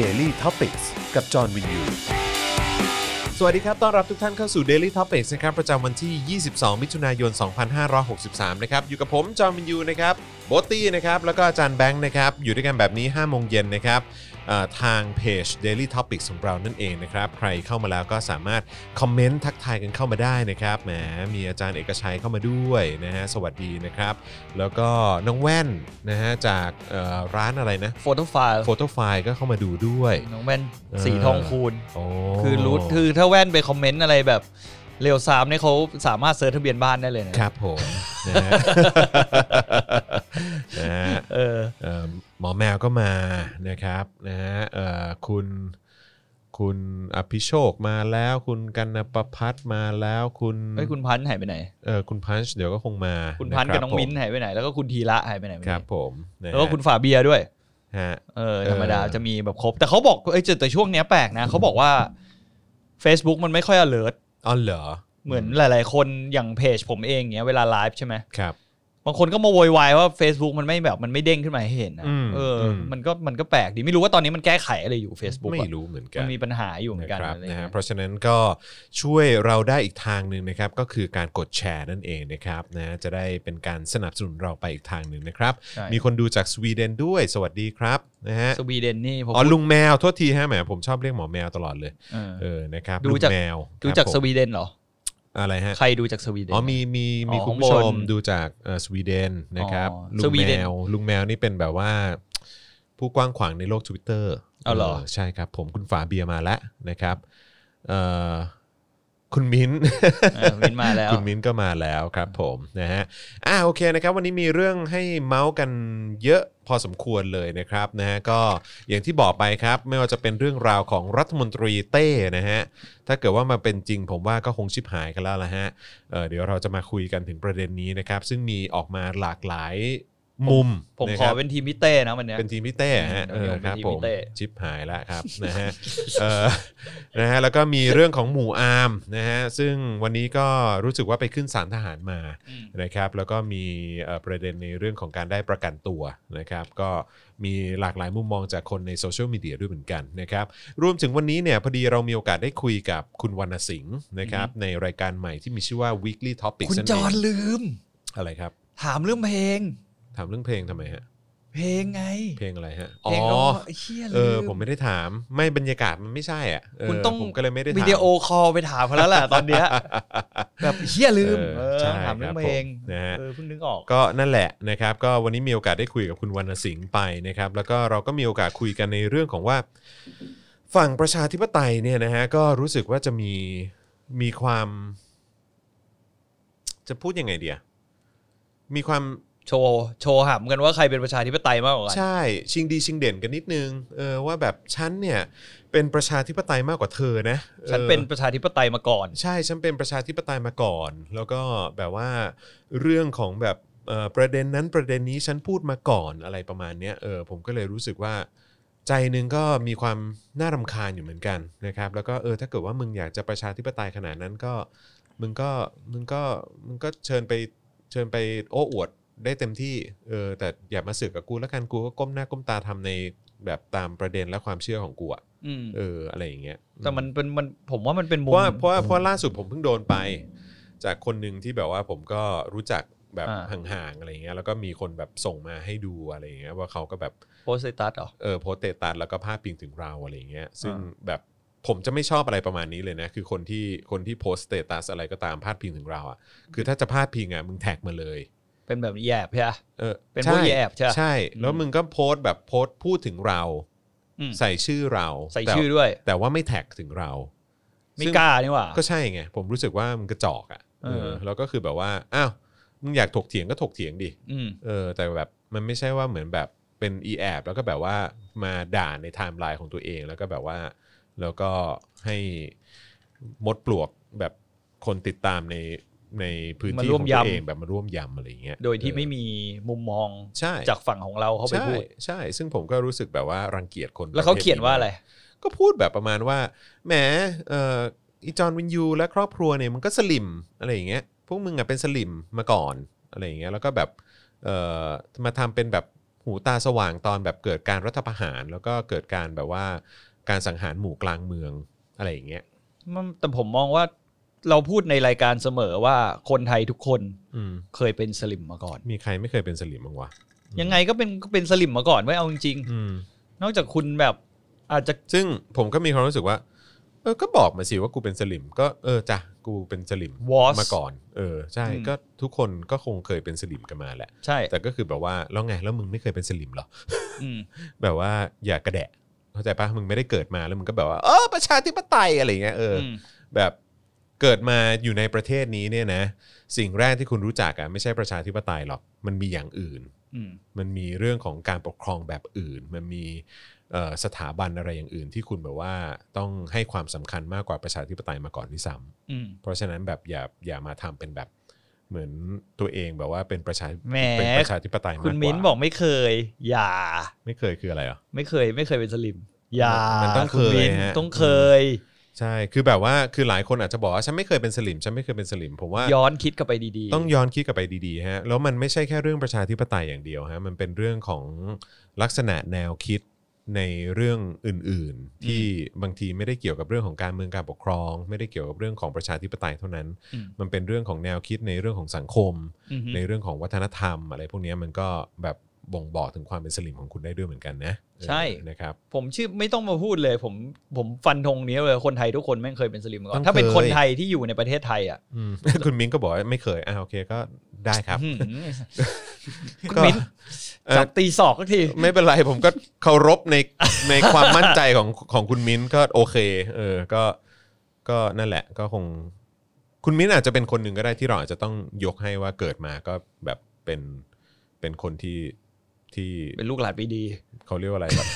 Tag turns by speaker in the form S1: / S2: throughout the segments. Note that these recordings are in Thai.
S1: Daily t o p i c กกับจอห์นวินยู สวัสดีครับ ต้อนรับทุกท่านเข้าสู่ Daily Topics นะครับ ประจำวันที่ 22 มิถุนายน 2563 นะครับ อยู่กับผม จอห์นวินยู นะครับ โบทตี้ นะครับ แล้วก็อาจารย์แบงค์นะครับ อยู่ด้วยกันแบบนี้ 5 โมงเย็นนะครับเอ่อทางเพจ Daily Topics ของเรานั่นเองนะครับ ใครเข้ามาแล้วก็สามารถคอมเมนต์ทักทายกันเข้ามาได้นะครับ แหม มีอาจารย์เอกชัยเข้ามาด้วยนะฮะ สวัสดีนะครับ แล้วก็น้องแว่นนะฮะ จากเอ่อร้านอะไรนะ
S2: โฟโต้ไฟล์
S1: โฟโต้ไฟล์ก็เข้ามาดูด้วย
S2: น้องแว่นสีทองคูณ
S1: โอ้
S2: คือรู้คือถ้าแว่นไปคอมเมนต์อะไรแบบเร็วสามเนี่ยเขาสามารถเซิร์ชทะเบียนบ้านได้เลยนะครับ
S1: ผมนะ ฮะ นะฮะ
S2: เออ
S1: เอ่อหมอแมวก็มานะครับนะฮะเอ่อคุณคุณอภิโชคมาแล้ว คุณกันนประพัฒน์มาแล้วคุณ
S2: ไอ้ยคุณพันธ์หายไปไหน
S1: เอ่อคุณพันช์เดี๋ยวก็คงมา
S2: คุณพันธ์กับน้อ
S1: ะ
S2: ง
S1: รับ
S2: มิ้นท์หายไปไหน แล้วก็คุณธีระหายไปไหนไม่
S1: ค
S2: รู้
S1: รับผมนะฮะ
S2: แล้วก็คุณฝาเบียร์ด้วย
S1: ฮะ
S2: เออ
S1: เออ
S2: ธรรมดาจะมีแบบครบ แต่เขาบอกเอ้ยแต่ช่วงเนี้ยแปลกนะเขาบอกว่า Facebook มันไม่ค่อย alert
S1: อ๋อเหรอ
S2: เหมือนหลาย ๆ คนอย่างเพจผมเองเนี้ยเวลาไลฟ์ใช่ไหม
S1: ครับ
S2: บางคนก็มาโวยวายว่า Facebook มันไม่แบบมันไม่เด้งขึ้นมาให้เห็นนะ
S1: อืม
S2: เอออ
S1: ม
S2: มันก็มันก็แปลกดีไม่รู้ว่าตอนนี้มันแก้ไขอะไรอยู่ Facebook
S1: ไม่
S2: อะ
S1: รู้เหมือนกั
S2: มัน นมีปัญหาอยู่เหมือนกัน
S1: นะครับ
S2: อะไร
S1: นะ
S2: เงี้
S1: ฮะ
S2: ย
S1: เพราะฉะนั้นก็ช่วยเราได้อีกทางหนึ่งนะครับ ก็คือการกดแชร์นั่นเองนะครับนะจะได้เป็นการสนับสนุนเราไปอีกทางหนึ่งนะครับ
S2: ใช่
S1: มีคนดูจากสวีเดนด้วยสวัสดีครับนะฮะ
S2: สวีเดนนี่ผม
S1: อ๋อลุงแมวโทษทีฮะแหมผมชอบเรียกหมอแมวตลอดเลย
S2: เออ
S1: เออนะครับ
S2: ดูจาก
S1: ลุงแมว
S2: ดูจาก
S1: ครับ
S2: ส
S1: ผม
S2: วีเดนเหรอ
S1: อะไรฮะ
S2: ใครดูจากสวีเดน
S1: อ๋อมีมีมี
S2: อ๋อ
S1: คุณผู้ชม
S2: ข้างบน
S1: ดูจากเอ่อสวีเดนนะครับ
S2: อ๋อ
S1: ลุ
S2: ส
S1: ง
S2: วี
S1: แม
S2: เดน
S1: วลุงแมวนี่เป็นแบบว่าผู้กว้างขวางในโลก Twitter
S2: เอาเหรอ
S1: ใช่ครับ ผมคุณฝาเบียร์มาแล้วนะครับเอ่อคุณมิ้นท์
S2: เออวินมาแล้ว
S1: คุณมิ้นก็มาแล้วครับผมนะฮะอ่าโอเคนะครับ วันนี้มีเรื่องให้เมาส์กันเยอะพอสมควรเลยนะครับนะฮะก็อย่างที่บอกไปครับ ไม่ว่าจะเป็นเรื่องราวของรัฐมนตรีเต้นะฮะถ้าเกิดว่ามาเป็นจริงผมว่าก็คงชิบหายกันแล้วละฮะเอ่อเดี๋ยวเราจะมาคุยกันถึงประเด็นนี้นะครับ ซึ่งมีออกมาหลากหลายมุม
S2: ผม
S1: นะ
S2: ข
S1: ค
S2: อ
S1: รับ
S2: เป็นทีมพิเต้นะวันเนี้ย
S1: เป็นทีมพี่เต้ฮะ
S2: เดี๋
S1: เอ
S2: ยว
S1: อ
S2: เดี๋ยว
S1: ครับ
S2: เป็น
S1: ผ
S2: ทีมพี่
S1: ม
S2: เต้
S1: ชิปหายละครับ นะฮะเออนะฮะแล้วก็มีเรื่องของหมู่อาร์มนะฮะซึ่งวันนี้ก็รู้สึกว่าไปขึ้นศาลทหารมา
S2: อืม
S1: นะครับแล้วก็มีเอ่อประเด็นในเรื่องของการได้ประกันตัวนะครับ ก็มีหลากหลายมุมมองจากคนในโซเชียลมีเดียด้วยเหมือนกันนะครับรวมถึงวันนี้เนี่ยพอดีเรามีโอกาสได้คุยกับคุณวรรณสิงห์นะครับในรายการใหม่ที่มีชื่อว่า weekly topics
S2: คุณ
S1: นั่น
S2: จ
S1: เอ
S2: อห์น
S1: ง
S2: ลืม
S1: อะไรครับ
S2: ถามเรื่องเพลง
S1: ถามเรื่องเพลงทำไมฮะ
S2: เพลงไง
S1: เพลงอะไรฮะ
S2: เพลงน้องเฮีย
S1: เอ
S2: ลื
S1: อ
S2: ม
S1: ผมไม่ได้ถามไม่บรรยากาศมันไม่ใช่อ่ะเ
S2: คุณต้อง
S1: ผมก็เลยไม่ได้ถาม
S2: วิดีโอคอลไปถามเขาแล้วแหละตอนเนี้ย แบบเฮียลืม
S1: เอ
S2: เอ
S1: อ
S2: อ
S1: ใช่
S2: ถามเรื่
S1: ค
S2: อ
S1: รั
S2: ง
S1: บ
S2: เพลง
S1: ผมนะฮะ
S2: เออเพิ่งนึกออก
S1: ก็นั่นแหละนะครับ ก็วันนี้มีโอกาสได้คุยกับคุณวรรณสิงห์ไปนะครับ แล้วก็เราก็มีโอกาสคุยกันในเรื่องของว่า ฝั่งประชาธิปไตยเนี่ยนะฮะก็รู้สึกว่าจะมีมีความ จะพูดยังไงเดียมีความ
S2: โชว์โชว์หามกันว่าใครเป็นประชาธิปไตยมากกว่ากัน
S1: ใช่ชิงดีชิงเด่นกันนิดนึงเออว่าแบบฉันเนี่ย เป็นประชาธิปไตยมากกว่าเธอนะ
S2: ฉัน
S1: ออ
S2: เป็นประชาธิปไตยมาก่อน
S1: ใช่ ฉันเป็นประชาธิปไตยมาก่อน แล้วก็แบบว่าเรื่องของแบบเอ่อประเด็นนั้นประเด็นนี้ฉันพูดมาก่อนอะไรประมาณเนี้ยเออผมก็เลยรู้สึกว่า ใจหนึงก็มีความน่ารำคาญอยู่เหมือนกันนะครับ แล้วก็เออถ้าเกิดว่ามึงอยากจะประชาธิปไตยขนาดนั้นก็มึงก็มึงก็มึงก็เชิญไปเชิญไปโอ้อวดได้เต็มที่เออแต่อย่ามาเสือกกับกูแล้วกันกูก็ก้มหน้าก้มตาทำในแบบตามประเด็นและความเชื่อของกูอะ
S2: อืม
S1: เอออะไรอย่างเงี้ย
S2: แต่มันเป็นมันผมว่ามันเป็น
S1: เพ
S2: มุม
S1: ราะว่าเพราะว่าเพราะล่าสุดผมเพิ่งโดนไป จากคนหนึ่งที่แบบว่าผมก็รู้จักแบบ
S2: อ่
S1: ห่างๆอะไรเงี้ยแล้วก็มีคนแบบส่งมาให้ดูอะไรเงี้ยว่าเขาก็แบบ
S2: โพสต์สเตตัสเหรอ
S1: เออโพสต์เตตัสแล้วก็พาดพิงถึงเราอะไรเงี้ยซึ่ง
S2: อ่า
S1: แบบผมจะไม่ชอบอะไรประมาณนี้เลยนะคือคนที่คนที่โพสต์เตตัสอะไรก็ตามพาดพิงถึงเราอ่ะคือถ้าจะพาดพิงอ่ะมึงแท็กมาเลย
S2: เป็นแบบแยบใช่ปะ
S1: เออ
S2: เป็น
S1: ใช่
S2: พวกแอบใช่ปะ
S1: ใช่ แล้วมึงก็โพสต์แบบโพสต์พูดถึงเรา
S2: อืม
S1: ใส่ชื่อเรา
S2: ใส่
S1: แต่
S2: ชื่อด้วย
S1: แต่ว่าไม่แท็กถึงเรา
S2: ไม่กล้านี่หว่า
S1: ก็ใช่ไง ผมรู้สึกว่ามันกระจอกอะ่ะเอ
S2: เอ
S1: อ
S2: อ
S1: แล้วก็คือแบบว่าอ้าวมึงอยากถกเถียงก็ถกเถียงดิ
S2: อืม
S1: เออแต่แบบมันไม่ใช่ว่าเหมือนแบบเป็นอีแอบแล้วก็แบบว่ามาด่าในไทม์ไลน์ของตัวเองแล้วก็แบบว่า แล้วก็ให้มดปลวกแบบคนติดตามในในพื้นที่
S2: มา
S1: ข
S2: ร่ว
S1: อ
S2: ม
S1: ง
S2: ยำ
S1: ตัวเองแบบมาร่วมยำอะไรอย่างเงี้ย
S2: โดยที่ไม่มีมุมมอง
S1: ใช่
S2: จากฝั่งของเราเขาไป
S1: ใช่
S2: พูด
S1: ใช่ ซึ่งผมก็รู้สึกแบบว่ารังเกียจคน
S2: แล้วเขา
S1: ปะภท
S2: เขียนว่าอะไร
S1: ก็พูดแบบประมาณว่าแหมเอ่ออีจอห์นวินยูและครอบครัวเนี่ยมันก็สลิมอะไรอย่างเงี้ยพวกมึงอ่ะเป็นสลิมมาก่อนอะไรอย่างเงี้ยแล้วก็แบบเอ่อมาทำเป็นแบบ หูตาสว่างตอนแบบเกิดการรัฐประหาร แล้วก็เกิดการแบบว่าการสังหารหมู่กลางเมืองอะไรอย่างเงี้ย
S2: มันแต่ผมมองว่าเราพูดในรายการเสมอว่าคนไทยทุกคน
S1: อืม
S2: เคยเป็นสลิมมาก่อน
S1: มีใครไม่เคยเป็นสลิมบ้างวะ
S2: ยังไงก็เป็นก็เป็นสลิมมาก่อนไว้ยเอาจริง
S1: อืม
S2: ๆนอกจากคุณแบบอาจจะ
S1: ซึ่งผมก็มีความรู้สึกว่า เออ ก็บอกมาสิว่ากูเป็นสลิม ก็เออจ้ะกูเป็นสลิม
S2: วอส
S1: มาก่อน เออ ใช่
S2: อืม
S1: ก็ทุกคนก็คงเคยเป็นสลิมกันมาแหละ
S2: ใช่
S1: แต่ก็คือแบบว่าแล้วไงแล้วมึงไม่เคยเป็นสลิมเหรอ
S2: อืม
S1: แบบว่าอย่ากระแดะ เข้าใจปะมึงไม่ได้เกิดมาแล้วมึงก็แบบว่า เออประชาธิปไตยอะไรเงี้ยเอออ
S2: ม
S1: แบบเกิดมาอยู่ในประเทศนี้เนี่ยนะ สิ่งแรกที่คุณรู้จักอะไม่ใช่ประชาธิปไตยหรอก มันมีอย่างอื่น
S2: อืม
S1: มันมีเรื่องของการปกครองแบบอื่น มันมีเอ่อสถาบันอะไรอย่างอื่น ที่คุณแบบว่าต้องให้ความสำคัญมากกว่าประชาธิปไตยมาก่อนที่ซ้ำ
S2: อืม
S1: เพราะฉะนั้นแบบอย่าอย่ามาทำเป็นแบบเหมือนตัวเองแบบว่าเป็นประชา
S2: แหม
S1: เป็นประชาธิปไตยมากกว่า
S2: คุณมิ้นบอกไม่เคย อย่า
S1: ไม่เคยคืออะไรเหรอ
S2: ไม่เคย ไม่เคยเป็นสลิม อย่า
S1: มันต้อง
S2: ณมิ้น
S1: เคยฮะ
S2: ต้องเคย
S1: ใช่คือแบบว่าคือหลายคนอาจจะบอกว่าฉันไม่เคยเป็นสลิมฉันไม่เคยเป็นสลิมผมว่า
S2: ย้อนคิดกลับไปดีๆ
S1: ต้องย้อนคิดกลับไปดีๆฮะแล้วมันไม่ใช่แค่เรื่องประชาธิปไตยอย่างเดียวฮะมันเป็นเรื่องของลักษณะแนวคิดในเรื่องอื่นๆ ที่บางทีไม่ได้เกี่ยวกับเรื่องของการเมืองการปกครอง ไม่ได้เกี่ยวกับเรื่องของประชาธิปไตยเท่านั้น
S2: อืม
S1: มันเป็นเรื่องของแนวคิดในเรื่องของสังคม
S2: อือฮึ
S1: ในเรื่องของวัฒนธรรม อะไรพวกเนี้ยมันก็แบบบ่งบอกถึงความเป็นสลิมของคุณได้ด้วยเหมือนกันนะ
S2: ใช่
S1: เออนะครับ
S2: ผมชื่อไม่ต้องมาพูดเลย ผมผมฟันธงนี้เลยคนไทยทุกคนแม่งเคยเป็นสลิมมาก่
S1: ต้อ
S2: อ
S1: ง
S2: นถ้าเป็น
S1: เคย
S2: คนไทยที่อยู่ในประเทศไทยอ่ะ
S1: อืม คุณมิ้งก็บอกว่าไม่เคยอ่าโอเคก็ได้ครับ
S2: อื้อหือคุณ
S1: ก็
S2: มิ้น
S1: เอ่อ
S2: จับตีศอกสักที
S1: ไม่เป็นไร ผมก็เคารพในในความมั่นใจของของคุณมิ้นท์ก็โอเค เออก็ก็นั่นแหละก็คง คุณมิ้นท์อาจจะเป็นคนหนึ่งก็ได้ที่เราอาจจะต้องยกให้ว่าเกิดมาก็แบบเป็นเป็นคนที่ที่
S2: เป็นลูกหลานปีดี
S1: เขาเรียกว่าอะไรแบบ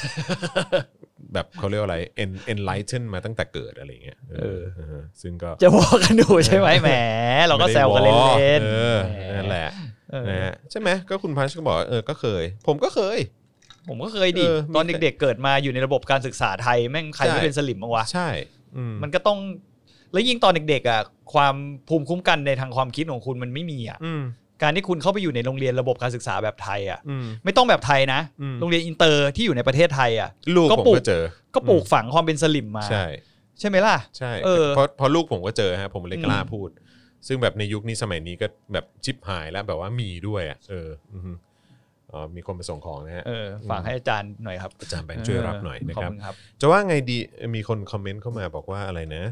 S1: แบบเขาเรียกว่าอะไร en enlighten มาตั้งแต่เกิดอะไรอย่างเงี้ย
S2: เออ
S1: เออซึ่งก็
S2: จะบอกกันดูใช่ไหมแหม เราก็แซวกันเล่น
S1: ๆเออ
S2: ๆ
S1: นั่นแหละ
S2: เออ
S1: นะฮะใช่ไหมก็คุณพันช์ก็บอกว่าเออก็เคย ผมก็เคย
S2: ผมก็เคยดิ
S1: เออ
S2: ตอนเด็ก ๆ เกิดมาอยู่ในระบบการศึกษาไทยแม่งใคร
S1: ใช่
S2: ไม่เป็นสลิมบ้างวะ
S1: ใช่อืม
S2: มันก็ต้องแล้วยิ่งตอนเด็กๆอ่ะความภูมิคุ้มกันในทางความคิดของคุณมันไม่มีอ่ะ
S1: อืม
S2: การที่คุณเข้าไปอยู่ในโรงเรียนระบบการศึกษาแบบไทยอ่ะ
S1: อืม
S2: ไม่ต้องแบบไทยนะ
S1: อืม
S2: โรงเรียนอินเตอร์ที่อยู่ในประเทศไทยอ่ะ
S1: ลูก
S2: ก็
S1: ผม
S2: ปลูก
S1: ก็เจอ
S2: ก็ปลูกฝังความเป็นสลิมมา
S1: ใช่
S2: ใช่ไหมล่ะ
S1: ใช่
S2: เออ
S1: เพราะเพราะลูกผมก็เจอฮะผมเลยกล้า
S2: อืม
S1: พูด ซึ่งแบบในยุคนี้สมัยนี้ก็แบบชิปหายแล้วแบบว่ามีด้วยอ่ะเอออือฮึอ๋อมีคนมาส่งของนะฮะ
S2: เออฝากให้อาจารย์หน่อยครับ
S1: อาจารย์แบงค์ช่วยรับหน่อยนะครับ
S2: ขอบคุณครับ
S1: จะว่าไงดีมีคนคอมเมนต์เข้ามาบอกว่าอะไรนะ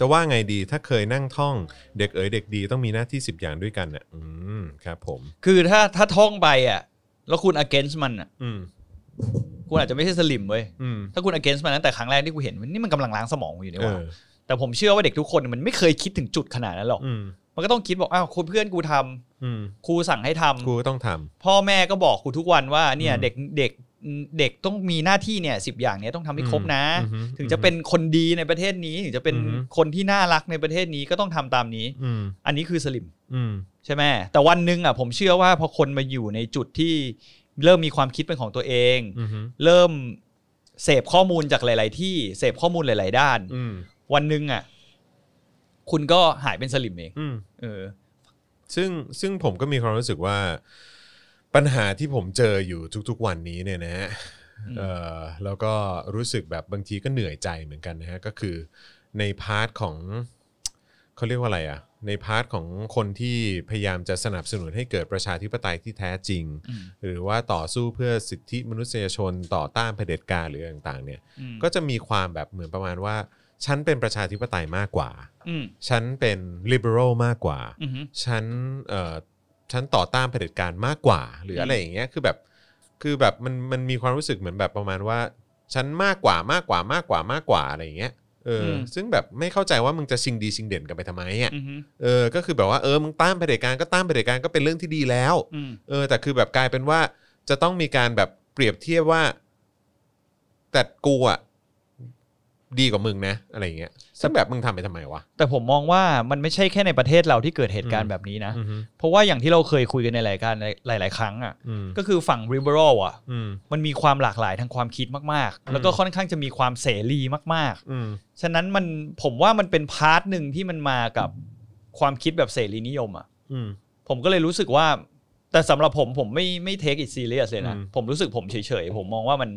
S1: จะว่าไงดีถ้าเคยนั่งท่องเด็กเอ๋ยเด็กดีต้องมีหน้าที่ 10 อย่างด้วยกันอ่ะอืมครับผม
S2: คือถ้าถ้าท่องไปอ่ะ แล้วคุณ against มันอ่ะ
S1: อืม
S2: คุณอาจจะไม่ใช่สลิมเว้ย
S1: อืม
S2: ถ้าคุณ against มันตั้งแต่ครั้งแรกที่กูเห็นนี่มันกำลังล้างสมองกูอยู่เนี่ย
S1: เอ
S2: ว่ะ
S1: อ
S2: แต่ผมเชื่อว่าเด็กทุกคนมันไม่เคยคิดถึงจุดขนาดนั้นหรอก
S1: อืม
S2: มันก็ต้องคิดบอกอ้าวคุณเพื่อนกูทำ
S1: อืม
S2: ครูสั่งให้ทำ
S1: ครูก็ต้องท
S2: พ่อแม่ก็บอกกูทุกวันว่าเนี่ย
S1: อืม
S2: เด็กเด็กเด็กต้องมีหน้าที่เนี่ยสิบอย่างเนี้ยต้องทำให้ครบนะ
S1: อืมอืม
S2: ถึงจะเป็นคนดีในประเทศนี้ ถึงจะเป็น
S1: อืม
S2: คนที่น่ารักในประเทศนี้ก็ต้องทำตามนี้
S1: ำอืม
S2: อันนี้คือสลิม
S1: อืม
S2: ใช่ไหมแต่วันหนึ่งอ่ะผมเชื่อว่าพอคนมาอยู่ในจุดที่เริ่มมีความคิดเป็นของตัวเอง
S1: อืม
S2: เริ่มเสพข้อมูลจากหลาย ๆ ที่เสพข้อมูลหลาย ๆ ด้าน
S1: อืม
S2: วันหนึ่งอ่ะคุณก็หายเป็นสลิมเอง
S1: อืม
S2: เออ
S1: ซึ่งซึ่งผมก็มีความรู้สึกว่าปัญหาที่ผมเจออยู่ทุกๆวันนี้เนี่ยนะฮะ
S2: อืม
S1: เอ่อแล้วก็รู้สึกแบบบางทีก็เหนื่อยใจเหมือนกันนะฮะก็คือในพาร์ทของเขาเรียกว่าอะไรอะในพาร์ทของคนที่พยายามจะสนับสนุนให้เกิดประชาธิปไตยที่แท้จริง
S2: อืม
S1: หรือว่าต่อสู้เพื่อสิทธิมนุษยชนต่อต้านเผด็จการหรืออะไรต่างๆเนี่ย
S2: อืม
S1: ก็จะมีความแบบเหมือนประมาณว่า ฉันเป็นประชาธิปไตยมากกว่า
S2: อืม
S1: ฉันเป็น liberal มากกว่า
S2: อืมฮึ
S1: ฉันเอ่อฉันต่อต้านเผด็จการมากกว่า หรือ
S2: ม
S1: อะไรอย่างเงี้ยคือแบบคือแบบมันมันมีความรู้สึกเหมือนแบบประมาณว่า ฉันมากกว่ามากกว่ามากกว่ามากกว่าอะไรอย่างเงี้ยเอออ
S2: ม
S1: ซึ่งแบบไม่เข้าใจว่ามึงจะชิงดีชิงเด่นกันไปทำไมอ่ะ
S2: อืมฮึ
S1: เออก็คือแบบว่าเออมึงต้านเผด็จการก็ต้านเผด็จการก็เป็นเรื่องที่ดีแล้ว
S2: อืม
S1: เออแต่คือแบบกลายเป็นว่าจะต้องมีการแบบเปรียบเทียบว่า แต่กูอ่ะดีกว่ามึงนะ อะไรอย่างเงี้ยซึ่งแบบมึงทำไปทำไมวะ
S2: แต่ผมมองว่ามันไม่ใช่แค่ในประเทศเราที่เกิดเหตุการ
S1: อืม
S2: ณ์แบบนี้นะ
S1: อืม
S2: เพราะว่าอย่างที่เราเคยคุยกันในรายการหลาย ๆ ครั้งอ่ะ
S1: อืม
S2: ก็คือฝั่ง liberal อ่ะ
S1: อืม
S2: มันมีความหลากหลายทางความคิดมาก
S1: อืม
S2: ๆ แล้วก็ค่อนข้างจะมีความเสรีมาก
S1: อืม
S2: ๆ ฉะนั้นมันผมว่ามันเป็นพาร์ทหนึ่งที่มันมากับความคิดแบบเสรีนิยมอ่ะ
S1: อืม
S2: ผมก็เลยรู้สึกว่า แต่สำหรับผมผมไม่ไม่ take it serious เลยนะ
S1: อืม
S2: ผมรู้สึกผมเฉยๆ ผมมองว่ามัน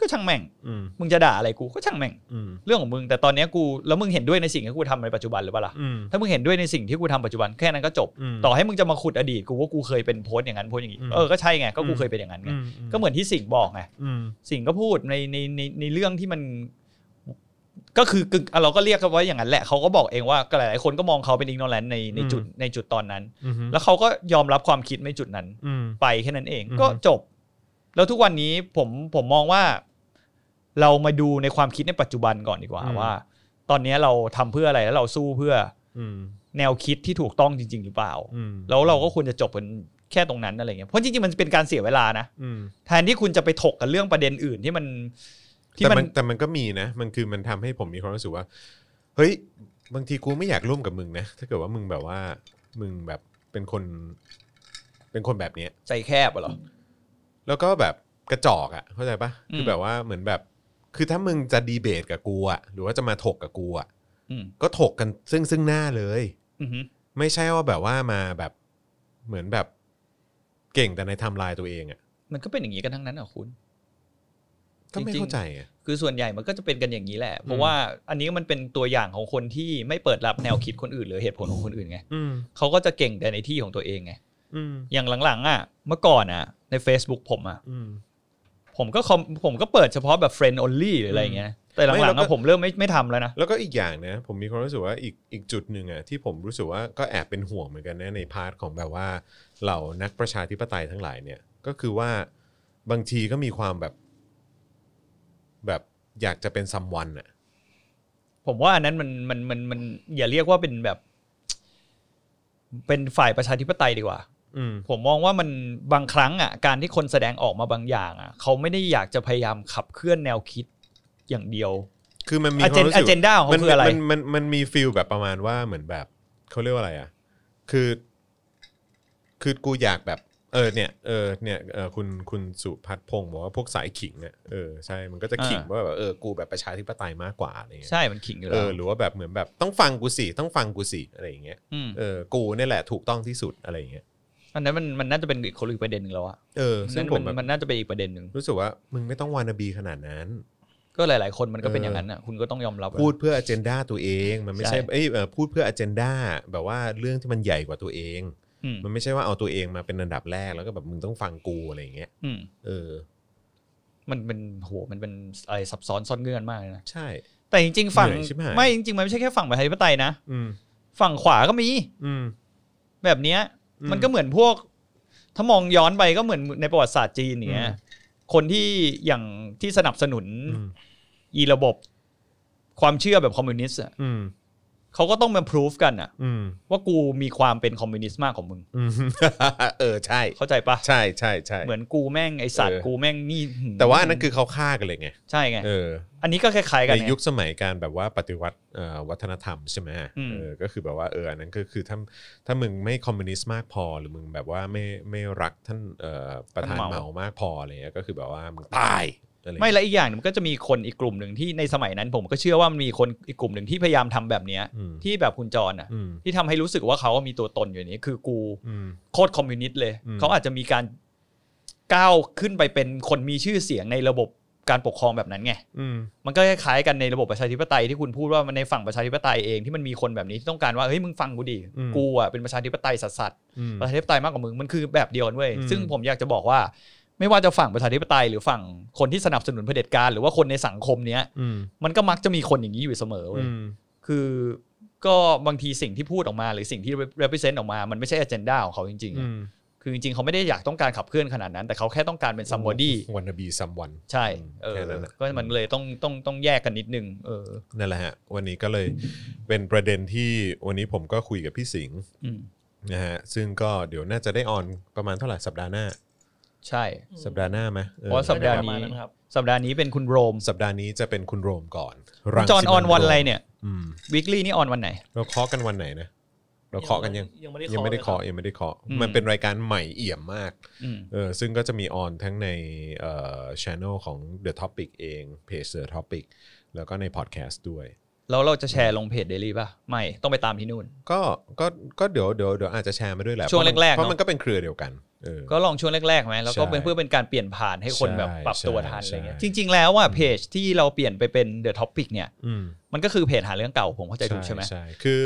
S2: ก็ช่างแม่ง
S1: อืม
S2: มึงจะด่าอะไรกูก็ช่างแม่ง
S1: อืม
S2: เรื่องของมึงแต่ตอนเนี้ยกูแล้วมึงเห็นด้วยในสิ่งที่กูทำในปัจจุบันหรือเปล่าล่ะ
S1: อืม
S2: ถ้ามึงเห็นด้วยในสิ่งที่กูทำปัจจุบันแค่นั้นก็จบ
S1: อืม
S2: ต่อให้มึงจะมาขุดอดีตกูว่ากูเคยเป็นโพสต์อย่างนั้นโพสต์อย่างนี้
S1: อืม
S2: เออก็ใช่ไงก็กูเคยเป็นอย่างนั้นไงก็เหมือนที่สิงห์บอกไง
S1: อืม
S2: สิงห์ก็พูดในในในในเรื่องที่มัน ก็คือกึ่งอ่ะเราก็เรียกกันว่าอย่างนั้นแหละเขาก็บอกเองว่าหลายๆคนก็มองเขาเป็นอิงโนแลนในในจุดในจุดตอนนั้น
S1: อืม
S2: แล้วเขาก็ยอมรับความคิดในจุดนั้น
S1: อืม
S2: ไปแค่นั้นเอง
S1: อือฮึ
S2: ก็จบ แล้วทุกวันนี้ผมผมมองว่า เรามาดูในความคิดในปัจจุบันก่อนดีกว่าว่า ตอนนี้เราทำเพื่ออะไรแล้วเราสู้เพื่อ
S1: อืม
S2: แนวคิดที่ถูกต้องจริง ๆ หรือเปล่า
S1: อืม
S2: แล้วเราก็ควรจะจบกันแค่ตรงนั้นอะไรเงี้ยเพราะจริงๆมันเป็นการเสียเวลานะ
S1: อืม
S2: แทนที่คุณจะไปถกกันเรื่องประเด็นอื่นที่มันที่
S1: แต่
S2: มัน
S1: มันแต่มันก็มีนะ มันคือมันทำให้ผมมีความรู้สึกว่า เฮ้ย บางทีกูไม่อยากร่วมกับมึงนะ ถ้าเกิดว่ามึงแบบว่า มึงแบบเป็นคน เป็นคนแบบเนี้ย
S2: ใจแคบอะเหรอ
S1: แล้วก็แบบกระจอกอะ่ะเข้าใจปะ
S2: อืม
S1: คือแบบว่าเหมือนแบบ คือถ้ามึงจะดีเบตกับกูอะ่ะหรือว่าจะมาถกกับกูอะ่ะ
S2: อืม
S1: ก็ถกกันซึ่งซึ่งหน้าเลย
S2: อือฮึ
S1: ไม่ใช่ว่าแบบว่ามาแบบเหมือนแบบเก่งแต่ในไทำลายตัวเองอะ่ะ
S2: มันก็เป็นอย่างนี้กันทั้งนั้นอ่ะคุณ
S1: ก็ไม่
S2: จริงๆ
S1: เข้าใจอะ่ะ
S2: คือส่วนใหญ่มันก็จะเป็นกันอย่างนี้แหละ เพ
S1: อื
S2: ราะ
S1: ม
S2: ว่าอันนี้มันเป็นตัวอย่างของคนที่ไม่เปิดรับแนวคิดคนอื่นหรือเหตุผลของคนอื่นไง
S1: อืม
S2: เขาก็จะเก่งแต่ในที่ของตัวเองไง
S1: อืม
S2: อย่างหลังๆอ่ะ เมื่อก่อนอ่ะ ใน Facebook ผมอ่ะ
S1: อืม
S2: ผมก็คอมผมก็เปิดเฉพาะแบบ friend only หรืออะไรอย่างเงี้ย แต่
S1: ไม่
S2: หลั
S1: เรา
S2: งๆ
S1: ก็
S2: อ่ะผมเริ่มไม่ไม่ทำแล้วนะ
S1: แล้วก็อีกอย่างนะผมมีความรู้สึกว่าอีกอีกจุดหนึ่งอะที่ผมรู้สึกว่าก็แอบเป็นห่วงเหมือนกันนะในพาร์ทของแบบว่าเหล่านักประชาธิปไตยทั้งหลายเนี่ย ก็คือว่าบางทีก็มีความแบบ แบบอยากจะเป็นซัมวันอะ
S2: ผมว่าอันนั้นมันมันมันมันอย่าเรียกว่าเป็นแบบ เป็นฝ่ายประชาธิปไตยดีกว่า
S1: อืม
S2: ผมมองว่ามันบางครั้งอ่ะการที่คนแสดงออกมาบางอย่างอ่ะเขาไม่ได้อยากจะพยายามขับเคลื่อนแนวคิดอย่างเดียว
S1: คือมันมี
S2: อ
S1: ค
S2: เจ
S1: วาน มรู้สึก
S2: เจนดาของ
S1: มั
S2: เขาคืออะไร
S1: มันมันมันมีฟีลแบบประมาณว่าเหมือนแบบเขาเรียกว่าอะไรอ่ะ คือ คือกูอยากแบบ เออเนี่ยเออเนี่ยเออคุณคุณสุพัฒน์พงศ์บอกว่าพวกสายขิงเนี่ยเออใช่มันก็จะขิง
S2: อ่า
S1: ว่าแบบเออกูแบบประชาธิปไตยมากกว่าอะไรเงี้ย
S2: ใช่มันขิงอยู่
S1: เอ
S2: แล้ว
S1: อหรือว่าแบบเหมือนแบบต้องฟังกูสิต้องฟังกูสิอะไรอย่างเงี้ย
S2: ม
S1: เออกูเนี่ยแหละถูกต้องที่สุดอะไรอย่างเงี้ย
S2: อันนั้นมันมันน่าจะเป็นอีกคนละอีกประเด็นหนึ่งแล้วอ่ะ
S1: เออ
S2: อัน
S1: ซึ่
S2: นั้
S1: ง
S2: น
S1: ผ
S2: มั
S1: ม
S2: น
S1: แบบ
S2: มันน่าจะเป็นอีกประเด็นหนึ่ง
S1: รู้สึกว่ามึงไม่ต้องวานาบีขนาดนั้น
S2: ก็หลาย ๆ คนมันก็เป็นอย่างนั้นนะคุณก็ต้องยอมรับ
S1: พูดเพื่อ agenda ตัวเองมันไม่ใช่
S2: ใช่
S1: เอ้ยเอ่อพูดเพื่อ agenda แบบว่าเรื่องที่มันใหญ่กว่าตัวเอง
S2: อืม
S1: มันไม่ใช่ว่าเอาตัวเองมาเป็นอันดับแรกแล้วก็แบบมึงต้องฟังกูอะไรอย่างเงี้ย
S2: อืม
S1: เออ
S2: มันเป็นโหมันเป็นอะไรซับซ้อนซ่อนเงื่อนมากเลยนะ
S1: ใช่
S2: แต่จริง ๆ ฝั่ง
S1: เหนื่อยชิบหาย
S2: ไม่จริง ๆ มันไม่ใช่แค่ฝั่งประชาธิปไตยนะ
S1: อืม
S2: ฝั่งขวาก็มี
S1: อืม
S2: แบบเนี้ย
S1: อืม
S2: มันก็เหมือนพวก ถ้ามองย้อนไปก็เหมือนในประวัติศาสตร์จีนอย่างเงี้ย
S1: อืม
S2: คนที่อย่างที่สนับสนุน
S1: อืม
S2: อีระบบ ความเชื่อแบบคอมมิวนิสต์อะ
S1: อืม
S2: เขาก็ต้องมาพิสูจกันอะ
S1: อืม
S2: ว่ากูมีความเป็นคอมมิวนิสต์มากของมึง
S1: อืม เออใช่
S2: เข้าใจปะ
S1: ใช่ใช่ใช่
S2: เหมือนกูแม่งไอสัต
S1: เอ
S2: ว์
S1: อ
S2: กูแม่งนี่หืม
S1: แต่ว่าอันนั้นคือเขาฆ่ากันเลยไง
S2: ใช่ไง
S1: เออ
S2: อันนี้ก็คล้ายๆกัน
S1: ใน
S2: ไง
S1: ยุคสมัยการแบบว่าปฏิวัติเอ่อวัฒนธรรมใช่ไหม
S2: อืม
S1: เออก็คือแบบว่าเอออันนั้นก็คือถ้าถ้ามึงไม่คอมมิวนิสต์มากพอ หรือมึงแบบว่าไม่ไม่รักท่านเอ่อประธานเหมามากพออะไรเงี้ยก็คือแบบว่ามึงตายอะไรเงี้ย
S2: ไม่และอีกอย่างหนึ่งมันก็จะมีคนอีกกลุ่มหนึ่งที่ในสมัยนั้น ผมก็เชื่อว่ามันมีคนอีกกลุ่มหนึ่งที่พยายามทำแบบเนี้ย
S1: อืม
S2: ที่แบบคุณจรอ่ะ
S1: อืม
S2: ที่ทำให้รู้สึกว่าเขามีตัวตนอยู่นี้คือกู
S1: อืม
S2: โคตรคอมมิวนิสต์เลย
S1: อืม
S2: เขาอาจจะมีการก้าวขึ้นไปเป็นคนมีชื่อเสียงในระบบการปกครองแบบนั้นไง
S1: อืม
S2: มันก็คล้ายๆกันในระบบประชาธิปไตยที่คุณพูดว่ามันในฝั่งประชาธิปไตยเองที่มันมีคนแบบนี้ที่ต้องการว่าเฮ้ยมึงฟังกูดิกูอ่ะเป็นประชาธิปไตยสัสๆ
S1: อืม
S2: ประชาธิปไตยมากกว่ามึงมันคือแบบเดียวกันเว้ย
S1: อืม
S2: ซึ่งผมอยากจะบอกว่า ไม่ว่าจะฝั่งประชาธิปไตยหรือฝั่งคนที่สนับสนุนเผด็จการหรือว่าคนในสังคมเนี้ย
S1: อืม
S2: มันก็มักจะมีคนอย่างนี้อยู่เสมอเว้ย
S1: อืม
S2: คือก็บางทีสิ่งที่พูดออกมา หรือสิ่งที่ represent ออกมา มันไม่ใช่ agenda ของเขาจริงๆอะคือจริงๆเขาไม่ได้อยากต้องการขับเคลื่อนขนาดนั้น แต่เขาแค่ต้องการเป็น somebody
S1: วันบีซัมวัน
S2: ใช่เออ
S1: แค่นั้นแหละ
S2: ก็มันเลยต้องต้องต้องแยกกันนิดนึงเออ
S1: นั่นแหละฮะ วันนี้ก็เลยเป็นประเด็นที่วันนี้ผมก็คุยกับพี่สิงห์
S2: อืม
S1: นะฮะ ซึ่งก็เดี๋ยวน่าจะได้ออนประมาณเท่าไหร่สัปดาห์หน้า
S2: ใช่
S1: สัปดาห์หน้าไหมเออ
S2: เพราะว่าสัปดาห์
S3: ประมา
S2: นี้
S3: ณนั้นครับ
S2: สัปดาห์นี้เป็นคุณโรม
S1: สัปดาห์นี้จะเป็นคุณโรมก่อน
S2: คุณจอห์นออนวันอะไรเนี่ย
S1: อืม
S2: weekly นี่ออนวันไหน
S1: เราเคาะกันวันไหนนะ เราเคาะกันยัง
S3: ยังไม่ได้
S1: ยังไม่ได้
S3: เคาะ
S1: เคาะยังไม่ได้เคาะ
S2: อืม
S1: มันเป็นรายการใหม่เอี่ยมมาก
S2: อืม
S1: เออซึ่งก็จะมีออนทั้งในเอ่อช่องของ The Topic เองเพจ The Topic แล้วก็ในพอดแคสต์ด้วย
S2: แล้วเราจะแชร์ลงเพจเดลี่ป่ะ ไม่ ต้องไปตามที่นู่น
S1: ก็ก็ก็เดี๋ยวเดี๋ยวเดี๋ยวอาจจะแชร์มาด้วยแหละ
S2: ช่วงแรกๆ
S1: เพราะมัน
S2: เนอะ
S1: ก็เป็นเครือเดียวกันเออ
S2: ก็ลองช่วงแรกๆไหมแล้วก็เป็น
S1: ใช่
S2: เพื่อเป็นการเปลี่ยนผ่านให้คนแบบ
S1: ใช่
S2: ปรับตัวทันอะไรเงี้ย
S1: ใช่
S2: จริง ๆ แล้วอ่ะเพจที่เราเปลี่ยนไปเป็น The Topic เนี่ย
S1: อืม
S2: มันก็คือเพจหาเรื่องเก่าผมเข้าใจถูกใช่ไหม
S1: ใช่คือ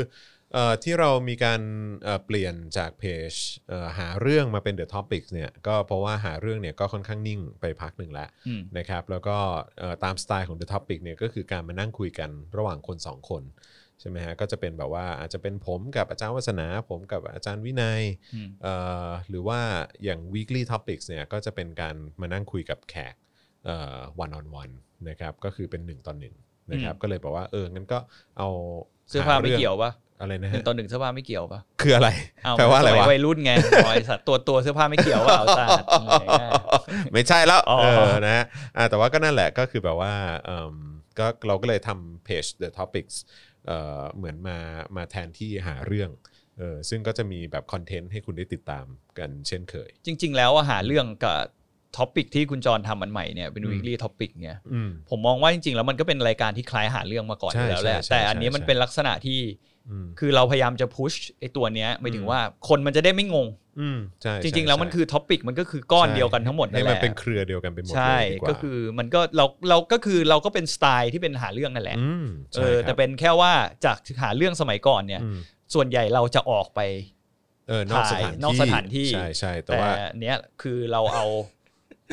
S1: เอ่อที่เรามีการเอ่อเปลี่ยนจากเพจเอ่อหาเรื่องมาเป็น The Topics เนี่ยก็เพราะว่าหาเรื่องเนี่ยก็ค่อนข้างนิ่งไปพักหนึ่งแล้ว
S2: อืม
S1: นะครับแล้วก็เอ่อตามสไตล์ของ The Topic เนี่ยก็คือการมานั่งคุยกันระหว่างคน 2 คนใช่ไหมฮะก็จะเป็นแบบว่าอาจจะเป็นผมกับอาจารย์วัฒนา ผมกับอาจารย์วินัย
S2: อืม
S1: เอ่อหรือว่าอย่าง weekly topics เนี่ยก็จะเป็นการมานั่งคุยกับแขก วันออนวันนะครับก็คือเป็น 1ต่อหนึ่งนะครับก็เลยบอกว่าเอองั้นก็เอา
S2: เสื้อผ้า
S1: ห
S2: ไม่
S1: รื่อง
S2: เกี่ยวป่ะ
S1: อะไรนะ
S2: ห
S1: ฮะ
S2: นึ่งตอนหนึ่งเสื้อผ้าไม่เกี่ยวป่ะ
S1: คืออะไร
S2: เอา
S1: แปลว่าอะ
S2: สมัยว
S1: ไระ
S2: วัยรุ่นไงบอยสัตว์ตัวตัวเสื้อผ้าไม่เกี่ยวว่าเอาตา ดอะไรเงี้ย
S1: ไม่ใช่แล้ว
S2: อ๋อ
S1: เออนะฮะอ่าแต่ว่าก็นั่นแหละก็คือแบบว่าเอิ่มก็เราก็เลยทำเพจ The Topics เอ่อเหมือนมามาแทนที่หาเรื่องเออซึ่งก็จะมีแบบคอนเทนต์ให้คุณได้ติดตามกันเช่นเคย
S2: จริง ๆ แล้วอะหาเรื่องกับท็อปิกที่คุณจรทำมันใหม่เนี่ยเป็น
S1: อืม
S2: weekly topic เนี่ย
S1: อืม
S2: ผมมองว่าจริง ๆ แล้วมันก็เป็นรายการที่คล้ายหาเรื่องมาก่อนอ
S1: ใช่
S2: ยู่แล้วแหละ
S1: ใช่ใช่
S2: แต่อันนี้
S1: ใช่
S2: มันเป็นลักษณะที่
S1: อืม
S2: คือเราพยายามจะพุชไอ้ตัวเนี้ยหมายถึงว่าคนมันจะได้ไม่งง
S1: อืมใช่
S2: จ
S1: ใช่
S2: ริง ๆ แล้วมัน
S1: ใช่
S2: คือท็อปิกมันก็คือก้อนเดียวกันทั้งหมดนั่
S1: ให้
S2: นแห
S1: มั
S2: ละ
S1: นเป็นเครือเดียวกันไปหมด
S2: ใช่
S1: เลยดีว่า
S2: ก็คือมันก็เราเราก็คือเราก็เป็นสไตล์ที่เป็นหาเรื่องนั่นแหละ
S1: ม
S2: เอ
S1: ใช่
S2: อ
S1: ครับ
S2: แต่เป็นแค่ว่าจากหาเรื่องสมัยก่อนเนี่ย
S1: อืม
S2: ส่วนใหญ่เราจะออกไป
S1: เออนอกสถานที่
S2: ถ่ายนอกสถานที่
S1: ใช่ใช่แต่
S2: แต่
S1: ว่า
S2: เนี้ยคือเราเอา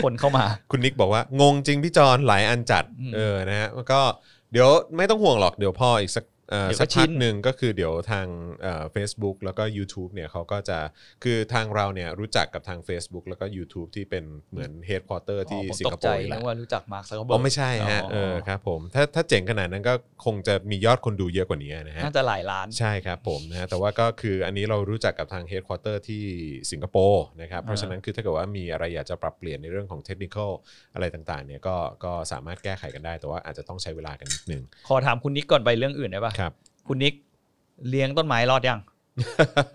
S2: คนเข้ามา
S1: คุณนิกบอกว่างงจริงพี่จอนหลายอันจัด
S2: อืม
S1: เออนะฮะแล้วก็เดี๋ยวไม่ต้องห่วงหรอกเดี๋ยวพออีกสักเอ่อ
S2: เดี๋ยวก็
S1: สักพั
S2: ชิ
S1: ก
S2: น
S1: หนึ่งก็คือเดี๋ยวทางเอ่อ Facebook แล้วก็ YouTube เนี่ยเขาก็จะคือทางเราเนี่ยรู้จักกับทาง Facebook แล้วก็ YouTube ที่เป็นเหมือนเฮดค q อเตอร์ที่
S2: อ๋อผม
S1: สิง
S2: ต
S1: ค
S2: ก
S1: โป
S2: ใจ
S1: ร์อยู่แห
S2: นึ
S1: ละ
S2: กว่ารู้จักมาร์คซักเบิ
S1: อ๋
S2: ร์
S1: อไม่ใช่ฮะเออครับผมถ้าถ้าเจ๋งขนาดนั้นก็คงจะมียอดคนดูเยอะกว่านี้นะฮะ
S2: น่าจะหลายล้าน
S1: ใช่ครับผมนะฮะแต่ว่าก็คืออันนี้เรารู้จักกับทางเฮดค q อเตอร์ที่สิงคโปร์นะครับ เพราะฉะนั้นคือถ้าเกิดว่ามีอะไรอยากจะปรับเปลี่ยนในเรื่องของเทคนิคอะไรต่างๆเนี่ยก็ก็สามารถแก้ไขกันได้ แต่ว่าอาจจะต้องใช้เวลากันนิดนึง
S2: ขอถามคุณนิกก่อนไปเรื่องอื่นได้ปะ
S1: ครับ
S2: คุณนิกเลี้ยงต้นไม้รอด ยัง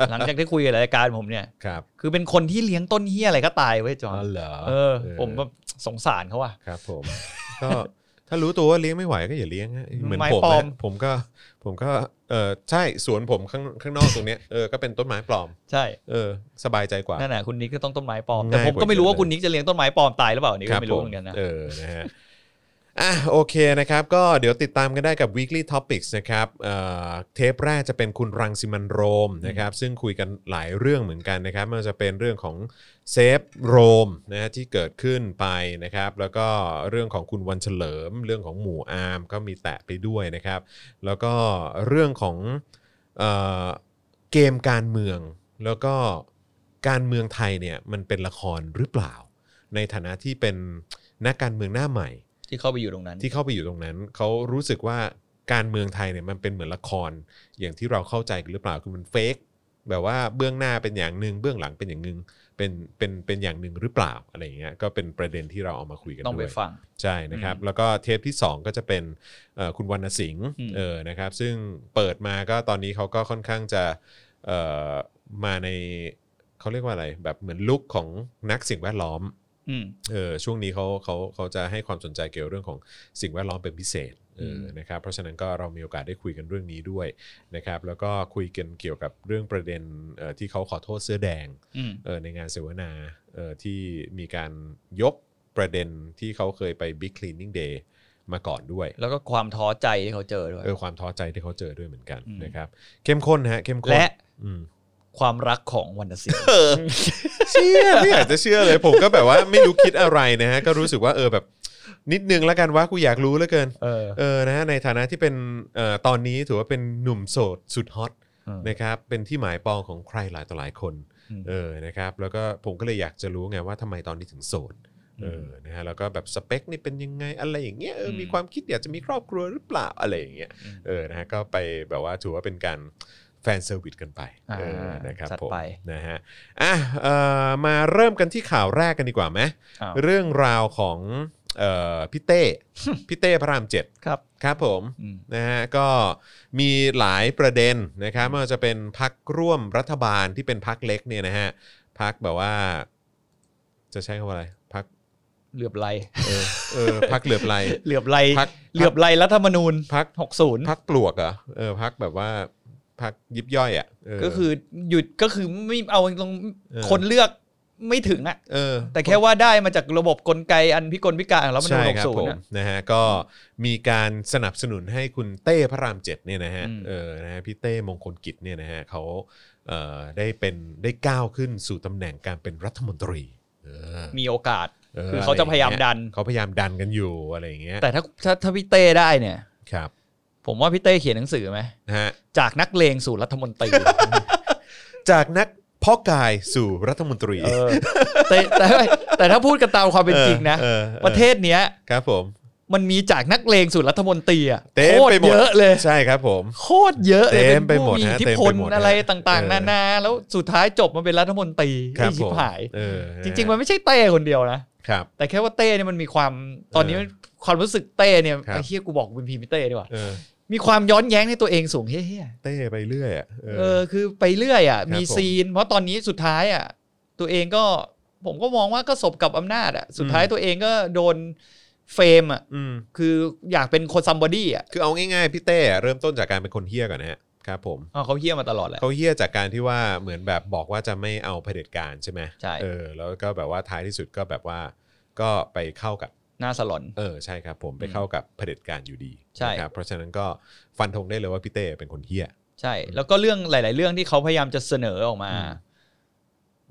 S2: หลังจากที่คุยกับรายการผมเนี่ย
S1: ครับ
S2: คือเป็นคนที่เลี้ยงต้นเฮียอะไรก็ตายเว้ยจ
S1: อ๋
S2: อ
S1: อนเหรอ
S2: เออ ผมแบบสงสารเขาอะ
S1: ครับผม ก็ถ้ารู้ตัวว่าเลี้ยงไม่ไหวก็อย่าเลี้ยงฮะเหมือน
S2: ไม้
S1: ผม
S2: ปลอม
S1: นะผมก็ผมก็เออใช่สวนผมข้างข้างนอกตรงเนี้ยเออก็เป็นต้นไม้ปลอม
S2: ใช่
S1: เออสบายใจกว่า
S2: นั่นแหะคุณนิกก็ต้องต้นไม้ปลอม
S1: ง่าย
S2: แต่ผ
S1: ก
S2: ม
S1: ว่า
S2: ก็ไม่รู้
S1: เยอะ
S2: ว่า
S1: เลย
S2: คุณนิกจะเลี้ยงต้นไม้ปลอมตายหรือเปล่าอันนี่
S1: ค
S2: ก็
S1: บ
S2: ไม่รู้
S1: ผ
S2: เหมือนกันนะ
S1: เออ นะฮะ อ่ะ โอเคนะครับ ก็เดี๋ยวติดตามกันได้กับ weekly topics นะครับเอ่อเทปแรกจะเป็นคุณรังสิมันโรมนะครับ ซึ่งคุยกันหลายเรื่องเหมือนกันนะครับไม่ว่าจะเป็นเรื่องของเซฟโรมนะฮะที่เกิดขึ้นไปนะครับ แล้วก็เรื่องของคุณวันเฉลิม เรื่องของหมู่อาร์มก็มีแตะไปด้วยนะครับ แล้วก็เรื่องของเอ่อเกมการเมือง แล้วก็การเมืองไทยเนี่ยมันเป็นละครหรือเปล่า ในฐานะที่เป็นนักการเมืองหน้าใหม่
S2: ที่เข้าไปอยู่ตรงนั้น
S1: ที่เข้าไปอยู่ตรงนั้น เขารู้สึกว่าการเมืองไทยเนี่ยมันเป็นเหมือนละคร อย่างที่เราเข้าใจกันหรือเปล่าคือมันเฟกแบบว่าเบื้องหน้าเป็นอย่างหนึ่งเบื้องหลังเป็นอย่างหนึ่งเป็นเป็นเป็นอย่างหนึ่งหรือเปล่าอะไรอย่างเงี้ยก็เป็นประเด็นที่เราเอามาคุยกัน
S2: ต้องไป
S1: ด้วย
S2: ฟัง
S1: ใช่นะครับ แล้วก็เทปที่ 2 ก็จะเป็นเอ่อคุณวรรณสิงห์
S2: อืม
S1: เออนะครับซึ่งเปิดมาก็ตอนนี้เขาก็ค่อนข้างจะเอ่อมาในเขาเรียกว่าอะไร แบบเหมือนลุกของนักสิ่งแวดล้อม
S2: อืม
S1: เออช่วงนี้เขาเขาเขาจะให้ความสนใจเกี่ยวเรื่องของสิ่งแวดล้อมเป็นพิเศษเออ
S2: ม
S1: อนะครับเพราะฉะนั้นก็เรามีโอกาสได้คุยกันเรื่องนี้ด้วยนะครับแล้วก็คุยกันเกี่ยวกับเรื่องประเด็นเอ่อที่เขาขอโทษเสื้อแดง
S2: อืม
S1: เออในงานเสวนาเออที่มีการยกประเด็นที่เขาเคยไป Big Cleaning Day มาก่อนด้วย
S2: แล้วก็ความท้อใจที่เขาเจอด้วย
S1: เออความท้อใจที่เขาเจอด้วยเหมือนกัน
S2: อืม
S1: นะครับเข้มข้นฮะเข้มข้น
S2: และ
S1: อืม
S2: ความรักของวรรณศิลป์
S1: เชื่อไม่อยากจะเชื่อเลยผมก็แบบว่าไม่รู้คิดอะไรนะฮะก็รู้สึกว่าเออแบบนิดนึงแล้วกันว่ากูอยากรู้เหลือเกิน
S2: เออ
S1: เออนะฮะในฐานะที่เป็นเอ่อตอนนี้ถือว่าเป็นหนุ่มโสดสุดฮอต
S2: เออ
S1: นะครับเป็นที่หมายปองของใครหลายต่อหลายคน
S2: อืม
S1: เออนะครับแล้วก็ผมก็เลยอยากจะรู้ไงว่าทำไมตอนนี้ถึงโสด
S2: อืม
S1: เออนะฮะแล้วก็แบบสเปคนี่เป็นยังไงอะไรอย่างเงี้ยเอออ
S2: ม
S1: มีความคิดอยากจะมีครอบครัวหรือเปล่าอะไรอย่างเงี้ย
S2: อืม
S1: เออนะฮะก็ไปแบบว่าถือว่าเป็นการแฟนเซอร์วิสกันไปเออนะครับ
S2: จัด
S1: ผม
S2: ไป
S1: นะฮะอ่ะเอ่อมาเริ่มกันที่ข่าวแรกกันดีกว่าไหม
S2: อ้าว
S1: เรื่องราวของเอ่อพี่ เต้ พี่เต้พระรามเจ็ด
S2: ครับ
S1: ครับผม
S2: อืม
S1: นะฮะก็มีหลายประเด็นนะครับไม่ว่าจะเป็นพักร่วมรัฐบาลที่เป็นพักเล็กเนี่ยนะฮะพักแบบว่า จะใช้คำว่าอะไรพัก
S2: เหลือบไร
S1: เออเออพักเหลือบไร
S2: เหลือบไร
S1: พัก
S2: เหลือบไรรัฐธรรมนูญ
S1: พัก
S2: หกศูนย์
S1: พักปลวกเหรอ่ะเออพักแบบว่าพักยิบย่อยอ่ะเ
S2: ก็คือหยุดก็คือไม่เอาลง
S1: เออ
S2: คนเลือกไม่ถึงอะ
S1: เออ
S2: แต่แค่ว่าได้มาจากระบบกลไกอันพิกลพิการของรัฐธรรมนูญ
S1: ใช่
S2: หก
S1: ครับ
S2: ศูน
S1: ผม
S2: ย์อะ
S1: นะฮะก็มีการสนับสนุนให้คุณเต้พระรามเจ็ดเนี่ยนะฮะ
S2: อืม
S1: เออนะฮะพี่เต้มงคลกิจเนี่ยนะฮะเขาเอ่อได้เป็นได้ก้าวขึ้นสู่ตำแหน่งการเป็นรัฐมนตรีเออ
S2: มีโอกาส
S1: ออ
S2: คือเขาจะพยายามดัน
S1: เขาพยายามดันกันอยู่อะไรอย่างเงี้ย
S2: แต่ถ้าถ้าถ้าพี่เต้ได้เนี่ย
S1: ครับ
S2: ผมว่าพี่เต้เขียนหนังสือไหม
S1: นะฮะ
S2: จากนักเลงสู่รัฐมนตรี
S1: จากนักเพ่อกายสู่รัฐมนตรี
S2: เออแต่แต่แต่ถ้าพูดกันตามความเป็นจริงนะ
S1: ออออ
S2: ประเทศเนี้ย
S1: ครับผม
S2: มันมีจากนักเลงสู่รัฐมนตรีอะ
S1: เต็ม
S2: โคต
S1: ไป
S2: ร
S1: หมด
S2: เยอะเลย
S1: ใช่ครับผม
S2: โคตรเยอะเลย
S1: เต็มไปหมด
S2: เป็นผู้มี
S1: ฮะ
S2: อิทธิ
S1: เต็ม
S2: พ
S1: ไป
S2: ล
S1: หมดฮะ
S2: อะไรต่าง
S1: เออ
S2: ๆ นานาแล้วสุดท้ายจบมาเป็นรัฐมนตรี
S1: ครั
S2: ไอ้
S1: ผ
S2: ชิบ
S1: ม
S2: หาย
S1: เออนะ
S2: จ
S1: ฮะ
S2: ริง ๆ มันไม่ใช่เต้คนเดียวนะ
S1: ครับ
S2: แต่แค่ว่าเต้เนี่ยมันมีความตอนนี้
S1: เออ
S2: มันความรู้สึกเต้เนี่ย
S1: ครับ
S2: ไอ้เฮียกูบอกเป็นพีมพ์เต้ดีกว่า
S1: เออ
S2: มีความย้อนแย้งในตัวเองสูงเฮี้ยๆ
S1: เต้ไปเรื่อยอะเออ
S2: เออคือไปเรื่อยอ่ะ
S1: ครับ
S2: มี
S1: ผม
S2: ซีน เพราะตอนนี้สุดท้ายอ่ะตัวเองก็ผมก็มองว่าก็สบกับอำนาจอ่ะสุดท้าย
S1: อืม
S2: ตัวเองก็โดนเฟรมอ่ะ
S1: อืม
S2: คืออยากเป็นคนซัมบอดี้อ่ะ
S1: คือเอาง่ายๆพี่เต้เริ่มต้นจากการเป็นคนเฮี้ยก่อนนะฮะครับผม
S2: อ้าวเขาเฮี้ยมาตลอดแหละ
S1: เขาเฮี้ยจากการที่ว่าเหมือนแบบบอกว่าจะไม่เอาเผด็จการใช่ไหม
S2: ใช่
S1: เออแล้วก็แบบว่าท้ายที่สุดก็แบบว่า ก็ไปเข้ากับ
S2: หน้าสลอน
S1: เออใช่ครับ ผมไปเข้ากับเผด็จการอยู่ดี
S2: ใช่
S1: นะครับเพราะฉะนั้นก็ฟันธงได้เลยว่าพี่เต้เป็นคนเฮี้ย
S2: ใช่ แล้วก็เรื่องหลาย ๆ เรื่องที่เขาพยายามจะเสนอออกมา
S1: อืม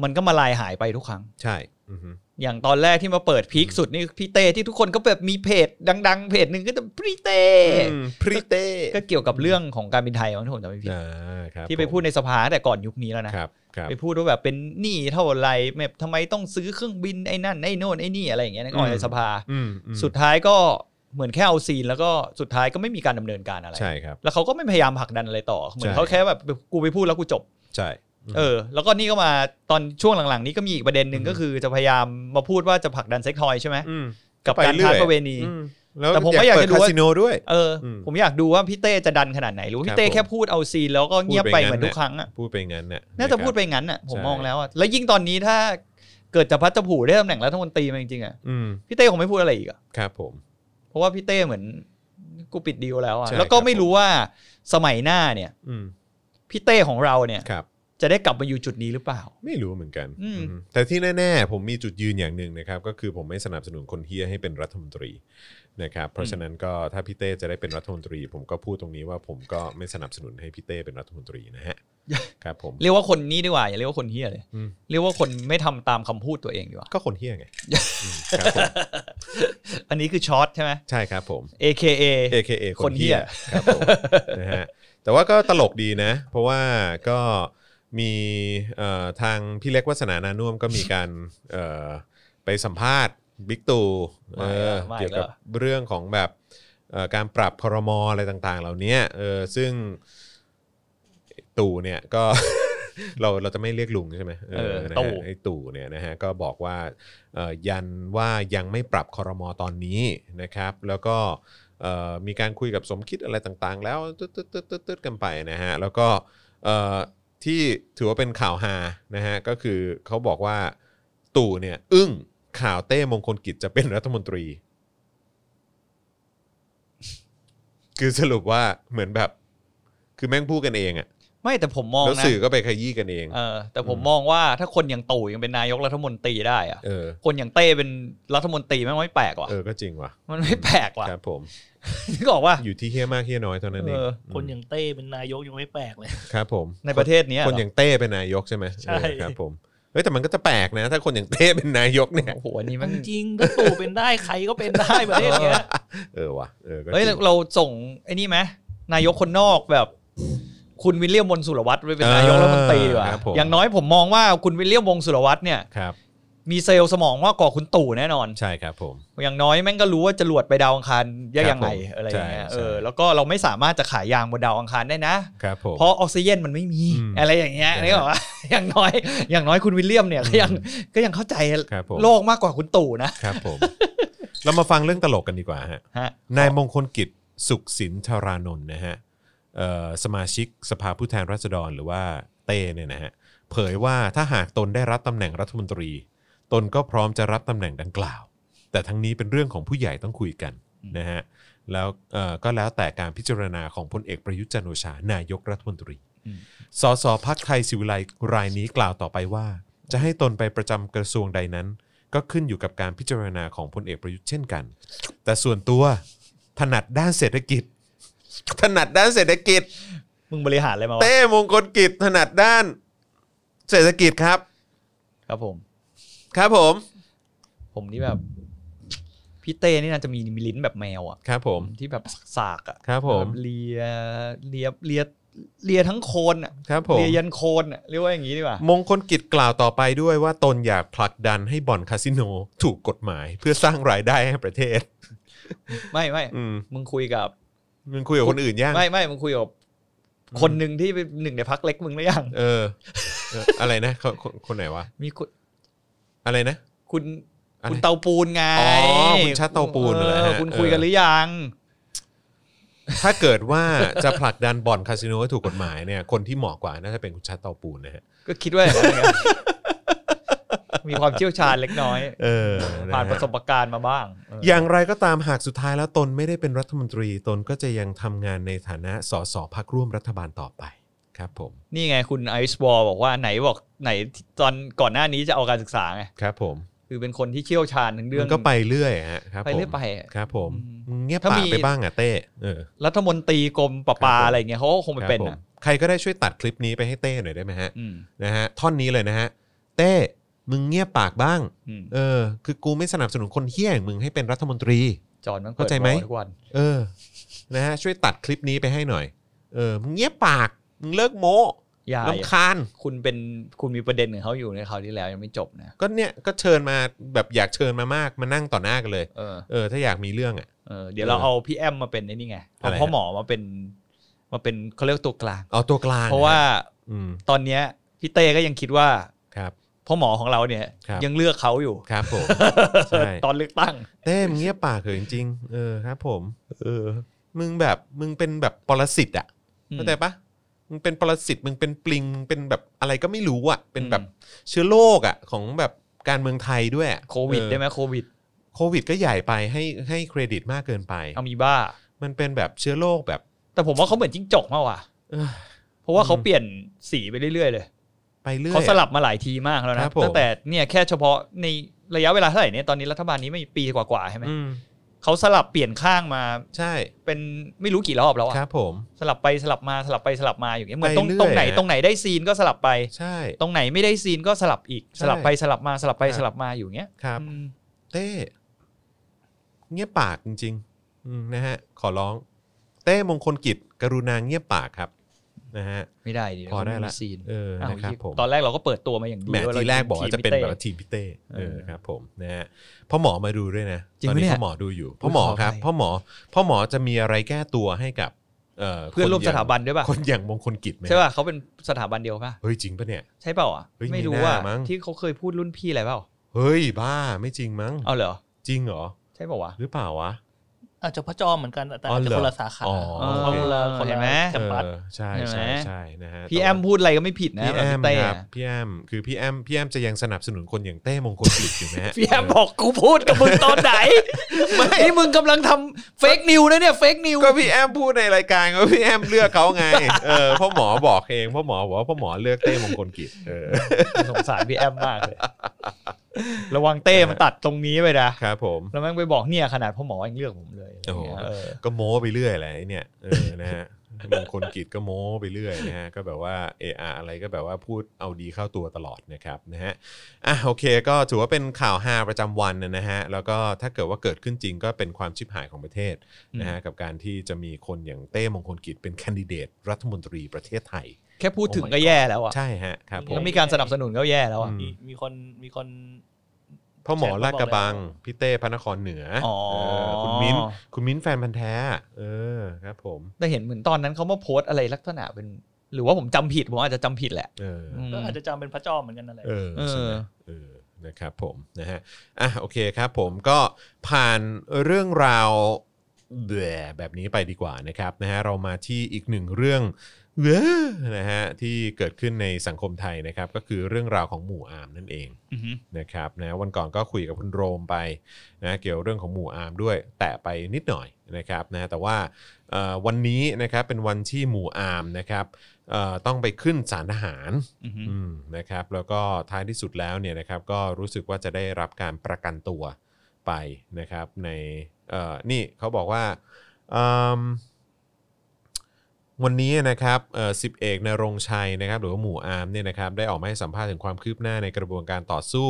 S2: มันก็มาลายหายไปทุกครั้ง
S1: ใช่อือฮึ
S2: อย่างตอนแรกที่มาเปิดพีคสุดนี่พี่เต้ที่ทุกคนก็แบบมีเพจดัง ๆ เพจหนึ่งก็จะพี่เต้
S1: อืมพี่เต้
S2: ก็เกี่ยวกับเรื่องของการบินไทยมั้งถ้าผมจำไม่ผิด
S1: อ่าครับ
S2: ที่ไป
S1: ผม
S2: พูดในสภาตั้งแต่ก่อนยุคนี้แล้วนะ
S1: ครับครับ
S2: ไปพูดว่าแบบเป็นหนี้เท่าไหรแบบทำไมต้องซื้อเครื่องบินไอ้นั่นไอ้โน่นไอ้นี่อะไรอย่างเงี้ยนะก่อ
S1: อื
S2: น
S1: ม
S2: ในสภา
S1: อืมอืม
S2: สุดท้ายก็เหมือนแค่เอาซีนแล้วก็สุดท้ายก็ไม่มีการดำเนินการอะไร
S1: ใช่ครับ
S2: แล้วเขาก็ไม่พยายามผลักดันอะไรต่อ เหมือนเขาแค่แบบกูไปพูดแล้วกูจบ
S1: ใช่
S2: เออ แล้วก็นี่ก็มาตอนช่วงหลังๆ นี้ก็มีอีกประเด็นหนึ่ง
S1: อืม
S2: ก็คือจะพยายามมาพูดว่าจะผลักดันเซ็กทอยใช่ไหม
S1: ม
S2: กับการค้าประเวณี
S1: อืมแล้ว
S2: แต่ผมก็อยาก
S1: เปิด
S2: จะรู้ว่า
S1: คาสิโนด้วย
S2: เอออ
S1: ม
S2: ผมอยากดูว่าพี่เต้จะดันขนาดไหนหรือว่า
S1: ครั
S2: พี่
S1: บ
S2: เต้
S1: ผม
S2: แค่พูดเอาซีนแล้วก็เงียบ
S1: พูด
S2: ไป
S1: ไปงั้น
S2: เหมือนทุกครั้งอะ
S1: พูดไปงั้นน่ะ
S2: น่าจะ
S1: ครับ
S2: พูดไปงั้นอ่ะผม
S1: ใช่
S2: มองแล้วอ่ะแล้วยิ่งตอนนี้ถ้าเกิดจะพัดจะผูได้ตำแหน่งรัฐมนตรีมาจริงๆอ่ะ
S1: อืม
S2: พี่เต้คงไม่พูดอะไรอีกอ่ะ
S1: ครับผม
S2: เพราะว่าพี่เต้เหมือนกูปิดดีลแล้วอ่ะ
S1: ใช่
S2: แล้วก็ไม่รู้ว่าสมัยหน้าเนี่ย
S1: อืม
S2: พี่เต้ของเราเนี่ย
S1: ครับ
S2: จะได้กลับมาอยู่จุดนี้หรือเปล่า
S1: ไม่รู้เหมือนกัน
S2: อืม
S1: อืมแต่ที่แน่ ๆ ผมมีจุดยืนอย่างหนึ่งนะครับ ก็คือผมไม่สนับสนุนคนเฮียให้เป็นรัฐมนตรีนะครับ เพราะฉะนั้นก็ถ้าพี่เต้จะได้เป็นรัฐมนตรี ผมก็พูดตรงนี้ว่าผมก็ไม่สนับสนุนให้พี่เต้เป็นรัฐมนตรีนะฮะ ครับผม
S2: เรียกว่าคนนี้ดีกว่าอย่าเรียกว่าคนเฮี้ยเลย
S1: อืม
S2: เรียกว่าคนไม่ทำตามคำพูดตัวเองดีกว่า
S1: ก็คนเฮีย ไงอืมครับผม
S2: อันนี้คือช็อตใช่ไหม
S1: ใช่ครับผม
S2: AKA
S1: AKA ค
S2: คน นเหี้
S1: เฮีย
S2: ย
S1: ครับผมนะฮะแต่ว่าก็ตลกดีนะ เพราะว่าก็มีเอ่อทางพี่เล็กวัฒนานานุ่วมก็มีการเอ่อไปสัมภาษณ์บิ๊กตู่เออ
S2: ไม่แล้ว
S1: เกี่ยวกับเรื่องของแบบเอ่อการปรับครมออะไรต่างๆ เหล่านี้เออซึ่งตู่เนี่ยก็ เราเราจะไม่เรียกลุงใช่ไหมเออ
S2: เออ
S1: นะ
S2: ตู่
S1: ฮะไอ้ตู่เนี่ยนะฮะก็บอกว่า เอ่อยันว่ายังไม่ปรับคอรมอตอนนี้นะครับ แล้วก็เอ่อมีการคุยกับสมคิดอะไรต่างๆ แล้วตึ๊ดตึ๊ดตึ๊ดตึ๊ดตึ๊ดกันไปนะฮะแล้วก็เอ่อที่ถือว่าเป็นข่าวฮานะฮะก็คือเขาบอกว่าตู่เนี่ยอึ้งข่าวเต้มงคลกิจจะเป็นรัฐมนตรี คือสรุปว่าเหมือนแบบ คือแม่งพูดกันเองอะ
S2: ไม่แต่ผมมอง
S1: แล้ว
S2: นะ
S1: สื่อก็ไปขยี้กันเอง
S2: เออแต่ผมมองว่าถ้าคนอย่างตู่ยังเป็นนายกรัฐมนตรีได้อ่ะ
S1: เออ
S2: คนอย่างเต้เป็นรัฐมนตรีไม่งไม่แปลกว่ะ
S1: เออก็จริงว่ะ
S2: มันไม่แปลกว่ะ
S1: ครับผม
S2: นึกออกว่า
S1: อยู่ที่เฮี้ยมากเฮี้ยน้อยเท่านั้นเอง
S2: เออ
S1: ม
S3: คนอย่างเต้เป็นนายกยังไม่แปลกเลย
S1: ครับผม
S2: ในประเทศเนี้ย
S1: คนอย่างเต้เป็นนายกใช่ไหม
S3: ใช่
S1: เออครับผมเฮ้ยแต่มันก็จะแปลกนะ ถ้าคนอย่างเต้เป็นนายกเนี่ย
S2: โอ้โหอันนี้มัน
S3: จริงๆถ้าตู่เป็นได้ใครก็เป็นได้ประเทศเนี้ย
S1: เออว่ะเออก็จ
S2: เฮ้ย
S1: ริ
S2: เรา
S1: ง
S2: เราส่งไอ้นี่ไหมนายกคนนอกแบบ คุณวิลเลียมวงศ์สุรวัตรไปเป็นนายกรัฐมนตรีดีกว่า
S1: เครับผม
S2: อย่างน้อยผมมองว่าคุณวิลเลียมวงศ์สุรวัตรเนี่ย
S1: ครับ
S2: มีเซลล์สมองมากกว่าคุณตู่แน่นอน
S1: ใช่ครับผม
S2: อย่างน้อยแม่งก็รู้ว่าจรวดไปดาวอังคารยากยังไง
S1: ครับผม
S2: อะไรอย่างเงี้ย
S1: ใช่ใช่
S2: เออแล้วก็เราไม่สามารถจะขายยางบนดาวอังคารได้นะ
S1: ครับผม
S2: เพราะออกซิเจนมันไม่มี
S1: อืม
S2: อะไรอย่างเงี้ย
S1: ใช่
S2: นึกออกปะ อย่างน้อย อย่างน้อยคุณวิลเลียมเนี่ยก็ยังก็ยังเข้าใจ
S1: ครับผม
S2: โลกมากกว่าคุณตู่นะครับ
S1: ผม เรามาฟังเรื่องตลกกันดีกว่าฮะ
S2: ฮะ
S1: นายมงคลกิจสุขสินธารานนท์นะฮะเอ่อสมาชิกสภาผู้แทนราษฎรหรือว่าเต้เนี่ยนะฮะเผยว่าถ้าหากตนได้รับตำแหน่งรัฐมนตรี ตนก็พร้อมจะรับตำแหน่งดังกล่าว แต่ทั้งนี้เป็นเรื่องของผู้ใหญ่ต้องคุยกัน
S2: อืม
S1: นะฮะแล้วเอ่อก็แล้วแต่การพิจารณาของพลเอกประยุทธ์จันทร์โอชานายกรัฐมนตรี สสพักไทยสิวิไลย์รายนี้กล่าวต่อไปว่า จะให้ตนไปประจำกระทรวงใดนั้น ก็ขึ้นอยู่กับการพิจารณาของพลเอกประยุทธ์เช่นกัน แต่ส่วนตัวถนัดด้านเศรษฐกิจ ถนัดด้านเศรษฐกิจ
S2: มึงบริหารอะไรมาวะ
S1: เต้มงคลกิจถนัดด้านเศรษฐกิจครับ
S2: ครับผม
S1: ครับผม
S2: ผมนี่แบบพี่เต้นี่น่าจะมีมีลิ้นแบบแมวอ่ะ
S1: ครับผม
S2: ที่แบบสากๆอ่ะ
S1: ครับผม
S2: แบบเลียเลียเลียเลียทั้งโคนอ่ะ
S1: ครับผม
S2: เลียยันโคนอ่ะเรียกว่าอย่างนี้ดีกว่า
S1: มงคลกิจกล่าวต่อไปด้วยว่าตนอยากผลักดันให้บ่อนคาสิโนถูกกฎหมาย เพื่อสร้างรายได้ให้ประเทศ
S2: ไม่ไม่
S1: อืม
S2: มึงคุยกับ
S1: มึงคุยกับคนอื่นยัง
S2: ไม่ไม่มึงคุยกับคนหนึ่งที่เป็นหนึ่งในพักเล็กมึงหรือยัง
S1: เออเออ อะไรนะเขาคนคนไหนวะ
S2: มีคุณ
S1: อะไรนะ
S2: คุณ
S1: อะไร
S2: คุณเตาปูนไง
S1: อ๋อคุณชาติเตาปูนเหรอฮะ
S2: เออคุณคุย
S1: เออ
S2: กันหรือยัง
S1: ถ้าเกิดว่าจะผลักดันบ่อนคาสิโนให้ถูกกฎหมายเนี่ยคนที่เหมาะกว่าน่าจะเป็นคุณชาติเตาปูนนะฮะ
S2: ก็คิดว่า อย่างนั้นไงมีความเชี่ยวชาญเล็กน้อย
S1: เออฮ
S2: ผ่านประสบการณ์มาบ้างเออ
S1: อย่างไรก็ตามหากสุดท้ายแล้วตนไม่ได้เป็นรัฐมนตรี ตนก็จะยังทำงานในฐานะสสพักร่วมรัฐบาลต่อไปครับผม
S2: นี่ไงคุณไอซ์บอลบอกว่าไหนบอกไหนตอนก่อนหน้านี้จะเอาการศึกษาไง
S1: ครับผม
S2: คือเป็นคนที่เชี่ยวชาญทั้งเรื่อ
S1: มั
S2: ง
S1: นก็ไปเรื่อยฮะครับ
S2: ไปเรื่อ
S1: ผ
S2: ย
S1: ม
S2: ไปอะ
S1: ครับผม
S2: อืม
S1: เงียบ
S2: ถ้า
S1: ปา
S2: มี
S1: กไปบ้างอ่ะเต้เออ
S2: รัฐมนตรีกรมประปาอะไรเงี้ยเขาก็คงไป
S1: ครับ
S2: เป็น
S1: ผม
S2: อ่ะ
S1: ใครก็ได้ช่วยตัดคลิปนี้ไปให้เต้หน่อยได้ไหมฮะ
S2: อืม
S1: นะฮะท่อนนี้เลยนะฮะเต้มึงเงียบปากบ้าง
S2: อืม
S1: เออ คือกูไม่สนับสนุนคนเฮี้ยอย่างมึงให้เป็นรัฐมนตรี
S2: จอนมัน
S1: เข้าใจไหม
S2: ปิดวอร์ทุกวัน
S1: เออ นะฮะช่วยตัดคลิปนี้ไปให้หน่อย เออมึงเงียบปากมึงเลิกโม้
S2: อย่าอย่า
S1: ลำคาญ
S2: คุณเป็นคุณมีประเด็นของเขาอยู่ในคราวที่แล้วยังไม่จบนะ
S1: ก็เนี่ยก็เชิญมาแบบอยากเชิญมามากมานั่งต่อหน้ากันเลย
S2: เออ
S1: เออ ถ้าอยากมีเรื่องอ่ะ
S2: เออเดี๋ยวเราเอาพี่แอมมาเป็นไอ้นี่ไงเอา
S1: อะไรฮะ
S2: พ่อหมอมาเป็นมาเป็นเขาเรียกตัวกลาง
S1: เอาตัวกลาง
S2: เพราะว่า
S1: อืม
S2: ตอนเนี้ยพี่เต้ก็ยังคิดว่า
S1: ครับ
S2: พ่อหมอของเราเนี่ย
S1: ครับ
S2: ยังเลือกเขาอยู่
S1: ครับ ผม ใช่
S2: ตอนเลือกตั้ง
S1: เต้มงเงียบปากเถอะจริงๆเออครับ ผม เออ มึงแบบมึงเป็นแบบปรสิตอ่ะเข้าใจปะมึงเป็นปรสิตมึงเป็นปลิงมึงเป็นแบบอะไรก็ไม่รู้อ่ะ เป็นแบบ
S2: อืม
S1: เชื้อโรคอ่ะ ของแบบการเมืองไทยด้วยอะ
S2: โควิด
S1: เออ
S2: ได้ไหมโควิด
S1: โควิด ก็ใหญ่ไปให้ให้เครดิตมากเกินไป
S2: เอามีบ้า
S1: มันเป็นแบบเชื้อโรคแบบ
S2: แต่ผมว่าเขาเหมือนจิ้งจกมากว่ะ
S1: เออ
S2: เพราะว่าเขาเปลี่ยนสีไปเรื่อยๆเลย
S1: ไปเรื่อย
S2: เขา
S1: อะ
S2: สลับมาหลายทีมากแล้ว
S1: ค
S2: นะ
S1: รับผม
S2: ตั้งแต่เนี่ยแค่เฉพาะในระยะเวลาเท่าไหร่เนี่ยตอนนี้รัฐบาลนี้ไม่ปีกว่าๆใช่ไหม
S1: อืม
S2: เขาสลับเปลี่ยนข้างมา
S1: ใช่
S2: เป็นไม่รู้กี่รอบแล้วอะ
S1: ครับผม
S2: สลับไปสลับมาสลับไปสลับมาอย่างเงี้ยเหมือนตรง
S1: ไปเรื่อย
S2: ตรงไหน
S1: อะ
S2: ตรงไหนได้ซีนก็สลับไป
S1: ใช่
S2: ตรงไหนไม่ได้ซีนก็สลับอีก
S1: ใช่
S2: สลับไปสลับมาสลับไป
S1: ครับ
S2: สลับมาอยูอย่างเงี้ย
S1: ครับ
S2: อืม
S1: เต้เงียบปากจริงๆอืมนะฮะ ขอร้อง เต้มงคลกิจ กรุณาเงียบปากครับนะฮะ
S2: ไม่ได้ดิ
S1: พอได้ละ
S2: ม่มีซีน
S1: เออ
S2: อ้าว
S1: นะครับ
S2: เหี้ย
S1: ผม
S2: ตอนแรกเราก็เปิดตัวมาอย่างดี
S1: แหม
S2: ว่า
S1: ที
S2: เรา
S1: แรกบอกว่าจะเป็น
S2: ทีม
S1: แบบ
S2: พี่
S1: ว่า
S2: ต้
S1: ทีมพิเต้เอ
S2: เอ
S1: อ
S2: อ
S1: ครับ ผมนะฮะพ่อหมอมาดูด้วยนะ
S2: จริง
S1: ตอน
S2: ปะเนี่
S1: นี้
S2: ย
S1: พ่อหมอดูอยู่พ่อหมอครับ
S2: ขออภัย
S1: พ่อหมอ พ่อหมอจะมีอะไรแก้ตัวให้กับ เอ่อ
S2: เพื่อนร่วมสถาบันด้วยป่ะ
S1: คนอย่างมงคลกิจไหม
S2: ใช่ป่ะเขาเป็นสถาบันเดียวป่ะ
S1: เฮ้ยจริงปะเนี่ย
S2: ใช่เปล่าอ่ะ
S1: เฮ้ย
S2: ไม่
S1: ไม่
S2: รู้
S1: น่า
S2: ว่า
S1: มั้ง
S2: ที่เขาเคยพูดรุ่นพี่อะไรเปล่า
S1: เฮ้ยบ้าไม่จริงมั้ง
S2: เอาเหรอ
S1: จริงเหรอ
S2: ใช่เปล่าวะ
S1: หรือเปล่าวะ
S3: อาจจะพระจอมเหมือนกันแต่
S1: อ๋อ
S3: อาจ
S1: เหรอ
S3: จะคนละสาขา
S1: อ๋อ
S3: คนละคน
S2: เห็
S3: ละ
S2: นไหม
S3: แคมปัส
S1: เออใช่ใช่ใช่นะฮะ
S2: พี่แอ
S1: แต่ว่า
S2: มพูดอะไรก็ไม่ผิดนะ
S1: พี่แอม
S2: เต้
S1: ครับ
S2: อะ
S1: พี่แอมคือพี่แอมพี่แอมจะยังสนับสนุนคนอย่างเต้มงคลกิจอยู่ไหมฮะ
S2: พี่แอมบอกกูพูดกับมึงตอนไหนนี่มึงกำลังทำเฟกนิวนะเนี่ยเฟกนิว
S1: ก็พี่แอมพูดในรายการว่าพี่แอมเลือกเขาไงเออพ่อหมอบอกเองพ่อหมอบอกว่าพ่อหมอเลือกเต้มงคลกิจเออ
S2: สงสารพี่แอมมากเลย ระวังเต้มันตัดตรงนี้ไปนะ
S1: ครับผม
S2: แล้วแม่งไปบอกเนี่ยขนาดพ่อหมอยังเลือกผมเลยอะไรอย่างเงี้ย
S1: โอ้โห
S2: เออ
S1: ก็โม้ไปเรื่อยแหละไอ้เนี่ยเออนะฮะมงคลกิจก็โม้ไปเรื่อยนะฮะก็แบบว่าเอออะไรก็แบบว่าพูดเอาดีเข้าตัวตลอดนะครับนะฮะอ่ะโอเค ก็ถือว่าเป็นข่าวฮาประจำวันนะฮะแล้วก็ถ้าเกิดว่าเกิดขึ้นจริงก็เป็นความชิบหายของประเทศ นะฮะกับการที่จะมีคนอย่างเต้มงคลกิจเป็นแคนดิเดตรัฐมนตรีประเทศไทย
S2: แค่พูดถึง
S1: โอ้ my
S2: ก็แย่แล้วอ่ะ
S1: ใช่ฮะครับผ
S2: แล้
S1: ม
S2: วมีการสนับสนุนก็แย่แล้วอ่ะ
S1: อื
S3: มีมีคนมีคน
S1: พ่อหมอลาดกระบัง พี่เต้พระนครเหนืออ
S2: อ
S1: เออคุณมิ้นคุณมิ้นแฟนพันธ์แท้เออครับผม
S2: แต่เห็นเหมือนตอนนั้นเขามาโพสต์อะไรลักษณะเป็น หรือว่าผมจำผิดผมอาจจะจำผิดแหละ
S1: เอออ
S2: ม
S3: ก็อาจจะจำเป็นพระจอมเหมือนกันนั่นแหละ
S1: เออ
S2: เออ
S1: ใช่ไหมเออนะครับผมนะฮะอ่ะโอเคครับผมก็ผ่านเรื่องราว เบื่อแบบนี้ไปดีกว่านะครับนะฮะเรามาที่อีกหนึ่งเรื่องเว้อนะฮะที่เกิดขึ้นในสังคมไทยนะครับ ก็คือเรื่องราวของหมู่อาร์มนั่นเอง
S2: อือฮึ
S1: นะครับนะวันก่อนก็คุยกับคุณโรมไปนะเกี่ยวเรื่องของหมู่อาร์มด้วย แตะไปนิดหน่อยนะครับนะแต่ว่าเอ่อวันนี้นะครับเป็นวันที่หมู่อาร์มนะครับเอ่อต้องไปขึ้นศาลทหาร
S2: อือฮึ
S1: อืมนะครับแล้วก็ท้ายที่สุดแล้วเนี่ยนะครับก็รู้สึกว่าจะได้รับการประกันตัวไปนะครับในเอ่อนี่เขาบอกว่าอืมวันนี้นะครับเอ่อสิบเอกนรงค์ชัยนะครับหรือว่าหมู่อาร์มเนี่ยนะครับได้ออกมาให้สัมภาษณ์ถึงความคืบหน้าในกระบวนการต่อสู้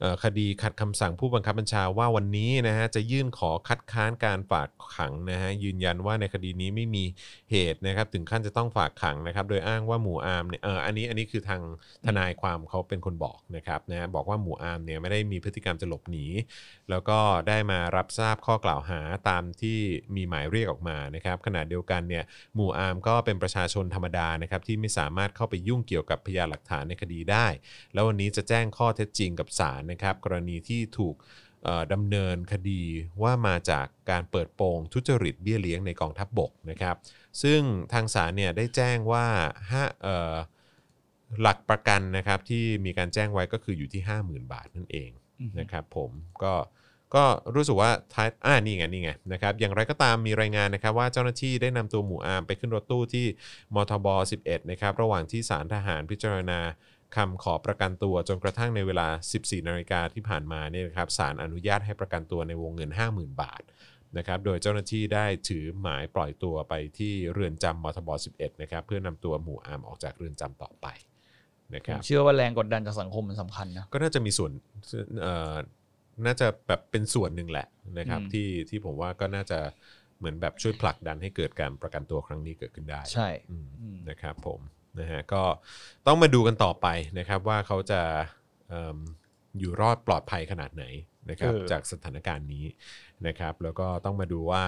S1: เอ่อคดีขัดคำสั่งผู้บังคับบัญชาว่าวันนี้นะฮะจะยื่นขอคัดค้านการฝากขังนะฮะยืนยันว่าในคดีนี้ไม่มีเหตุนะครับถึงขั้นจะต้องฝากขังนะครับโดยอ้างว่าหมู่อาร์มเนี่ยเอออันนี้อันนี้คือทางทนายความเขาเป็นคนบอกนะครับนะฮะบอกว่าหมู่อาร์มเนี่ยไม่ได้มีพฤติกรรมจะหลบหนี แล้วก็ได้มารับทราบข้อกล่าวหาตามที่มีหมายเรียกออกมานะครับขณะเดียวกันเนี่ยหมู่อาร์มก็เป็นประชาชนธรรมดานะครับที่ไม่สามารถเข้าไปยุ่งเกี่ยวกับพยานหลักฐานในคดีได้ แล้ววันนี้จะแจ้งข้อเท็จจริงกับศาลนะครับ กรณีที่ถูกเอ่อดำเนินคดีว่ามาจากการเปิดโปงทุจริตเบี้ยเลี้ยงในกองทัพบบกนะครับ ซึ่งทางศาลเนี่ยได้แจ้งว่าห้าเอ่อหลักประกันนะครับที่มีการแจ้งไว้ก็คืออยู่ที่ 50,000 บาทนั่นเอง
S2: อือฮึ
S1: นะครับผมก็ก็รู้สึกว่าท้ายอ่านี่ไงนี่ไงนะครับอย่างไรก็ตามมีรายงานนะครับ ว่าเจ้าหน้าที่ได้นำตัวหมู่อาร์มไปขึ้นรถตู้ที่มทบ 11 นะครับ ระหว่างที่ศาลทหารพิจารณาคำขอประกันตัวจนกระทั่งในเวลา 14 นาฬิกาที่ผ่านมาเนี่ยนะครับศาลอนุญาตให้ประกันตัวในวงเงิน 50,000 บาทนะครับโดยเจ้าหน้าที่ได้ถือหมายปล่อยตัวไปที่เรือนจำมทบ 11 นะครับเพื่อนำตัวหมู่อาร์มออกจากเรือนจำต่อไปนะค
S2: ผ
S1: รับ
S2: มเชื่อว่าแรงกดดันจากสังคมมันสำคัญนะ
S1: ก็น่าจะมีส่วนเอ่อน่าจะแบบเป็นส่วนหนึ่งแหละนะครับ
S2: อืม
S1: ที่ที่ผมว่าก็น่าจะเหมือนแบบช่วยผลักดันให้เกิดการประกันตัวครั้งนี้เกิดขึ้นได้
S2: ใช่
S1: อืม
S2: อืม
S1: นะครับผมนะฮะก็ต้องมาดูกันต่อไปนะครับ ว่าเขาจะเอิ่มอยู่รอดปลอดภัยขนาดไหนนะครับ
S2: เออ
S1: จากสถานการณ์นี้นะครับ แล้วก็ต้องมาดูว่า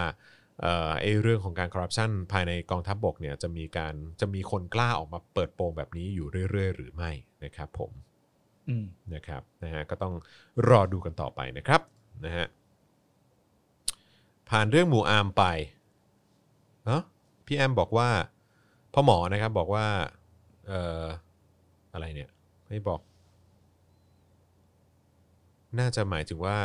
S1: เอ่อไอ้เรื่องของการคอร์รัปชันภายในกองทัพบบกเนี่ยจะมีการจะมีคนกล้าออกมาเปิดโปงแบบนี้อยู่เรื่อย ๆ หรือไม่นะครับผม
S2: อืม
S1: นะครับนะฮะก็ต้องรอดูกันต่อไปนะครับนะฮะผ่านเรื่องหมู่อาร์มไปเนาะพี่แอมบอกว่าพ่อหมอนะครับบอกว่าเอ่ออะไรเนี่ยไม่บอก น่าจะหมายถึงว่า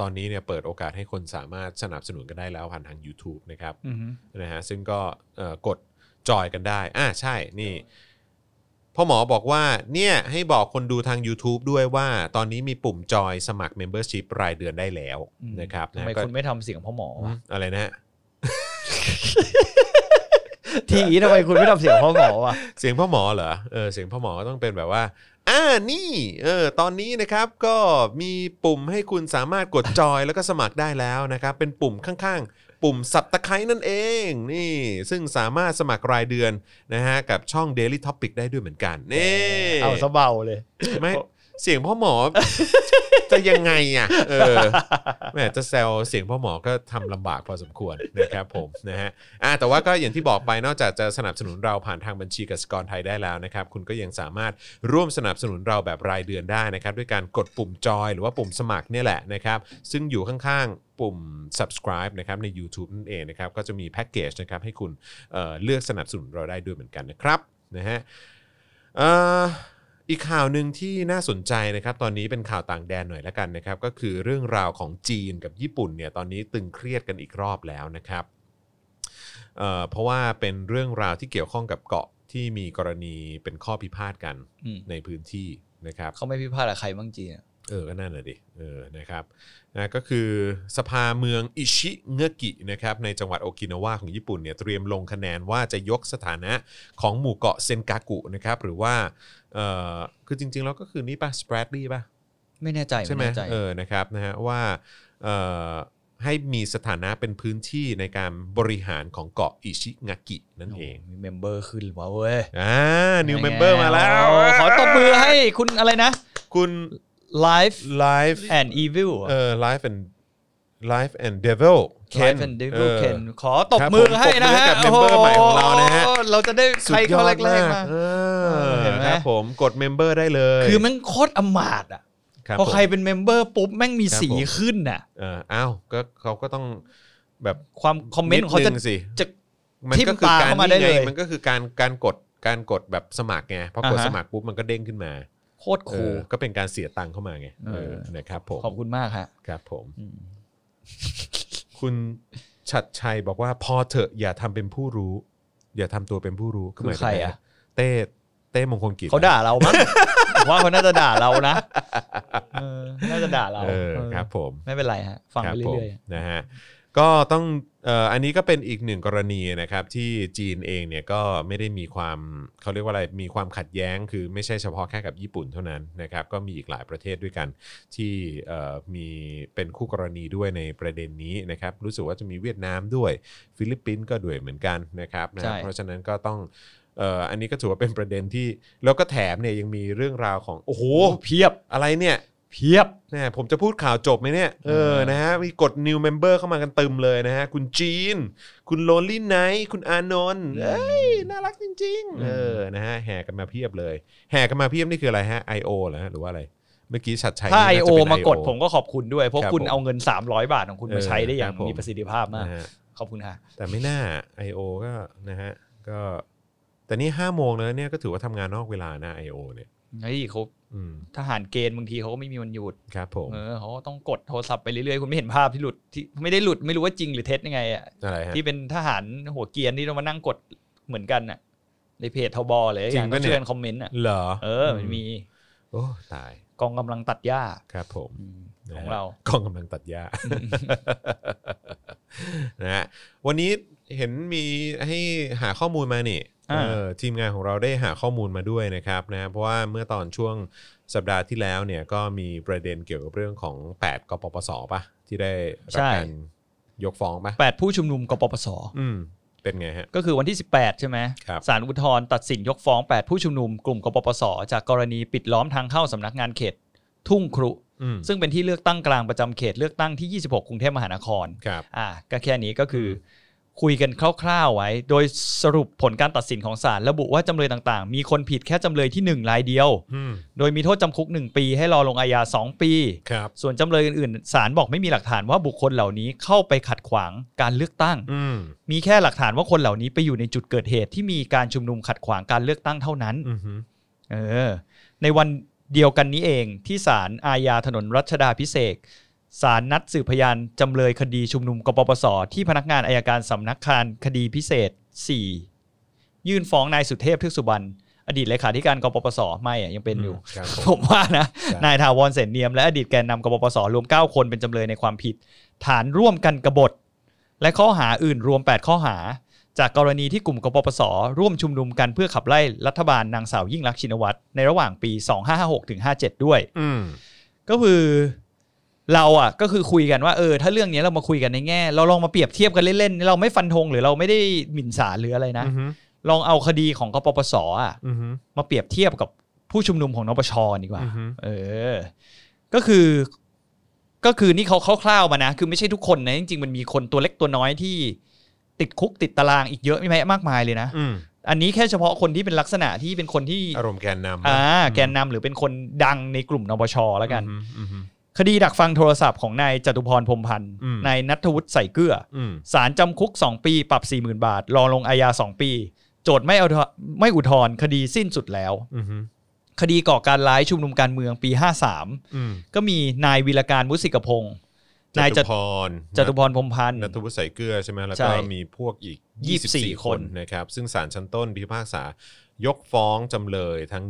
S1: ตอนนี้เนี่ยเปิดโอกาสให้คนสามารถสนับสนุนกันได้แล้วผ่านทาง YouTube นะครับ
S2: อือฮึ
S1: นะฮะซึ่งก็เอ่อกดจอยกันได้อ่าใช่นี่พ่อหมอบอกว่าเนี่ยให้บอกคนดูทาง YouTube ด้วยว่าตอนนี้มีปุ่มจอยสมัคร Membership รายเดือนได้แล้ว
S2: อืม
S1: นะครับ
S2: ทำไม
S1: นะก็
S2: คุณไม่ทำเสียงพ่อหมอ
S1: อืมอะไรนะฮะ
S2: ทีนี้ทำไมคุณไม่ทำเสียงพ่อหมอวะ
S1: เสียงพ่อหมอเหรอเออเสียงพ่อหมอก็ต้องเป็นแบบว่าอ่านี่เออตอนนี้นะครับก็มีปุ่มให้คุณสามารถกดจอยแล้วก็สมัครได้แล้วนะครับ เป็นปุ่มข้างๆ ปุ่มสับตะไคร้นั่นเองนี่ซึ่งสามารถสมัครรายเดือนนะฮะกับช่อง Daily Topic ได้ด้วยเหมือนกันนี่
S2: เอาซะเบาเลย
S1: ไม่เสียงพ่อหม อ จะยังไงอ่ะเออแหมจะแซวเสียงพ่อหมอก็ทำลำบากพอสมควรนะครับผมนะฮะอ่ะแต่ว่าก็อย่างที่บอกไปนอกจากจะสนับสนุนเราผ่านทางบัญชีกสิกรไทยได้แล้วนะครับ คุณก็ยังสามารถร่วมสนับสนุนเราแบบรายเดือนได้นะครับ ด้วยการกดปุ่มจอยหรือว่าปุ่มสมัครเนี่ยแหละนะครับ ซึ่งอยู่ข้างๆปุ่ม subscribe นะครับใน YouTube นั่นเองนะครับก็จะมีแพ็กเกจนะครับให้คุณเอ่อเลือกสนับสนุนเราได้ด้วยเหมือนกันนะครับนะฮะ เอ่ออีกข่าวหนึ่งที่น่าสนใจนะครับ ตอนนี้เป็นข่าวต่างแดนหน่อยละกันนะครับ ก็คือเรื่องราวของจีนกับญี่ปุ่นเนี่ยตอนนี้ตึงเครียดกันอีกรอบแล้วนะครับเอ่อเพราะว่าเป็นเรื่องราวที่เกี่ยวข้องกับเกาะที่มีกรณีเป็นข้อพิพาทกัน
S2: อืม
S1: ในพื้นที่นะครับ
S2: เขาไม่พิพาทกับใครบ้างจีนอะ
S1: เออ ก็นั่นแหละดิ เออ นะครับนะก็คือสภาเมืองอิชิเงกินะครับในจังหวัดโอกินาวาของญี่ปุ่นเนี่ยเตรียมลงคะแนนว่าจะยกสถานะของหมู่เกาะเซนกากุนะครับหรือว่าเออคือจริงๆแล้วก็คือนี่ป่ะสเปรดลี่ป่ะ
S2: ไม่แน่ใจ
S1: ใช่ไหม
S2: แน่ใจ
S1: เออ นะครับ นะฮะ ว่าเอ่อให้มีสถานะเป็นพื้นที่ในการบริหารของเกาะอิชิงากินั่นเอง
S2: โมีเมมเบอร์ขึ้นวะเว้ย
S1: อ่า new member มาแล้ว
S2: โอ้ขอตบมือให้คุณอะไรนะ
S1: คุณ
S2: Life
S1: live
S2: and Evil อะ
S1: เออ life and life and devil Ken
S2: Life and Evil
S1: ออ
S2: Ken ขอตบมือ
S1: ครับผม
S2: ให้นะฮะ
S1: ตบมือให้กับ member ใหม่ของเรานะฮะ
S2: โอ้โหเราจะได้
S1: สุ
S2: ใคร
S1: ดย
S2: เขา
S1: อด
S2: แร
S1: มาก ก
S2: ๆมา
S1: เออ
S2: เห็นไหม
S1: ครับผมกดเมมเบอร์ได้เลย
S2: คือแมันโคตรอำมาตย์อ่ะ
S1: รับ
S2: พอใคร
S1: ผม
S2: เป็นเมมเบอร์ปุ๊บแม่งมี
S1: ครับ
S2: สี
S1: ผม
S2: ขึ้นน่ะ
S1: เอออ้าวก็เขาก็ต้อง แบบ
S2: ความคอมเมนต์ของเขาจะ
S1: ดงสิ
S2: จะ
S1: มันก็คือ
S2: ทิ่มปาก
S1: การ
S2: เข้ามาได้
S1: นี่ไง
S2: เลย
S1: มันก็คือการการกดการกดแบบสมัครไงพอกด
S2: อ่าฮะ
S1: สมัครปุ๊บมันก็เด้งขึ้นมา
S2: โคตร
S1: เอ
S2: คูล
S1: อก็เป็นการเสียตังค์เข้ามาไง
S2: เออ
S1: เออนะครับผม
S2: ขอบคุณมากฮะ
S1: ครับผม
S2: อืม
S1: คุณชัดชัยบอกว่าพอเถอะอย่าทำเป็นผู้รู้ อย่าทำตัวเป็นผู้รู้
S2: คือ
S1: หมายถึ
S2: ใค
S1: ง
S2: ร
S1: ไง
S2: อ่ะ
S1: เต้เต้มงคลกิจ
S2: เขาด่าเรา มั้งผมว่าเขาน่าจะด่าเรานะเออน่าจะด่าเรา
S1: เออ
S2: เออ
S1: ครับผม
S2: ไม่เป็นไรฮะ ฟัง
S1: ค
S2: ไป
S1: บ
S2: เรื่อย
S1: ผมนะฮะก็ต้องเอ่ออันนี้ก็เป็นอีกหนึ่งกรณีนะครับที่จีนเองเนี่ยก็ไม่ได้มีความเขาเรียกว่าอะไรมีความขัดแย้ง คือไม่ใช่เฉพาะแค่กับญี่ปุ่นเท่านั้นนะครับก็มีอีกหลายประเทศด้วยกันที่เอ่อมีเป็นคู่กรณีด้วยในประเด็นนี้นะครับรู้สึกว่าจะมีเวียดนามด้วย ฟิลิปปินส์ก็ด้วยเหมือนกันนะครับนะเพราะฉะนั้นก็ต้องเอ่ออันนี้ก็ถือว่าเป็นประเด็นที่แล้วก็แถมเนี่ยยังมีเรื่องราวของโอ้โห
S2: ๆโอ้เพียบ
S1: อะไรเนี่ย
S2: เพียบ
S1: แนี่ผมจะพูดข่าวจบไหมเนี่ย เออ
S2: เออ
S1: นะฮะ มีกด new member เข้ามากันตึมเลยนะฮะ คุณจีน คุณโลลี่ไนท์ คุณอานนท์เอ้ย น่ารักจริง ๆ เออ นะฮะ แห่กันมาเพียบเลย แห่กันมาเพียบนี่คืออะไรฮะ I.O. เหรอฮะ หรือว่าอะไร เมื่อกี้ชัดชัย
S2: ถ้า
S1: นี่น่จะ
S2: I.O.
S1: เป็น
S2: มากด
S1: I.O.
S2: ผมก็ขอบคุณด้วย เพราะ
S1: ครับ
S2: คุณ
S1: ผม
S2: เอาเงิน 300 บาทของคุณมาใช้ได้อย่า
S1: ค
S2: ง
S1: รับผม
S2: มีประสิทธิภาพมาก
S1: นะฮะ
S2: ขอบคุณค่ะ
S1: แต่ไม่น่า I.O. ก็นะฮะ ก็ แต่นี่ห้าโมงแล้วเนี่ยก็ถือว่าทำงานนอกเวลานะ I.O. เนี่ย
S2: เฮ้ยเขา
S1: อืม
S2: ทหารเกณฑ์บางทีเขาก็ไม่มีวันหยุด
S1: ครับผม
S2: เออเขาก็ต้องกดโทรศัพท์ไปเรื่อยๆ คุณไม่เห็นภาพที่หลุดที่ไม่ได้หลุดไม่รู้ว่าจริงหรือเท็จยังไงอ่ะ
S1: อะไรฮะ
S2: ที่เป็นทหารหัวเกรียนที่ต้องมานั่งกดเหมือนกันอ่ะในเพจทบเลย
S1: จริงปะเนี่ย
S2: เชื่อนคอมเมนต์อ่ะ
S1: เหรอ
S2: เออมันมี
S1: โอ้ตาย
S2: กองกำลังตัดหญ้า
S1: ครับผม
S2: อืม
S1: นะ
S2: ข
S1: ฮะ
S2: องเรา
S1: กองกำลังตัดหญ้า นะฮะวันนี้เห็นมีให้หาข้อมูลมานี่
S2: อ่า
S1: เออทีมงานของเราได้หาข้อมูลมาด้วยนะครับนะเพราะว่าเมื่อตอนช่วงสัปดาห์ที่แล้วเนี่ยก็มีประเด็นเกี่ยวกับเรื่องของ 8กปปสป่ะ ที่ได้รับการยกฟ้องป่ะ
S2: แปดผู้ชุมนุมกปปส
S1: อืม เป็นไงฮะ
S2: ก็คือวันที่ 18 ใช่ไหม
S1: ครับ
S2: ศาลอุทธรณ์ตัดสินยกฟ้อง 8 ผู้ชุมนุมกลุ่มกปปส จากกรณีปิดล้อมทางเข้าสำนักงานเขต ทุ่งครุ
S1: อืม
S2: ซึ่งเป็นที่เลือกตั้งกลางประจำเขตเลือกตั้งที่ 26 กรุงเทพมหานคร
S1: ครับ
S2: อ่าก็แค่นี้ก็คือ คุยกันคร่าวๆไว้ โดยสรุปผลการตัดสินของศาลระบุว่าจำเลยต่างๆ มีคนผิดแค่จำเลยทีหนึ่1 รายเดียว
S1: อืม
S2: โดยมีโทษจำคุก 1 ปีให้รอลงอาญา 2 ปี
S1: ครับ
S2: ส่วนจำเลยอื่นๆศาลบอกไม่มีหลักฐานว่าบุคคลเหล่านี้เข้าไปขัดขวางการเลือกตั้ง
S1: อืม
S2: มีแค่หลักฐานว่าคนเหล่านี้ไปอยู่ในจุดเกิดเหตุที่มีการชุมนุมขัดขวางการเลือกตั้งเท่านั้น
S1: อือหือ
S2: เออ ในวันเดียวกันนี้เองที่ศาลอาญาถนนรัชดาพิเศษกศาลนัดสืบพยานจำเลยคดีชุมนุมกปปส ที่พนักงานอายการสำนักงานคดีพิเศษ 4 ยื่นฟ้องนายสุเทพเทือกสุบรรณอดีตเลขาธิการกปปส ไม่อะยังเป็นอยู่
S1: ครับผ
S2: ผม มว่านะ
S1: ครับ
S2: นายถาวรเสนเนียม และอดีตแกนนำกปปส รวม 9 คนเป็นจำเลยในความผิด ฐานร่วมกันกบฏ และข้อหาอื่นรวม 8 ข้อหา จากกรณีที่กลุ่มกปปส ร่วมชุมนุมกันเพื่อขับไล่รัฐบาลนางสาวยิ่งลักษณ์ชินวัตรในระหว่างปี 2556ถึง57 ด้วย
S1: อืม
S2: ก็คือเราอ่ะก็คือคุยกันว่าเออถ้าเรื่องนี้เรามาคุยกันในแง่ เราลองมาเปรียบเทียบกันเล่นๆเราไม่ฟันธงหรือเราไม่ได้หมิ่นศาลหรืออะไรนะ
S1: อือหือ
S2: ลองเอาคดีของกปปสอ่ะ
S1: อือหือ
S2: มาเปรียบเทียบกับผู้ชุมนุมของนปชดีกว่า
S1: อือหือ
S2: เออ ก็คือ ก็คือนี่เขาคร่าวๆมานะ คือไม่ใช่ทุกคนนะ จริงๆ มันมีคนตัวเล็กตัวน้อยที่ ติดคุกติดตารางอีกเยอะไม่แม้มากมายเลยนะ
S1: อืม
S2: อันนี้แค่เฉพาะคนที่เป็นลักษณะที่เป็นคนที่
S1: อารมณ์แกนนำ
S2: อ่า แกนนำหรือเป็นคนดังในกลุ่มนปชแล้วกัน
S1: อืมอือหือ
S2: คดีดักฟังโทรศัพท์ของนายจตุพรพรหมพันธ์
S1: อืม
S2: นายนัทวุฒิใส่เกลือ
S1: อืม
S2: ศาลจำคุก 2 ปีปรับ 40,000 บาท รอลงอาญา 2 ปี โจทย์ไม่เอาไม่อุทธรณ์คดีสิ้นสุดแล้ว
S1: อือหือ
S2: คดีก่อการร้ายชุมนุมการเมืองปี 53
S1: อืม
S2: ก็มีนายวีรการมุสิกพงศ์นายจ
S1: จ
S2: ตุ
S1: ตุพร
S2: จตุพรพรหมพันธ์
S1: นัทวุฒิใส่เกลือใช่ไหมแล้ว
S2: ใช่
S1: ก็มีพวกอีก 24
S2: 24
S1: คนนะครับ ซึ่งศาลชั้นต้นพิพากษายกฟ้องจำเลยทั้ง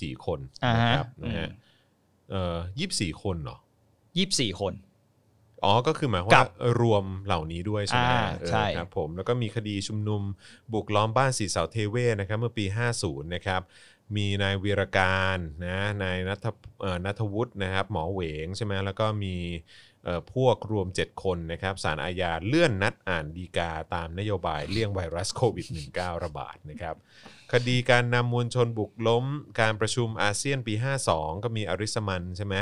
S1: 24 คน
S2: อ่า
S1: นะ
S2: ฮะ
S1: ครับนะฮะเอ่อ24 คนเหรอ
S2: ยี่สิบสี่คน
S1: อ๋อ ก็คือหมายความ
S2: กั
S1: ว่า
S2: บ
S1: รวมเหล่านี้ด้วยใช่ไหม
S2: อ่า
S1: เออ
S2: ใช่
S1: ครับผม แล้วก็มีคดีชุมนุมบุกล้อมบ้านสีเสาเทเวศนะครับเมื่อปี 50 นะครับ มีนายวีรการนะนายนัทเอ่อนัทวุฒินะครับ หมอเหวงใช่ไหมแล้วก็มีเอ่อพวกรวม 7 คนนะครับสารอาญาเลื่อนนัดอ่านดีกาตามนโยบายเลี่ยงไวรัสโควิด -19 ระบาดนะครับ คดีการนำมวลชนบุกล้มการประชุมอาเซียนปี 52 ก็มีอริสมันใช่ไหม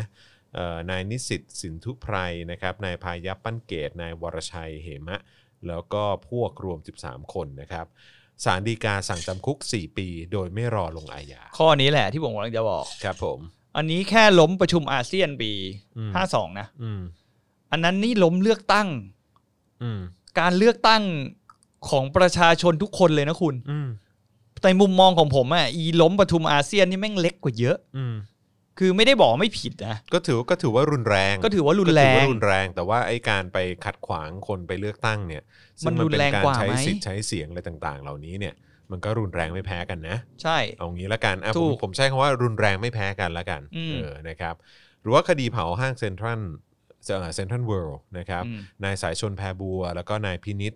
S1: เอ่อนายนิสิตสินทุไพรนะครับนายพายัพปั้นเกตนายวรชัยเหมะ แล้วก็พวกรวม 13 คนนะครับสารดีกาสั่งจำคุก 4 ปี โดยไม่รอลงอาญา
S2: ข้อนี้แหละที่ผมกำลังจะบอก
S1: ครับผม
S2: อันนี้แค่ล้มประชุมอาเซียนปี
S1: อืม
S2: ห้าสองนะ
S1: อืม
S2: อันนั้นนี่ล้มเลือกตั้ง
S1: อืม
S2: การเลือกตั้งของประชาชนทุกคนเลยนะคุณ
S1: อืม
S2: ในมุมมองของผมอ่ะอีล้มปทุมอาเซียนนี่แม่งเล็กกว่าเยอะ
S1: อืม
S2: คือไม่ได้บอกว่าไม่ผิดนะ
S1: ก็ถือก็ถือว่ารุนแรง
S2: ก็ถือว่ารุนแร
S1: ก็ถือว่าง รุนแรง แต่ว่าไอ้การไปขัดขวางคนไปเลือกตั้งเนี่ยซึ่
S2: มันรุนแรง
S1: เป็
S2: กว่า
S1: ใช้
S2: ไหม
S1: สิทธิ์ใช้เสียงอะไรต่างๆ เหล่านี้เนี่ย มันก็รุนแรงไม่แพ้กันนะ
S2: ใช่
S1: เอางี้ละกันอ่ะผ
S2: ถู
S1: ม
S2: ก
S1: ผมใช้คำว่ารุนแรงไม่แพ้กันละกัน
S2: อืม
S1: เออนะครับหรือว่าคดีเผาห้างเซ็นทรัลเซ็นทรัลเวิลด์นะครับ
S2: อืม
S1: นายสายชนแพรบัว แล้วก็นายพินิษ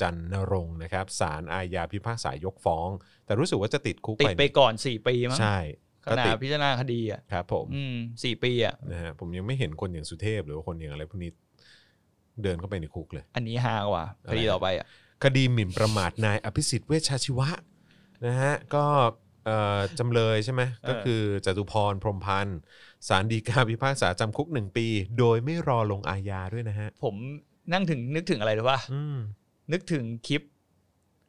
S1: จันนรงค์นะครับสารอาญาพิพากษายกฟ้อง แต่รู้สึกว่าจะติดคุก
S2: ติดไป
S1: ไป
S2: ก่อนสี่ปีมั้ง
S1: ใช่
S2: ข
S1: ก็
S2: ณะ
S1: ติด
S2: พิจารณาคดีอ่ะ
S1: ครับผม
S2: อืมสี่ปีอ่ะ
S1: นะฮะผมยังไม่เห็นคนอย่างสุเทพ หรือว่าคนอย่างอะไรพวกนี้เดินเข้าไปในคุกเลย
S2: อันนี้ฮากว่า
S1: อะไร
S2: คดีต่อไปอ่ะ
S1: คดีหมิ่นประมาทนายอภิสิทธิ์เวชชาชีวะนะฮะก็เอ่อจำเลยใช่ไหมก็คือจตุพรพรหมพันธ์สารดีกาพิพากษาจำคุกหนึ่งปี โดยไม่รอลงอาญาด้วยนะฮะ
S2: ผมนั่งถึงนึกถึงอะไรรู้ป่ะ
S1: อืม
S2: นึกถึงคลิป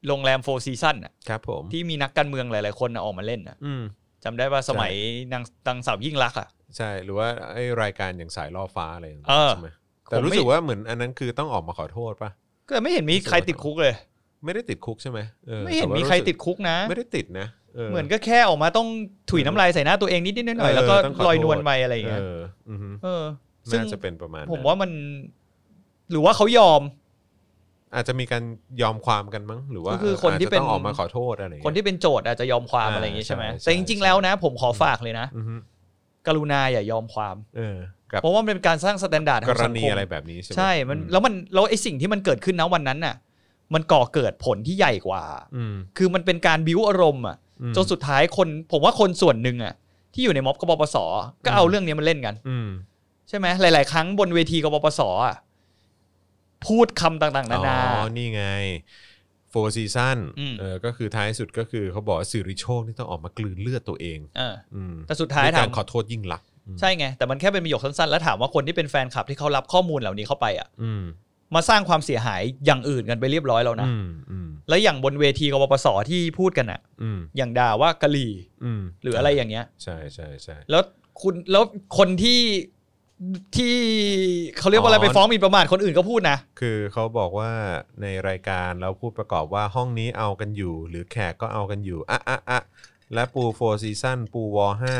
S2: โรงแรมโฟซีซั่นอ่ะ
S1: ครับผม
S2: ที่มีนักการเมืองหลาย ๆ คนน่ะออกมาเล่นอ่ะ
S1: อืม
S2: จำได้ว่าสมัยนางนางสาวยิ่งรักษณ์อ่ะ
S1: ใช่หรือว่าไอ้รายการอย่างสายล่อฟ้าอะไรอย่างเงี้
S2: เอย อ
S1: ใช่ไหมแต่รู้สึกว่าเหมือนอันนั้นคือต้องออกมาขอโทษป่ะ
S2: ก็ไม่เห็นมีใครติดคุกเลย
S1: ไม่ได้ติดคุกใช่ไหมออ
S2: ไม่เห็น
S1: แต่ว่า
S2: มีใคร
S1: สึก
S2: ติดคุกนะ
S1: ไม่ได้ติดนะ
S2: เหมือนก็แค่ออกมาต้องถุยน้ำลายใส่หน้าตัวเองนิดนิดๆหน่อยๆแล้วก็
S1: เต้งขโทษ
S2: ลอยนวลไปอะไรอย่างเงี้ย
S1: เอออือฮึ
S2: เออ ซึ่ง
S1: น่าจะเป็นประมาณนั้น
S2: ผมว่ามัน หรือว่าเขายอม
S1: อาจจะมีการยอมความกันมั้งหรือว่า
S2: ก็คือคนที่เป็น
S1: าจจะต้องออกมาขอโทษอะไรอย่าง
S2: ค
S1: เงี้ย
S2: นที่เป็นโจทย์อาจจะยอมความ
S1: อ่า
S2: อะไรอย่างเงี้ยใช่ไหม
S1: ใช่ใช่
S2: แต่จริงๆแล้วนะ ผมขอฝากเลยนะ
S1: อือฮึ
S2: กรุณาอย่ายอมความ
S1: เออกับ
S2: เพราะว่ามันเป็นการสร้างสแตนดาร์ด
S1: ก
S2: ของ
S1: ร
S2: สัง
S1: ณี
S2: คม
S1: อะไรแบบนี้ใช่ไหม
S2: ใช่มัน
S1: อื
S2: แล้วมันแล้วไอ้สิ่งที่มันเกิดขึ้นนะวันนั้นน่ะ มันก่อเกิดผลที่ใหญ่กว่า
S1: อืม
S2: คือมันเป็นการบิวอารมณ์อ่ะ
S1: อืม
S2: จนสุดท้ายคน ผมว่าคนส่วนหนึ่งอ่ะ ที่อยู่ในม็อบกบปสก็เอาเรื่องนี้มาเล่นกัน
S1: อืม
S2: ใช่ไหมหลาย ๆ ครั้งบนเวทีกบปสอ่ะพูดคำต่าง ๆ นานา
S1: อ๋อนี่ไงโฟซีซั่น
S2: อืม
S1: เออก็คือท้ายสุดก็คือเขาบอกว่าสิริโชคนี่ต้องออกมากลืนเลือดตัวเอง
S2: เออ
S1: อืม
S2: แต่สุดท้าย
S1: ด้ว
S2: ถา
S1: ยา
S2: ก
S1: ม รขอโทษยิ่งหลักษณ์อืม
S2: ใช่ไง แต่มันแค่เป็นประโยคสั้น ๆ แล้วถามว่าคนที่เป็นแฟนคลับที่เขารับข้อมูลเหล่านี้เข้าไปอ่ะ
S1: อืม
S2: มาสร้างความเสียหายอย่างอื่นกันไปเรียบร้อยแล้วนะ
S1: อืมอืม
S2: แล้วอย่างบนเวทีกบปสที่พูดกันอ่ะ
S1: อืม
S2: อย่างด่าว่ากะหรี่
S1: อืม
S2: หรืออะไรอย่างเงี้ย
S1: ใช่ใช่ใช่
S2: แล้วคุณแล้วคนที่ที่เขาเรียกว่าอะไร
S1: อ๋อ
S2: ไปฟ้องหมิ่นประมาทคนอื่นก็พูดนะ
S1: คือเขาบอกว่าในรายการแล้วพูดประกอบว่าห้องนี้เอากันอยู่ หรือแขกก็เอากันอยู่อะอะอะและปูโฟซีซั่นปูวอห้า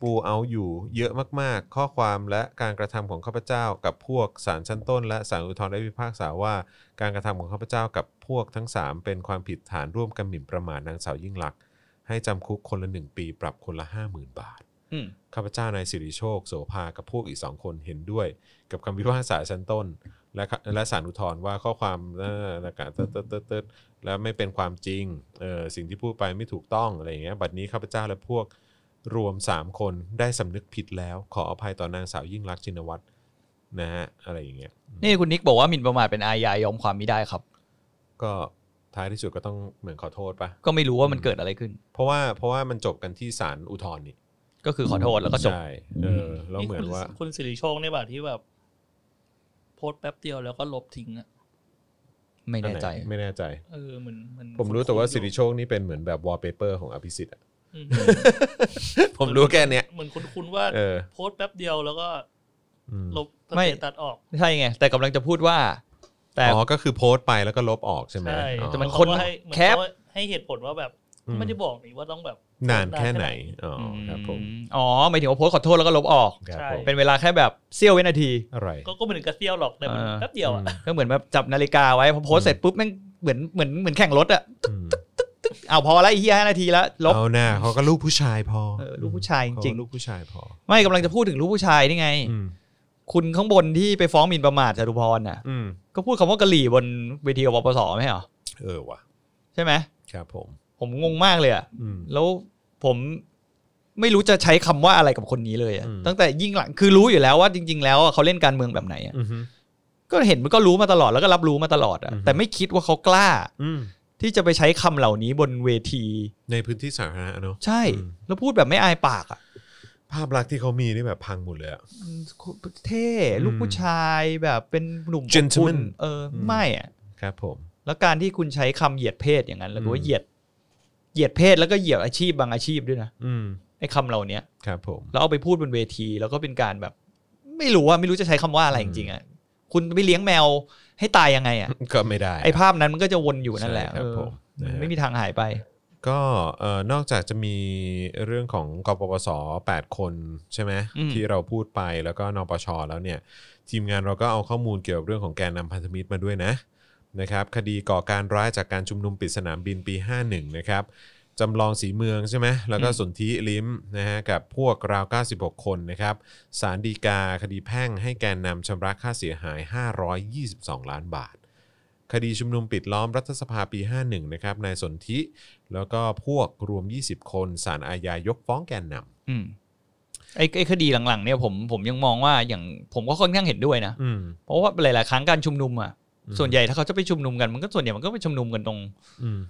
S1: ปูเอาอยู่เยอะมากๆ ข้อความและการกระทำของข้าพเจ้ากับพวกศาลชั้นต้น และศาลอุทธรณ์ได้พิพากษาว่า การกระทำของข้าพเจ้ากับพวกทั้ง 3 เป็นความผิดฐานร่วมกันหมิ่นประมาทนางสาวยิ่งลักษณ์ให้จำคุกคนละ 1 ปีปรับคนละ 50,000 บาท
S2: อืม
S1: ข้าพเจ้านายสิริโชคโสภากับพวกอีกสองคนเห็นด้วย กับคำพิพากษาชั้นต้น และข้อและสารอุทธรณ์ว่าข้อความเอ่อนะการเติร์ดเติร์ดเติร์ดเติร์ดและไม่เป็นความจริงเออสิ่งที่พูดไปไม่ถูกต้องอะไรอย่างเงี้ยบัดนี้ข้าพเจ้าและพวกรวม 3 คนได้สำนึกผิดแล้ว ขออภัยต่อนางสาวยิ่งรักษณ์ชินวัตรนะฮะอะไรอย่างเงี้ย
S2: นี่คุณนิกบอกว่าหมิ่นประมาทเป็นอาญายอมความไม่ได้ครับ
S1: ก็ท้ายที่สุดก็ต้องเหมือนขอโทษปะ
S2: ก็ไม่รู้ว่ามันเกิดอะไรขึ้น
S1: เพราะว่าเพราะว่ามันจบกันที่ศาลอุทธรณ์นี่
S2: ก็คือขอโทษแล้วก็จบ
S1: ใช่เออแล้วเหมือนว่า
S3: คุณคุณสิริโชคเนี่ยแบบที่แบบ โพสต์แป๊บเดียวแล้วก็ลบทิ้งอ่ะ
S2: ไม่แน่ใจ
S1: อัหไม่แน่ใจ
S3: เออเหมือนเหมือน
S1: ผมรู้แต่ว่า
S3: คุ้นๆ
S1: สิริโชคนี่เป็นเหมือนแบบวอลเปเปอร์ของอภิสิทธิ์อะ
S3: อืม
S1: ผมรู้แค่เนี้ย
S3: เหมือนคุณคุณว่า
S1: เออ
S3: โพสต์แป๊บเดียวแล้วก็
S1: อืม
S3: ลบ
S2: ไม่
S3: สเตตัดออก
S2: ใช่ไง แต่กำลังจะพูดว่า แต่
S1: อ๋อก็คือโพสต์ไปแล้วก็ลบออกใช่ไหม
S3: ใช่
S1: อ๋อ
S2: แต่มัน
S3: เขาก็ให้เหมือน
S2: แคป
S3: เขาให้เหตุผลว่าแบบไม่ได้บอกนี่ว่าต้องแบบ
S1: นานแค่ไหนอ๋ออครับผม
S2: อ๋อหมายถึงว่าโพสต์ขอโทษแล้วก็ลบออก
S1: ครับ
S3: ใช่
S1: ผม
S2: เป็นเวลาแค่แบบเสี้ยววินาที
S1: อะไร
S3: ก็ก็ไม่ถึงกระเซี่ยวหรอกแต่มัน
S2: เออ
S3: แป๊บเดียวอ่ะ
S2: ก็เหมือนแบบจับนาฬิกาไว้พอโพสต์เสร็จปุ๊บแม่งเหมือนเหมือนเหมือนแข่งรถอะ
S1: อืม
S2: เอาพอละไอ้เหี้ยห้านาทีละลบ
S1: เอาหน้าเขาก็ลูกผู้ชายพอ
S2: เออลูกผู้ชายจริงๆ
S1: เขก็ลูกผู้ชายพอ
S2: ไม่กำลังจะพูดถึงรูปผู้ชายนี่ไง
S1: อืม
S2: คุณข้างบนที่ไปฟ้องหมิ่นประมาทจตุพรน่ะ
S1: อืม
S2: ก็พูดคำว่ากะหรี่บนเวทีกบปสไม่ใช่เหรอ
S1: เออว่ะ
S2: ใช่ไหม
S1: ครับผม
S2: ผมงงมากเลยอะ
S1: อืม
S2: แล้วผมไม่รู้จะใช้คำว่าอะไรกับคนนี้เลยอะ
S1: อืม
S2: ตั้งแต่ยิ่งหลังคือรู้อยู่แล้วว่าจริง ๆ แล้วอะเขาเล่นการเมืองแบบไหนอะ
S1: อือฮึ
S2: ก็เห็นมันก็รู้มาตลอดแล้วก็รับรู้มาตลอดอะ
S1: อือฮึ
S2: แต่ไม่คิดว่าเขากล้า
S1: อืม
S2: ที่จะไปใช้คำเหล่านี้บนเวที
S1: ในพื้นที่สาธารณะเนอะ
S2: ใช่
S1: อืม
S2: แล้วพูดแบบไม่อายปากอะ
S1: ภาพลักษณ์ที่เขามีนี่แบบพังหมดเลยอะ
S2: เท่ลูกผู้ชายแบบเป็นหนุ่มอบอุ่
S1: Gentleman
S2: เอออ
S1: ม
S2: ไม่อะ
S1: ครับผม
S2: แล้วการที่คุณใช้คำเหยียดเพศอย่างนั้น แล้วก็
S1: อื
S2: ว่าม เหยียดเหยียดเพศแล้วก็เหยียดอาชีพบางอาชีพด้วยนะ
S1: อืม
S2: ไอ้คำเหล่าเนี้ย
S1: ครับผม
S2: แล้วเอาไปพูดบนเวทีแล้วก็เป็นการแบบ ไม่รู้ว่าไม่รู้จะใช้คำว่าอะไรจริงๆอ่ะ คุณไปเลี้ยงแมวให้ตายยังไงอ่ะ
S1: ก็ไม่ได้
S2: ไอ้ภาพนั้นมันก็จะวนอยู่นั่นแหละ
S1: ใช่ครับ
S2: เออ
S1: ผมนะฮะ
S2: ไม่มีทางหายไป
S1: ก็เอ่อนอกจากจะมีเรื่องของกปปส 8 คนใช่ไหม
S2: อืม
S1: ที่เราพูดไปแล้วก็นปชแล้วเนี่ย ทีมงานเราก็เอาข้อมูลเกี่ยวกับเรื่องของแกนนำพันธมิตรมาด้วยนะนะครับคดีก่อการร้ายจากการชุมนุมปิดสนามบินปี 51 นะครับจำลองสีเมืองใช่ไหมแล้วก็สนธิลิ้มนะฮะกับพวกราว 96 คนนะครับสารดีกาคดีแพ่งให้แกนนำชำระค่าเสียหาย 522 ล้านบาท คดีชุมนุมปิดล้อมรัฐสภาปี 51 นะครับนายสนธิ แล้วก็พวกรวม 20 คนสารอาญายกฟ้องแกนนำ
S2: อืมไอ้ไอ้คดีหลังๆเนี่ยผมผมยังมองว่าอย่างผมก็ค่อนข้างเห็นด้วยนะ
S1: อืม
S2: เพราะว่าหลายๆครั้งการชุมนุมอ่ะ
S1: อืม
S2: ส่วนใหญ่ถ้าเขาจะไปชุมนุมกันมันก็ส่วนใหญ่มันก็ไปชุมนุมกันตรง
S1: อืม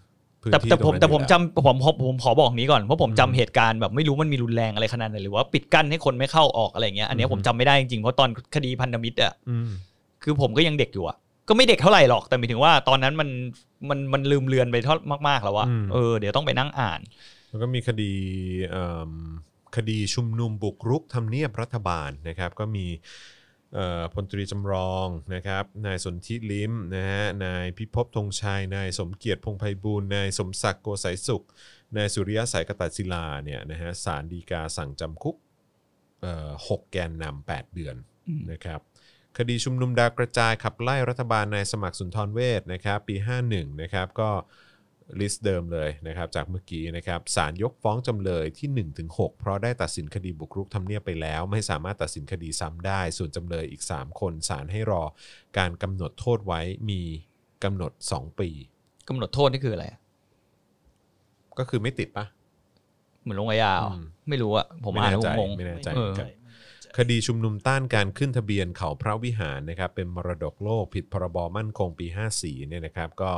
S1: พื้น
S2: แต่
S1: ที่
S2: แต่ผม
S1: รงนั้น
S2: แต่ผม
S1: อยู่ล้ว
S2: จำผมผมผมขอบอกนี้ก่อนเพราะผม
S1: อืม
S2: จำเหตุการณ์แบบไม่รู้มันมีรุนแรงอะไรขนาดไหนหรือว่าปิดกั้นให้คนไม่เข้าออกอะไรเงี้ยอันเนี้ย
S1: อืม
S2: ผมจำไม่ได้จริงๆเพราะตอนคดีพันธมิตรอ่ะ
S1: อืม
S2: คือผมก็ยังเด็กอยู่อ่ะก็ไม่เด็กเท่าไหร่หรอกแต่หมายถึงว่าตอนนั้นมันมันมันลืมเลือนไปเท่ามากๆแล้วว่า
S1: อืม
S2: เออเดี๋ยวต้องไปนั่งอ่าน
S1: แล้วก็มีคดีเอิ่มคดีชุมนุมบุกรุกทำเนียบรัฐบาลนะครับ ก็มีเอ่อพลตรีจำรองนะครับ นายสนธิลิ้มนะฮะนายพิภพธงชัยนายสมเกียรติพงไพบูลย์นายสมศักดิ์โกสัยสุข นายสุริยะสายกตัศิลาเนี่ยนะฮะสารดีกาสั่งจำคุกเอ่อหกแกนนำแปดเดือน
S2: อืม
S1: นะครับคดีชุมนุมดาวกระจายขับไล่รัฐบาลนายสมัครสุนทรเวชนะครับปี 51นะครับก็ลิสต์เดิมเลยนะครับจากเมื่อกี้นะครับศาลยกฟ้องจำเลยที่ 1-6 เพราะได้ตัดสินคดีบุกรุกทำเนียบไปแล้ว ไม่สามารถตัดสินคดีซ้ำได้ ส่วนจำเลยอีก 3 คนศาลให้รอการกำหนดโทษไว้มีกำหนด 2 ปี
S2: กำหนดโทษนี่คืออะไร
S1: ก็คือไม่ติดปะ
S2: เหมือนลงอาญาเหรอ
S1: อืม
S2: ไม่รู้อะผมอ่านแล้วผมงง
S1: ไม่แน่ใจ
S2: เอ
S1: เหมื
S2: อ
S1: อนกัน คดีชุมนุมต้านการขึ้นทะเบียนเขาพระวิหารนะครับเป็นมรดกโลกผิดพรบมั่นคงปี 54เนี่ยนะครับก็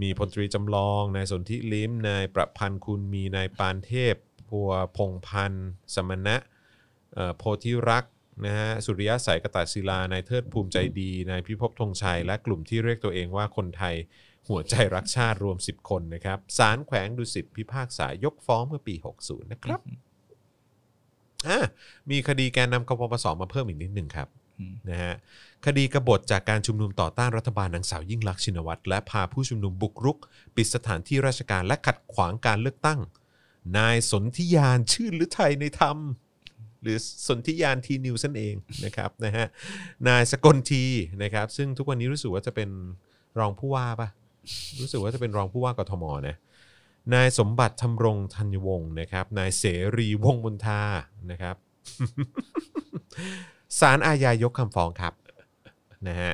S1: มีพลตรีจำลองนายสนธิลิ้มนายประพันธ์คุณมีนายปานเทพพัวพงพันธ์ สมณะเอ่อโพธิรักษ์นะฮะสุริยะสายกตศิลานายเทิดภูมิใจดีนายพิภพธงชัย และกลุ่มที่เรียกตัวเองว่าคนไทยหัวใจรักชาติรวม 10 คนนะครับศาลแขวงดุสิตพิพากษายกฟ้องเมื่อปี 60 นะครับอ่ะ มีคดีแกนนำกปปสมาเพิ่มอีกนิดหนึ่งครับ
S2: อืม
S1: นะฮะคดีกบฏจากการชุมนุมต่อต้านรัฐบาลนางสาวยิ่งลักษณ์ชินวัตรและพาผู้ชุมนุมบุกรุก ปิดสถานที่ราชการและขัดขวางการเลือกตั้ง นายสนธิยานชื่นหรือไทยในธรรม หรือสนธิยานทีนิวส์นั่นเองนะครับนะฮะนายสกลทีนะครับ ซึ่งทุกวันนี้รู้สึกว่าจะเป็นรองผู้ว่าปะรู้สึกว่าจะเป็นรองผู้ว่ากทมนะ นายสมบัติธรรมรงธัญวงศ์นะครับ นายเสรีวงศ์มนทานะครับ ศาลอาญายกคำฟ้องครับนะฮะ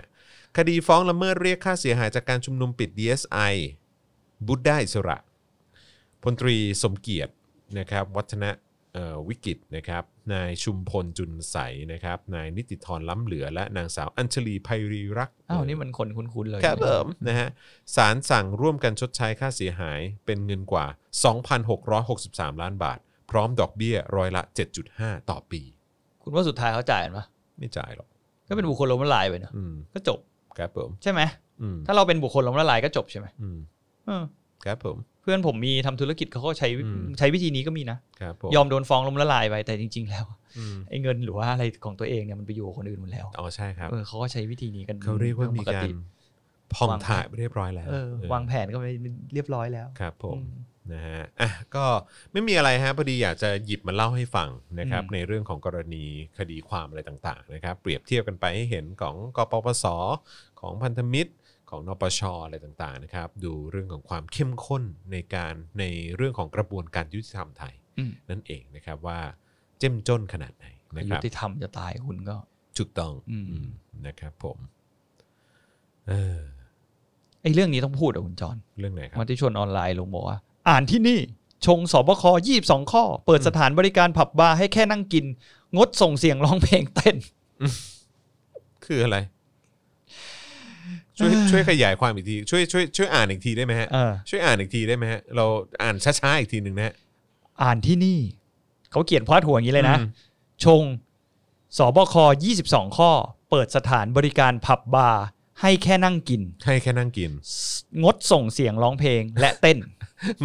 S1: คดีฟ้องละเมิดเรียกค่าเสียหายจากการชุมนุมปิด DSI บุตรได้อิสระพลตรีสมเกียรตินะครับ วัฒนะเอ่อวิกิตนะครับ นายชุมพลจุนใสนะครับ นายนิติธรล้ำเหลือ และนางสาวอัญชลีไพรีรักษ์
S2: อ้าวนี่มันคนคุ้นๆเลย
S1: ครับผมนะฮะศาลสั่งร่วมกันชดใช้ค่าเสียหายเป็นเงินกว่า 2,663 ล้านบาท พร้อมดอกเบี้ยร้อยละ 7.5 ต่อปี
S2: คุณว่าสุดท้ายเขาจ่ายกันปะ
S1: ไม่จ่ายหรอก
S2: ก็เป็นบุคคลล้มละลายไปเนอะ
S1: อืม
S2: ก็จบ
S1: ครับผม
S2: ใช่ไหม
S1: อืม
S2: ถ้าเราเป็นบุคคลล้มละลายก็จบใช่ไหม
S1: อืม
S2: เออ
S1: ครับผม
S2: เพื่อนผมมีทำธุรกิจเขาก็ใช้วิ
S1: อืม
S2: ใช้วิธีนี้ก็มีนะครับ
S1: ผม
S2: ยอมโดนฟ้องล้มละลายไปแต่จริง ๆ แล้ว
S1: อืม
S2: ไอ้เงินหรือว่าอะไรของตัวเองเนี่ยมันไปอยู่กับคนอื่นหมดแล้ว
S1: อ๋อใช่ครับ
S2: เออเขาก็ใช้วิธีนี้กัน
S1: เขาเรียกว่ามี
S2: ป
S1: กาก
S2: ติ
S1: รผ่อง
S2: วาง
S1: ถ่ายเรียบร้อยแล้ว
S2: เออ
S1: เออ
S2: วางแผนก็ไปเรียบร้อยแล้ว
S1: ครับผม
S2: อืม
S1: นะฮะ อ่ะ ก็ไม่มีอะไรฮะ พอดีอยากจะหยิบมาเล่าให้ฟังนะครับ
S2: อืม
S1: ในเรื่องของกรณีคดีความอะไรต่างๆนะครับ เปรียบเทียบกันไปให้เห็นของกปปส ของพันธมิตร ของนปช อะไรต่างๆนะครับ ดูเรื่องของความเข้มข้นในการในเรื่องของกระบวนการยุติธรรมไทย
S2: อืม
S1: นั่นเองนะครับว่าเจ้มจนขนาดไหนนะค
S2: ยุ
S1: รับ
S2: ติธรรมจะตายคุณก็
S1: ถูกต้อง
S2: อืม
S1: อืมนะครับผมเออ
S2: ไอ้เรื่องนี้ต้องพูดอะคุณจอน
S1: เรื่องไหนครับ
S2: มติชนออนไลน์ลงบอกว่า อ่านที่นี่ ชงสบคยี่สองข้อ เปิดสถานบริการผับบาร์ให้แค่นั่งกิน งดส่งเสียงร้องเพลงเต้น
S1: คืออะไร ช่วยช่วยขยายความอีกที ช่วยช่วยช่วยอ่านอีกทีได้ไหมฮะ
S2: เออ
S1: ช่วยอ่านอีกทีได้ไหมฮะ เราอ่านช้าๆอีกทีหนึ่งนะฮะ
S2: อ่านที่นี่ เขาเขียนพาดหัวอย่างนี้เลยนะ
S1: อืม
S2: ชงสบคยี่สิบสองข้อ เปิดสถานบริการผับบาร์ให้แค่นั่งกิน
S1: ให้แค่นั่งกิน
S2: งดส่งเสียงร้องเพลง และเต้น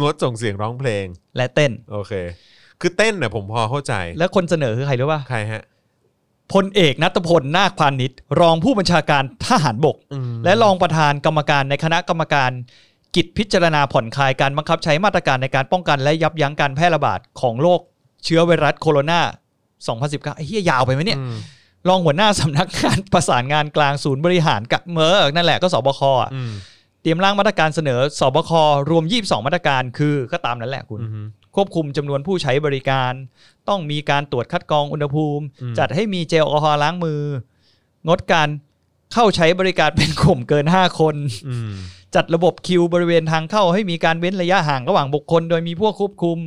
S1: งดส่งเสียงร้องเพลง
S2: และเต้น
S1: โอเค คือเต้นนะผมพอเข้าใจ
S2: แล้วคนเสนอคือใครรู้ป่ะ
S1: ใครฮะ
S2: พลเอกนัตพลนาคพานิชรองผู้บัญชาการทหารบก
S1: อืม
S2: และรองประธานกรรมการในคณะกรรมการกิจพิจารณาผ่อนคลายการบังคับใช้มาตรการในการป้องกันและยับยั้งการแพร่ระบาดของโรคเชื้อไวรัสโคโรนา2019ไอ้เหี้ยยาวไปไหมเนี่ย
S1: อืม
S2: รองหัวหน้าสำนักงาน ประสานงานกลางศูนย์บริหารกับเมอนั่นแหละก็สบคอ่ะ
S1: อืม
S2: เตรียมร่างมาตรการเสนอสบครวม 22 มาตรการคือก็ตามนั้นแหละคุณ
S1: อืม
S2: ควบคุมจำนวนผู้ใช้บริการ ต้องมีการตรวจคัดกรองอุณหภูมิ
S1: อืม
S2: จัดให้มีเจลแอลกอฮอล์ล้างมือ งดการเข้าใช้บริการเป็นกลุ่มเกิน 5 คน
S1: อืม
S2: จัดระบบคิวบริเวณทางเข้าให้มีการเว้นระยะห่างระหว่างบุคคล โดยมีพวกควบคุม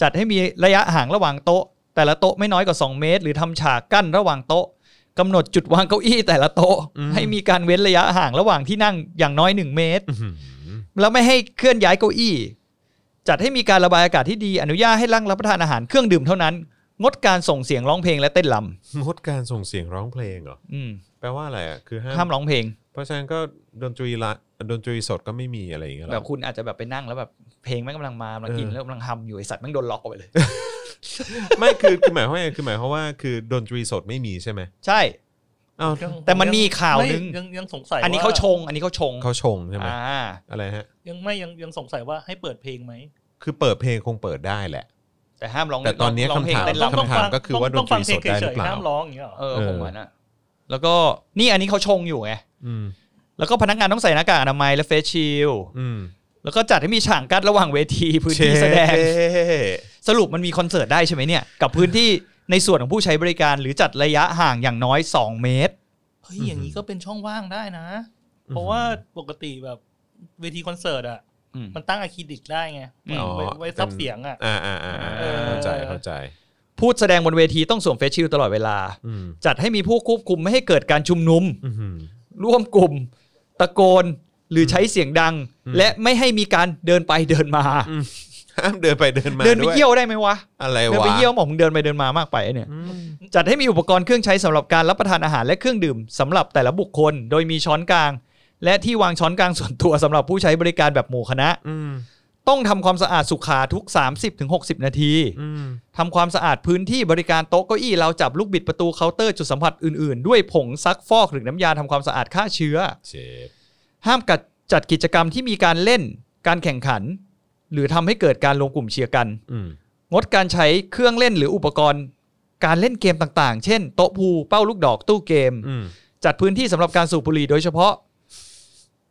S2: จัดให้มีระยะห่างระหว่างโต๊ะ แต่ละโต๊ะไม่น้อยกว่า 2 เมตร หรือทำฉากกั้นระหว่างโต๊ะกำหนดจุดวางเก้าอี้แต่ละโต๊ะ ให้มีการเว้นระยะห่างระหว่างที่นั่งอย่างน้อย 1 เมตร
S1: อืม
S2: แล้วไม่ให้เคลื่อนย้ายเก้าอี้ จัดให้มีการระบายอากาศที่ดี อนุญาตให้ร่างรับประทานอาหารเครื่องดื่มเท่านั้น งดการส่งเสียงร้องเพลงและเต้นร
S1: งดการส่งเสียงร้องเพลงเหรอ
S2: ำอืม
S1: แปลว่าอะไรอ่ะ คือห้า
S2: ห้าม มร้องเพลง
S1: เพราะฉะนั้นก็ดนตรีละดนตรีสดก็ไม่มีอะไรอย่างเงี้ยหรอ
S2: แบบคุณอาจจะแบบไปนั่งแล้วแบบเพลงแม่งกำลังมากำลังกิน
S1: เออ
S2: แล้วกำลังทำอยู่ไอสัตว์แม่งโดนล็อกออกไปเลย
S1: ไม่คือคือหมายความว่าไงคือหมายความว่าคือดนตรีสดไม่มีใช่ไหม
S2: ใช่
S1: อ้าว
S3: ยัง
S2: แต่มันมีข่าวนึง
S3: ไม่ยังยังสงสัย
S2: อันนี้
S3: ว่
S2: เขาชง อันนี้เขาชง
S1: เขาชงใช่ไหม
S2: อ่า
S1: อะไรฮะ
S3: ยังไม่ยังยังสงสัยว่าให้เปิดเพลงไหม
S1: คือเปิดเพลงคงเปิดได้แหละ
S2: แต่ห้ามร้อง
S1: แต่ตอนนี้
S2: ร้องเพลง
S1: คำถาม
S2: เต้นรำ
S1: คำถามก็คือว่า
S3: ต้งฟังเพลง
S1: ดนตรีสดได้หรือเปล่า
S3: ฉยๆห้ามร้องอย่างเงี้ยเหรอ
S2: เออผมว่านะแล้วก็นี่อันนี้เขาชงอยู่ไง
S1: อืม
S2: แล้วก็พนักงานต้องใส่หน้ากากอนามัยและเฟซชิลด์
S1: อืม
S2: แล้วก็จัดให้มีฉากกั้นระหว่างเวทีพื้นที่แสดง
S1: เช่
S2: สรุปมันมีคอนเสิร์ตได้ใช่ไหมเนี่ย กับพื้นที่ในส่วนของผู้ใช้บริการหรือจัดระยะห่างอย่างน้อย 2 เมตร
S3: เฮ้ยอย่างนี้ก็เป็นช่องว่างได้นะ เพราะว่าปกติแบบเวทีคอนเสิร์ตอ่ะ มันตั้งอะคริลิกได้ไง
S2: อืม
S1: อ๋อ
S3: ไว้ไว้ซับเสียงอ่ะ
S1: อ่าอ่าอ่าอ่า
S3: เออ
S1: เข้าใจเข้าใจ
S2: พูดแสดงบนเวทีต้องสวมเฟซชิลด์ตลอดเวลา
S1: อืม
S2: จัดให้มีผู้ควบคุมไม่ให้เกิดการชุมนุม
S1: อืม
S2: ร่วมกลุ่ม ตะโกนหรือใช้เสียงดัง
S1: อืม
S2: และไม่ให้มีการเดินไปเดินมา
S1: ห้ามเดินไปเดินมา
S2: เดินไป
S1: วย
S2: เยี่ยวได้ไหมวะ
S1: อะไรวะ
S2: เดินไปเยี่ยวหมอผมเดินไปเดินมามากไปเนี่ย
S1: อืม
S2: จัดให้มีอุปกรณ์เครื่องใช้สำหรับการรับประทานอาหารและเครื่องดื่มสำหรับแต่ละบุคคล โดยมีช้อนกลาง และที่วางช้อนกลางส่วนตัวสำหรับผู้ใช้บริการแบบหมู่คณะ
S1: อืม
S2: ต้องทำความสะอาดสุขาทุก 30-60 นาที
S1: อืม
S2: ทำความสะอาดพื้นที่บริการโต๊ะเก้าอี้เราวจับลูกบิดประตูเคาน์เตอร์จุดสัมผัสอื่นๆ ด้วยผงซักฟอกหรือน้ำยาทำความสะอาดฆ่าเชื้อ
S1: เชฟ
S2: ห้ามกัดจัดกิจกรรมที่มีการเล่น การแข่งขัน หรือทำให้เกิดการรวมกลุ่มเชียร์กัน
S1: อืม
S2: งดการใช้เครื่องเล่นหรืออุปกรณ์ การเล่นเกมต่างๆ เช่น โต๊ะพูเป้าลูกดอกตู้เกม
S1: อืม
S2: จัดพื้นที่สำหรับการสูบบุหรี่โดยเฉพาะ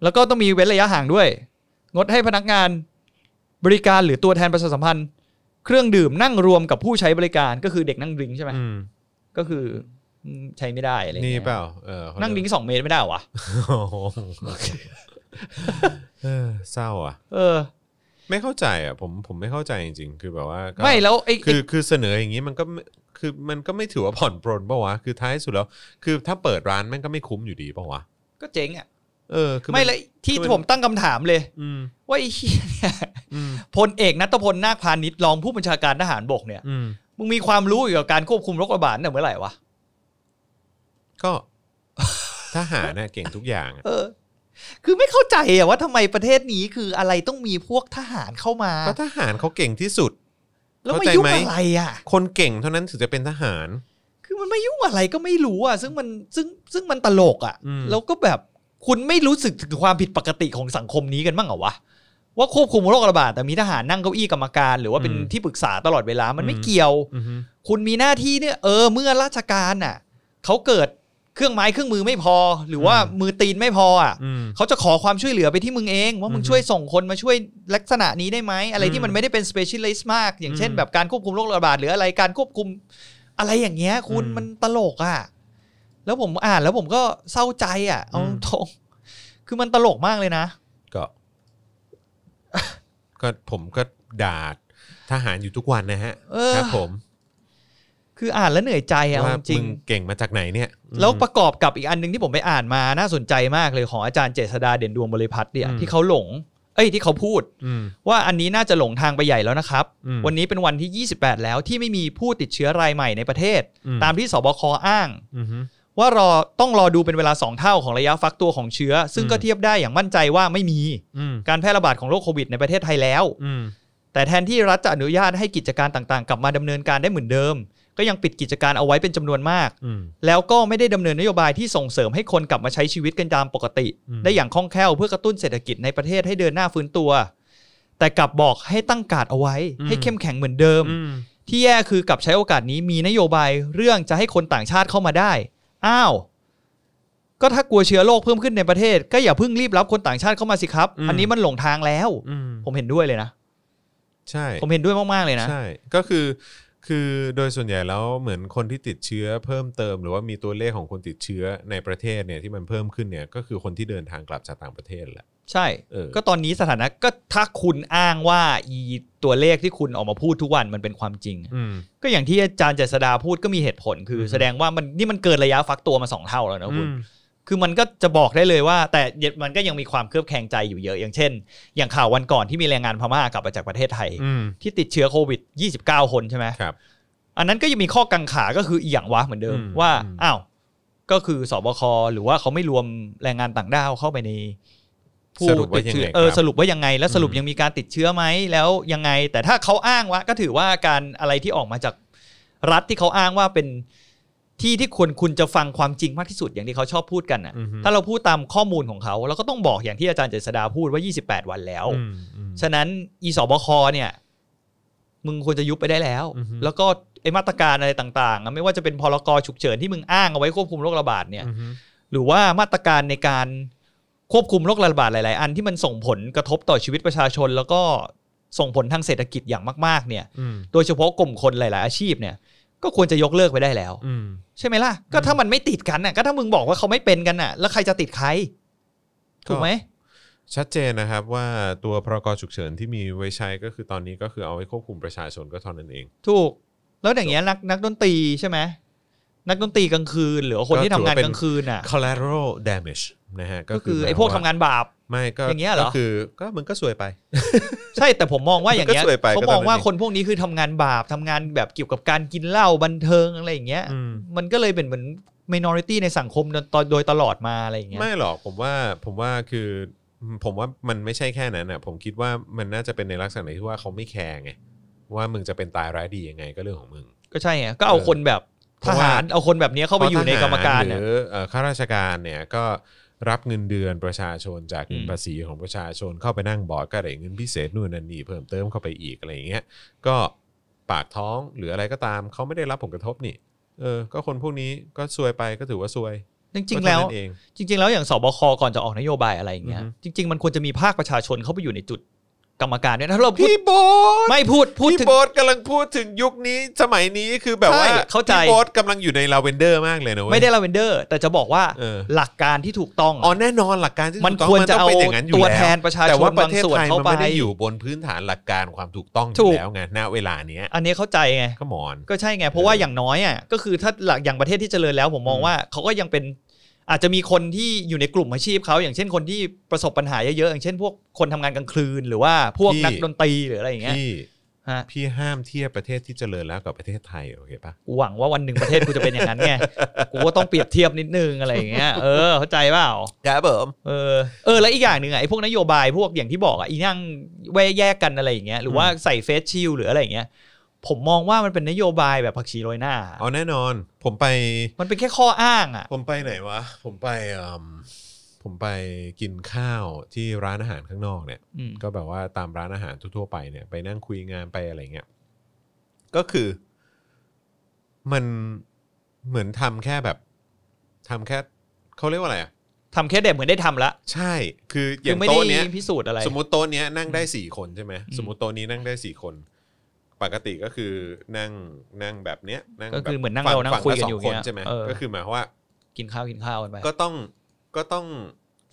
S2: แล้วก็ต้องมีเว้นระยะห่างด้วย งดให้พนักงานบริการหรือตัวแทนประชาสัมพันธ์ เครื่องดื่มนั่งรวมกับผู้ใช้บริการก็คือเด็กนั่งดริ้งใช่ไหม
S1: อืม
S2: ก็คืออืมใช้ไม่ได้อะไร
S1: นี่
S2: เงี้ย
S1: เปล่าเออเขา
S2: นั่งดริ้งสองเมตรไม่ได้เหรอวะ
S1: โอ้โหโอเคเออเศร้าอ่ะ
S2: เออ
S1: ไม่เข้าใจอ่ะผมผมไม่เข้าใจจริงๆ คือแบบว่าก็
S2: ไม่แล้วไอ้
S1: คื
S2: ไอ้
S1: อคือเสนออย่างนี้มันก็ไม่คือมันก็ไม่ถือว่าผ่อนปรนปะวะคือท้ายสุดแล้ว คือถ้าเปิดร้านแม่งก็ไม่คุ้มอยู่ดีปะวะ
S2: ก็เจ๊งอ่ะ
S1: เออคือน
S2: ไม่เลยที่ผมตั้งคำถามเลย
S1: อืม
S2: ว่าไอ้เหี้ยเนี่ย
S1: อืม
S2: พลเอกนัตพลนาคพานิชรองผู้บัญชาการทหารบกเนี่ย
S1: อืม
S2: มึงมีความรู้เกี่ยวกับการควบคุมโรคระบาดตั้งแต่เมื่อไหร่วะ
S1: ก็ทหารน่ะเก่งทุกอย่าง อะ
S2: เออ คือไม่เข้าใจอะว่าทำไมประเทศนี้คืออะไรต้องมีพวกทหารเข้ามา
S1: เพราะทหารเขาเก่งที่สุด
S2: แล้วมา
S1: เข้าใจ
S2: ยุ่ง
S1: ไหม
S2: อะไรอะ
S1: คนเก่งเท่านั้นถึงจะเป็นทหาร
S2: คือมันไม่ยุ่งอะไรก็ไม่รู้อะซึ่งมันซึ่งซึ่งมันตลกอะ
S1: อืม
S2: แล้วก็แบบคุณไม่รู้สึกถึงความผิดปกติของสังคมนี้กันบ้างเหรอวะว่าควบคุมโรคระบาดแต่มีทหารนั่งเก้าอี้กรรมการ หรือว่าเป็นที่ปรึกษาตลอดเวลามันไม่เกี่ยว
S1: อือฮึ
S2: คุณมีหน้าที่เนี่ยเออเมื่อราชการน่ะเขาเกิดเครื่องไม้เครื่องมือไม่พอ หรือว่ามือตีนไม่พออ่ะ
S1: อืม
S2: เขาจะขอความช่วยเหลือไปที่มึงเอง ว่ามึง
S1: อืม
S2: ช่วยส่งคนมาช่วยลักษณะนี้ได้ไหมอะไร
S1: อื
S2: ที่
S1: ม
S2: มันไม่ได้เป็น specialist มาก อย่างเช่น
S1: อืม
S2: แบบการควบคุมโรคระบาดหรืออะไรการควบคุมอะไรอย่างเงี้ย คุณ
S1: อืม
S2: มันตลกอ่ะแล้วผมอ่านแล้วผมก็เศร้าใจอ่ะเอา
S1: อืม
S2: ตรงคือมันตลกมากเลยนะ
S1: ก็ก็ผมก็ด่าทหารอยู่ทุกวันนะฮะ
S2: เออ
S1: ครับผม
S2: คืออ่านแล้วเหนื่อยใจอ่ะ
S1: ว่า
S2: จริ
S1: มึ
S2: ง
S1: งเก่งมาจากไหนเนี่ยอืม
S2: แล้วประกอบกับอีกอันหนึงที่ผมไปอ่านมาน่าสนใจมากเลยของอาจารย์เจษดาเด่นดวงบริพัตรเนี่ย
S1: อืม
S2: ที่เขาหลง เอ้ยที่เขาพูด
S1: อืม
S2: ว่าอันนี้น่าจะหลงทางไปใหญ่แล้วนะครับ
S1: อืม
S2: วันนี้เป็นวันที่ 28 แล้วที่ไม่มีผู้ติดเชื้อรายใหม่ในประเทศ
S1: อืม
S2: ตามที่สบคอ้าง
S1: อือฮึ
S2: ว่ารอต้องรอดูเป็นเวลา 2 เท่าของระยะฟักตัวของเชื้อ ซึ่งก็
S1: อืม
S2: เทียบได้อย่างมั่นใจว่าไม่มี
S1: อืม
S2: การแพร่ระบาดของโรคโควิดในประเทศไทยแล้ว
S1: อืม
S2: แต่แทนที่รัฐจะอนุญาตให้กิจการต่างๆ กลับมาดำเนินการได้เหมือนเดิม ก็ยังปิดกิจการเอาไว้เป็นจำนวนมาก
S1: อืม
S2: แล้วก็ไม่ได้ดำเนินนโยบายที่ส่งเสริมให้คนกลับมาใช้ชีวิตกันตามปกติ
S1: อืม
S2: ได้อย่างคล่องแคล่วเพื่อกระตุ้นเศรษฐกิจในประเทศให้เดินหน้าฟื้นตัว แต่กลับบอกให้ตั้งการ์ดเอาไว้ ให้เข้มแข็งเหมือนเดิม
S1: อืม
S2: ที่แย่คือกลับใช้โอกาสนี้มีนโยบายเรื่องจะให้คนต่างชาติเข้ามาได้ อ้าว ก็ถ้ากลัวเชื้อโรคเพิ่มขึ้นในประเทศ ก็อย่าเพิ่งรีบรับคนต่างชาติเข้ามาสิครับ
S1: อืม
S2: อันนี้มันหลงทางแล้ว
S1: อืม
S2: ผมเห็นด้วยเลยนะ
S1: ใช่
S2: ผมเห็นด้วยมากๆเลยนะ
S1: ใช่ ก็คือ คือโดยส่วนใหญ่แล้วเหมือนคนที่ติดเชื้อเพิ่มเติม หรือว่ามีตัวเลขของคนติดเชื้อในประเทศเนี่ยที่มันเพิ่มขึ้นเนี่ยก็คือคนที่เดินทางกลับจากต่างประเทศแหละ
S2: ใช่
S1: เออ
S2: ก็ตอนนี้สถานะก็ถ้าคุณอ้างว่าอีตัวเลขที่คุณออกมาพูดทุกวันมันเป็นความจริง
S1: อืม
S2: ก็อย่างที่อาจารย์เจษดาพูดก็มีเหตุผล คืออ
S1: ม
S2: แสดงว่ามันนี่มันเกินระยะฟักตัวมาสองเท่าแล้วนะคุณ
S1: อืม
S2: คือมันก็จะบอกได้เลยว่า แต่มันก็ยังมีความเครือบแคลงใจอยู่เยอะ อย่างเช่น อย่างข่าววันก่อนที่มีแรงงานพม่ากลับมาจากประเทศไทย
S1: อืม
S2: ที่ติดเชื้อโควิด 29 คนใช่ไหม
S1: ครับ
S2: อันนั้นก็ยังมีข้อกังขาก็คืออีหยังวะเหมือนเดิม
S1: อืม
S2: ว่า
S1: อืม
S2: อ้าวก็คือสบคหรือว่าเขาไม่รวมแรงงานต่างด้าวเข้าไปใน
S1: สรุปว่า
S2: ติด
S1: ยัง
S2: เชื้อ
S1: ไงค
S2: เออส
S1: รับ
S2: รุปว่ายังไง แล้วสรุป
S1: อืม
S2: ยังมีการติดเชื้อไหมแล้วยังไง แต่ถ้าเขาอ้างว่าก็ถือว่าการอะไรที่ออกมาจากรัฐที่เขาอ้างว่าเป็นที่ที่ควรคุณจะฟังความจริงมากที่สุดอย่างที่เขาชอบพูดกันน่ะ
S1: อือฮึ
S2: ถ้าเราพูดตามข้อมูลของเขาเราก็ต้องบอกอย่างที่อาจารย์เจษดาพูดว่า 28 วันแล้ว
S1: อืมอืม
S2: ฉะนั้นอีสบคเนี่ย มึงควรจะยุบไปได้แล้ว
S1: อือฮึ
S2: แล้วก็ไอมาตรการอะไรต่างๆอะไม่ว่าจะเป็นพรกฉุกเฉินที่มึงอ้างเอาไว้ควบคุมโรคระบาดเนี่ย
S1: อือฮึ
S2: หรือว่ามาตรการในการควบคุมโรคระบาดหลาย ๆ อันที่มันส่งผลกระทบต่อชีวิตประชาชน แล้วก็ส่งผลทางเศรษฐกิจอย่างมาก ๆ เนี่ย
S1: อืม
S2: โดยเฉพาะกลุ่มคนหลาย ๆ อาชีพเนี่ย ก็ควรจะยกเลิกไปได้แล้ว
S1: อืม
S2: ใช่ไหมล่ะ ก็ถ้ามันไม่ติดกันน่ะ ก็ถ้ามึงบอกว่าเขาไม่เป็นกันน่ะ แล้วใครจะติดใคร ถูกไหม
S1: ชัดเจนนะครับว่าตัวพรกฉุกเฉินที่มีไว้ใช้ก็คือตอนนี้ก็คือเอาไว้ควบคุมประชาชนก็เท่านั้นเอง
S2: ถูก แล้วอย่างเงี้ยนักนักดนตรีใช่ไหม นักดนตรีกลางคืน หรือคนที่ทำงานกลางคืนน่ะ
S1: อ่ะ collateral damage นะฮะ
S2: ก็คือไอ้พวกทำงานบาป
S1: ไม่ก็
S2: อย่างเงี้ยเหรอ
S1: ก็คือก็มึงก็สวยไป
S2: ใช่แต่ผมมองว่าอย่างเงี้ย
S1: ก็สวยไปก็
S2: เขา
S1: ตอน
S2: มองว่า
S1: นั้นเอง
S2: คนพวกนี้คือทำงานบาปทำงานแบบเกี่ยวกับการกินเหล้าบันเทิงอะไรอย่างเงี้ย
S1: อืม
S2: มันก็เลยเป็นเหมือน minority ในสังคมโดยโดยตลอดมาอะไรอย่างเงี้ย
S1: ไม่หรอกผมว่าผมว่าคือผมว่ามันไม่ใช่แค่นั้นนะผมคิดว่ามันน่าจะเป็นในลักษณะที่ว่าเขาไม่แคร์ไงว่ามึงจะเป็นตายร้ายดียังไงก็เรื่องของมึง
S2: ก็ใช่ไงก็เอาคนแบบ
S1: เพ
S2: ท
S1: ราะว่า
S2: หารเอาคนแบบเนี้ยเข้าไปอยู่ในกรรมการ
S1: ห
S2: เนี่ย
S1: รือเอ่อข้าราชการเนี่ยก็รับเงินเดือนประชาชนจากเงิน
S2: อืม
S1: ภาษีของประชาชนเข้าไปนั่งบอร์ดก็ได้เงินพิเศษนู่นนั่นนี่เพิ่มเติมเข้าไปอีกอะไรอย่างเงี้ยก็ปากท้องหรืออะไรก็ตามเขาไม่ได้รับผลกระทบนี่เออก็คนพวกนี้ก็ซวยไปก็ถือว่าซวย
S2: จริง ๆ แล้ว
S1: ก็เท่านั้นเอง
S2: จริง ๆ แล้วอย่างสบคก่อนจะออกนโยบายอะไรอย่างเงี้ย
S1: อือฮึ
S2: จริง ๆ มันควรจะมีภาคประชาชนเข้าไปอยู่ในจุดกรรมการเนี่ยถ้าเราพูด
S1: พี่โบ๊ท
S2: ไม่พูดพูด
S1: พี่
S2: ถึง
S1: โบ๊ทกำลังพูดถึงยุคนี้สมัยนี้คือแบบว่า
S2: ใช่เข้าใจ
S1: พี่โบ๊ทกำลังอยู่ในลาเวนเดอร์มากเลยนะเว้ย
S2: ไม่ได้ลาเวนเดอร์ แต่จะบอกว่า
S1: เออ
S2: หลักการที่ถูกต้อง
S1: อ๋อ
S2: อะ
S1: แน่นอนหลักการที่
S2: มัน
S1: ถูกต้ง
S2: ควรจะเอา
S1: ป็นย่งนั้นยู่
S2: ตัว
S1: ล้
S2: แทนประชา
S1: แต่
S2: ชน
S1: ว่าป
S2: บา
S1: ระ
S2: ง
S1: เทศ
S2: ส่วน
S1: ไทย
S2: เข้า
S1: มัน
S2: ไป
S1: ไม่ได้อยู่บนพื้นฐานหลักการความถูกต้องอ
S2: ถู
S1: ยู่
S2: ก
S1: แล้วไงณเวลาเนี้ย
S2: อันนี้เข้าใจไง
S1: ก็มอน
S2: ก็ใช่ไง เพราะว่าอย่างน้อยอ่ะก็คือถ้าหลักอย่างประเทศที่เจริญแล้ว ผมมองว่าเขาก็ยังเป็น อาจจะมีคนที่อยู่ในกลุ่มอาชีพเขาอย่างเช่นคนที่ประสบปัญหาเยอะๆอย่างเช่นพวกคนทำงานกลางคืนหรือว่าพวกนักดนตรีหรืออะไรอย่างเงี้ย
S1: พี่
S2: ฮะ
S1: พี่ห้ามเทียบประเทศที่เจริญแล้วกับประเทศไทยโอเคปะ
S2: กูหวังว่าวันหนึ่งประเทศกูจะเป็นอย่างนั้นไง กูก็ต้องเปรียบเทียบนิดนึงอะไรอย่างเงี้ยเออเข้าใจเปล่า
S1: ครับผม
S2: เออเออแล้วอีกอย่างหนึ่งอ่ะไอ้พวกนโยบายพวกอย่างที่บอกอ่ะอีนั่งแวแยกกันอะไรอย่างเงี้ยหรือว่าใส่เฟซชิลหรืออะไรอย่างเงี้ยผมมองว่ามันเป็นนโยบายแบบผักชีโรยหน้า
S1: เอาแน่นอนผมไป
S2: มันเป็นแค่ข้ออ้างอ่ะ
S1: ผมไปไหนวะ ผมไปเอิ่มผมไปกินข้าวที่ร้านอาหารข้างนอกเนี่ย
S2: อืม
S1: ก็แบบว่าตามร้านอาหารทั่วๆไปเนี่ยไปนั่งคุยงานไปอะไรเงี้ยก็คือ มันเหมือนทำแค่แบบทำแค่เขาเรียกว่าอะไรอ่ะ
S2: ทำแค่เด็บเหมือนได้ทำละ
S1: ใช่คืออ
S2: คื
S1: ย่า
S2: อง ไม่ได้
S1: โต๊ะเนี้ย
S2: พิสูจน์อะไร
S1: สมมติโต๊ะเนี้ยนั่งได้สี่คนใช่ไหม
S2: อืม
S1: สมมติโต๊ะนี้นั่งได้สี่คน ปกติก็คือนั่งนั่งแบบเนี้ยนั่ง
S2: ก็คือ
S1: แบบ
S2: เหมือนนั่ง
S1: ฝั่
S2: เรานั่ง
S1: ฝั่
S2: คุยกัน
S1: ละส
S2: อยู่
S1: ค
S2: เงี้ย
S1: ใช่ไหม
S2: เออ
S1: ก็คือหมายความว่า
S2: กินข้าวกินข้าวกันไป
S1: ก็ต้องก็ต้อง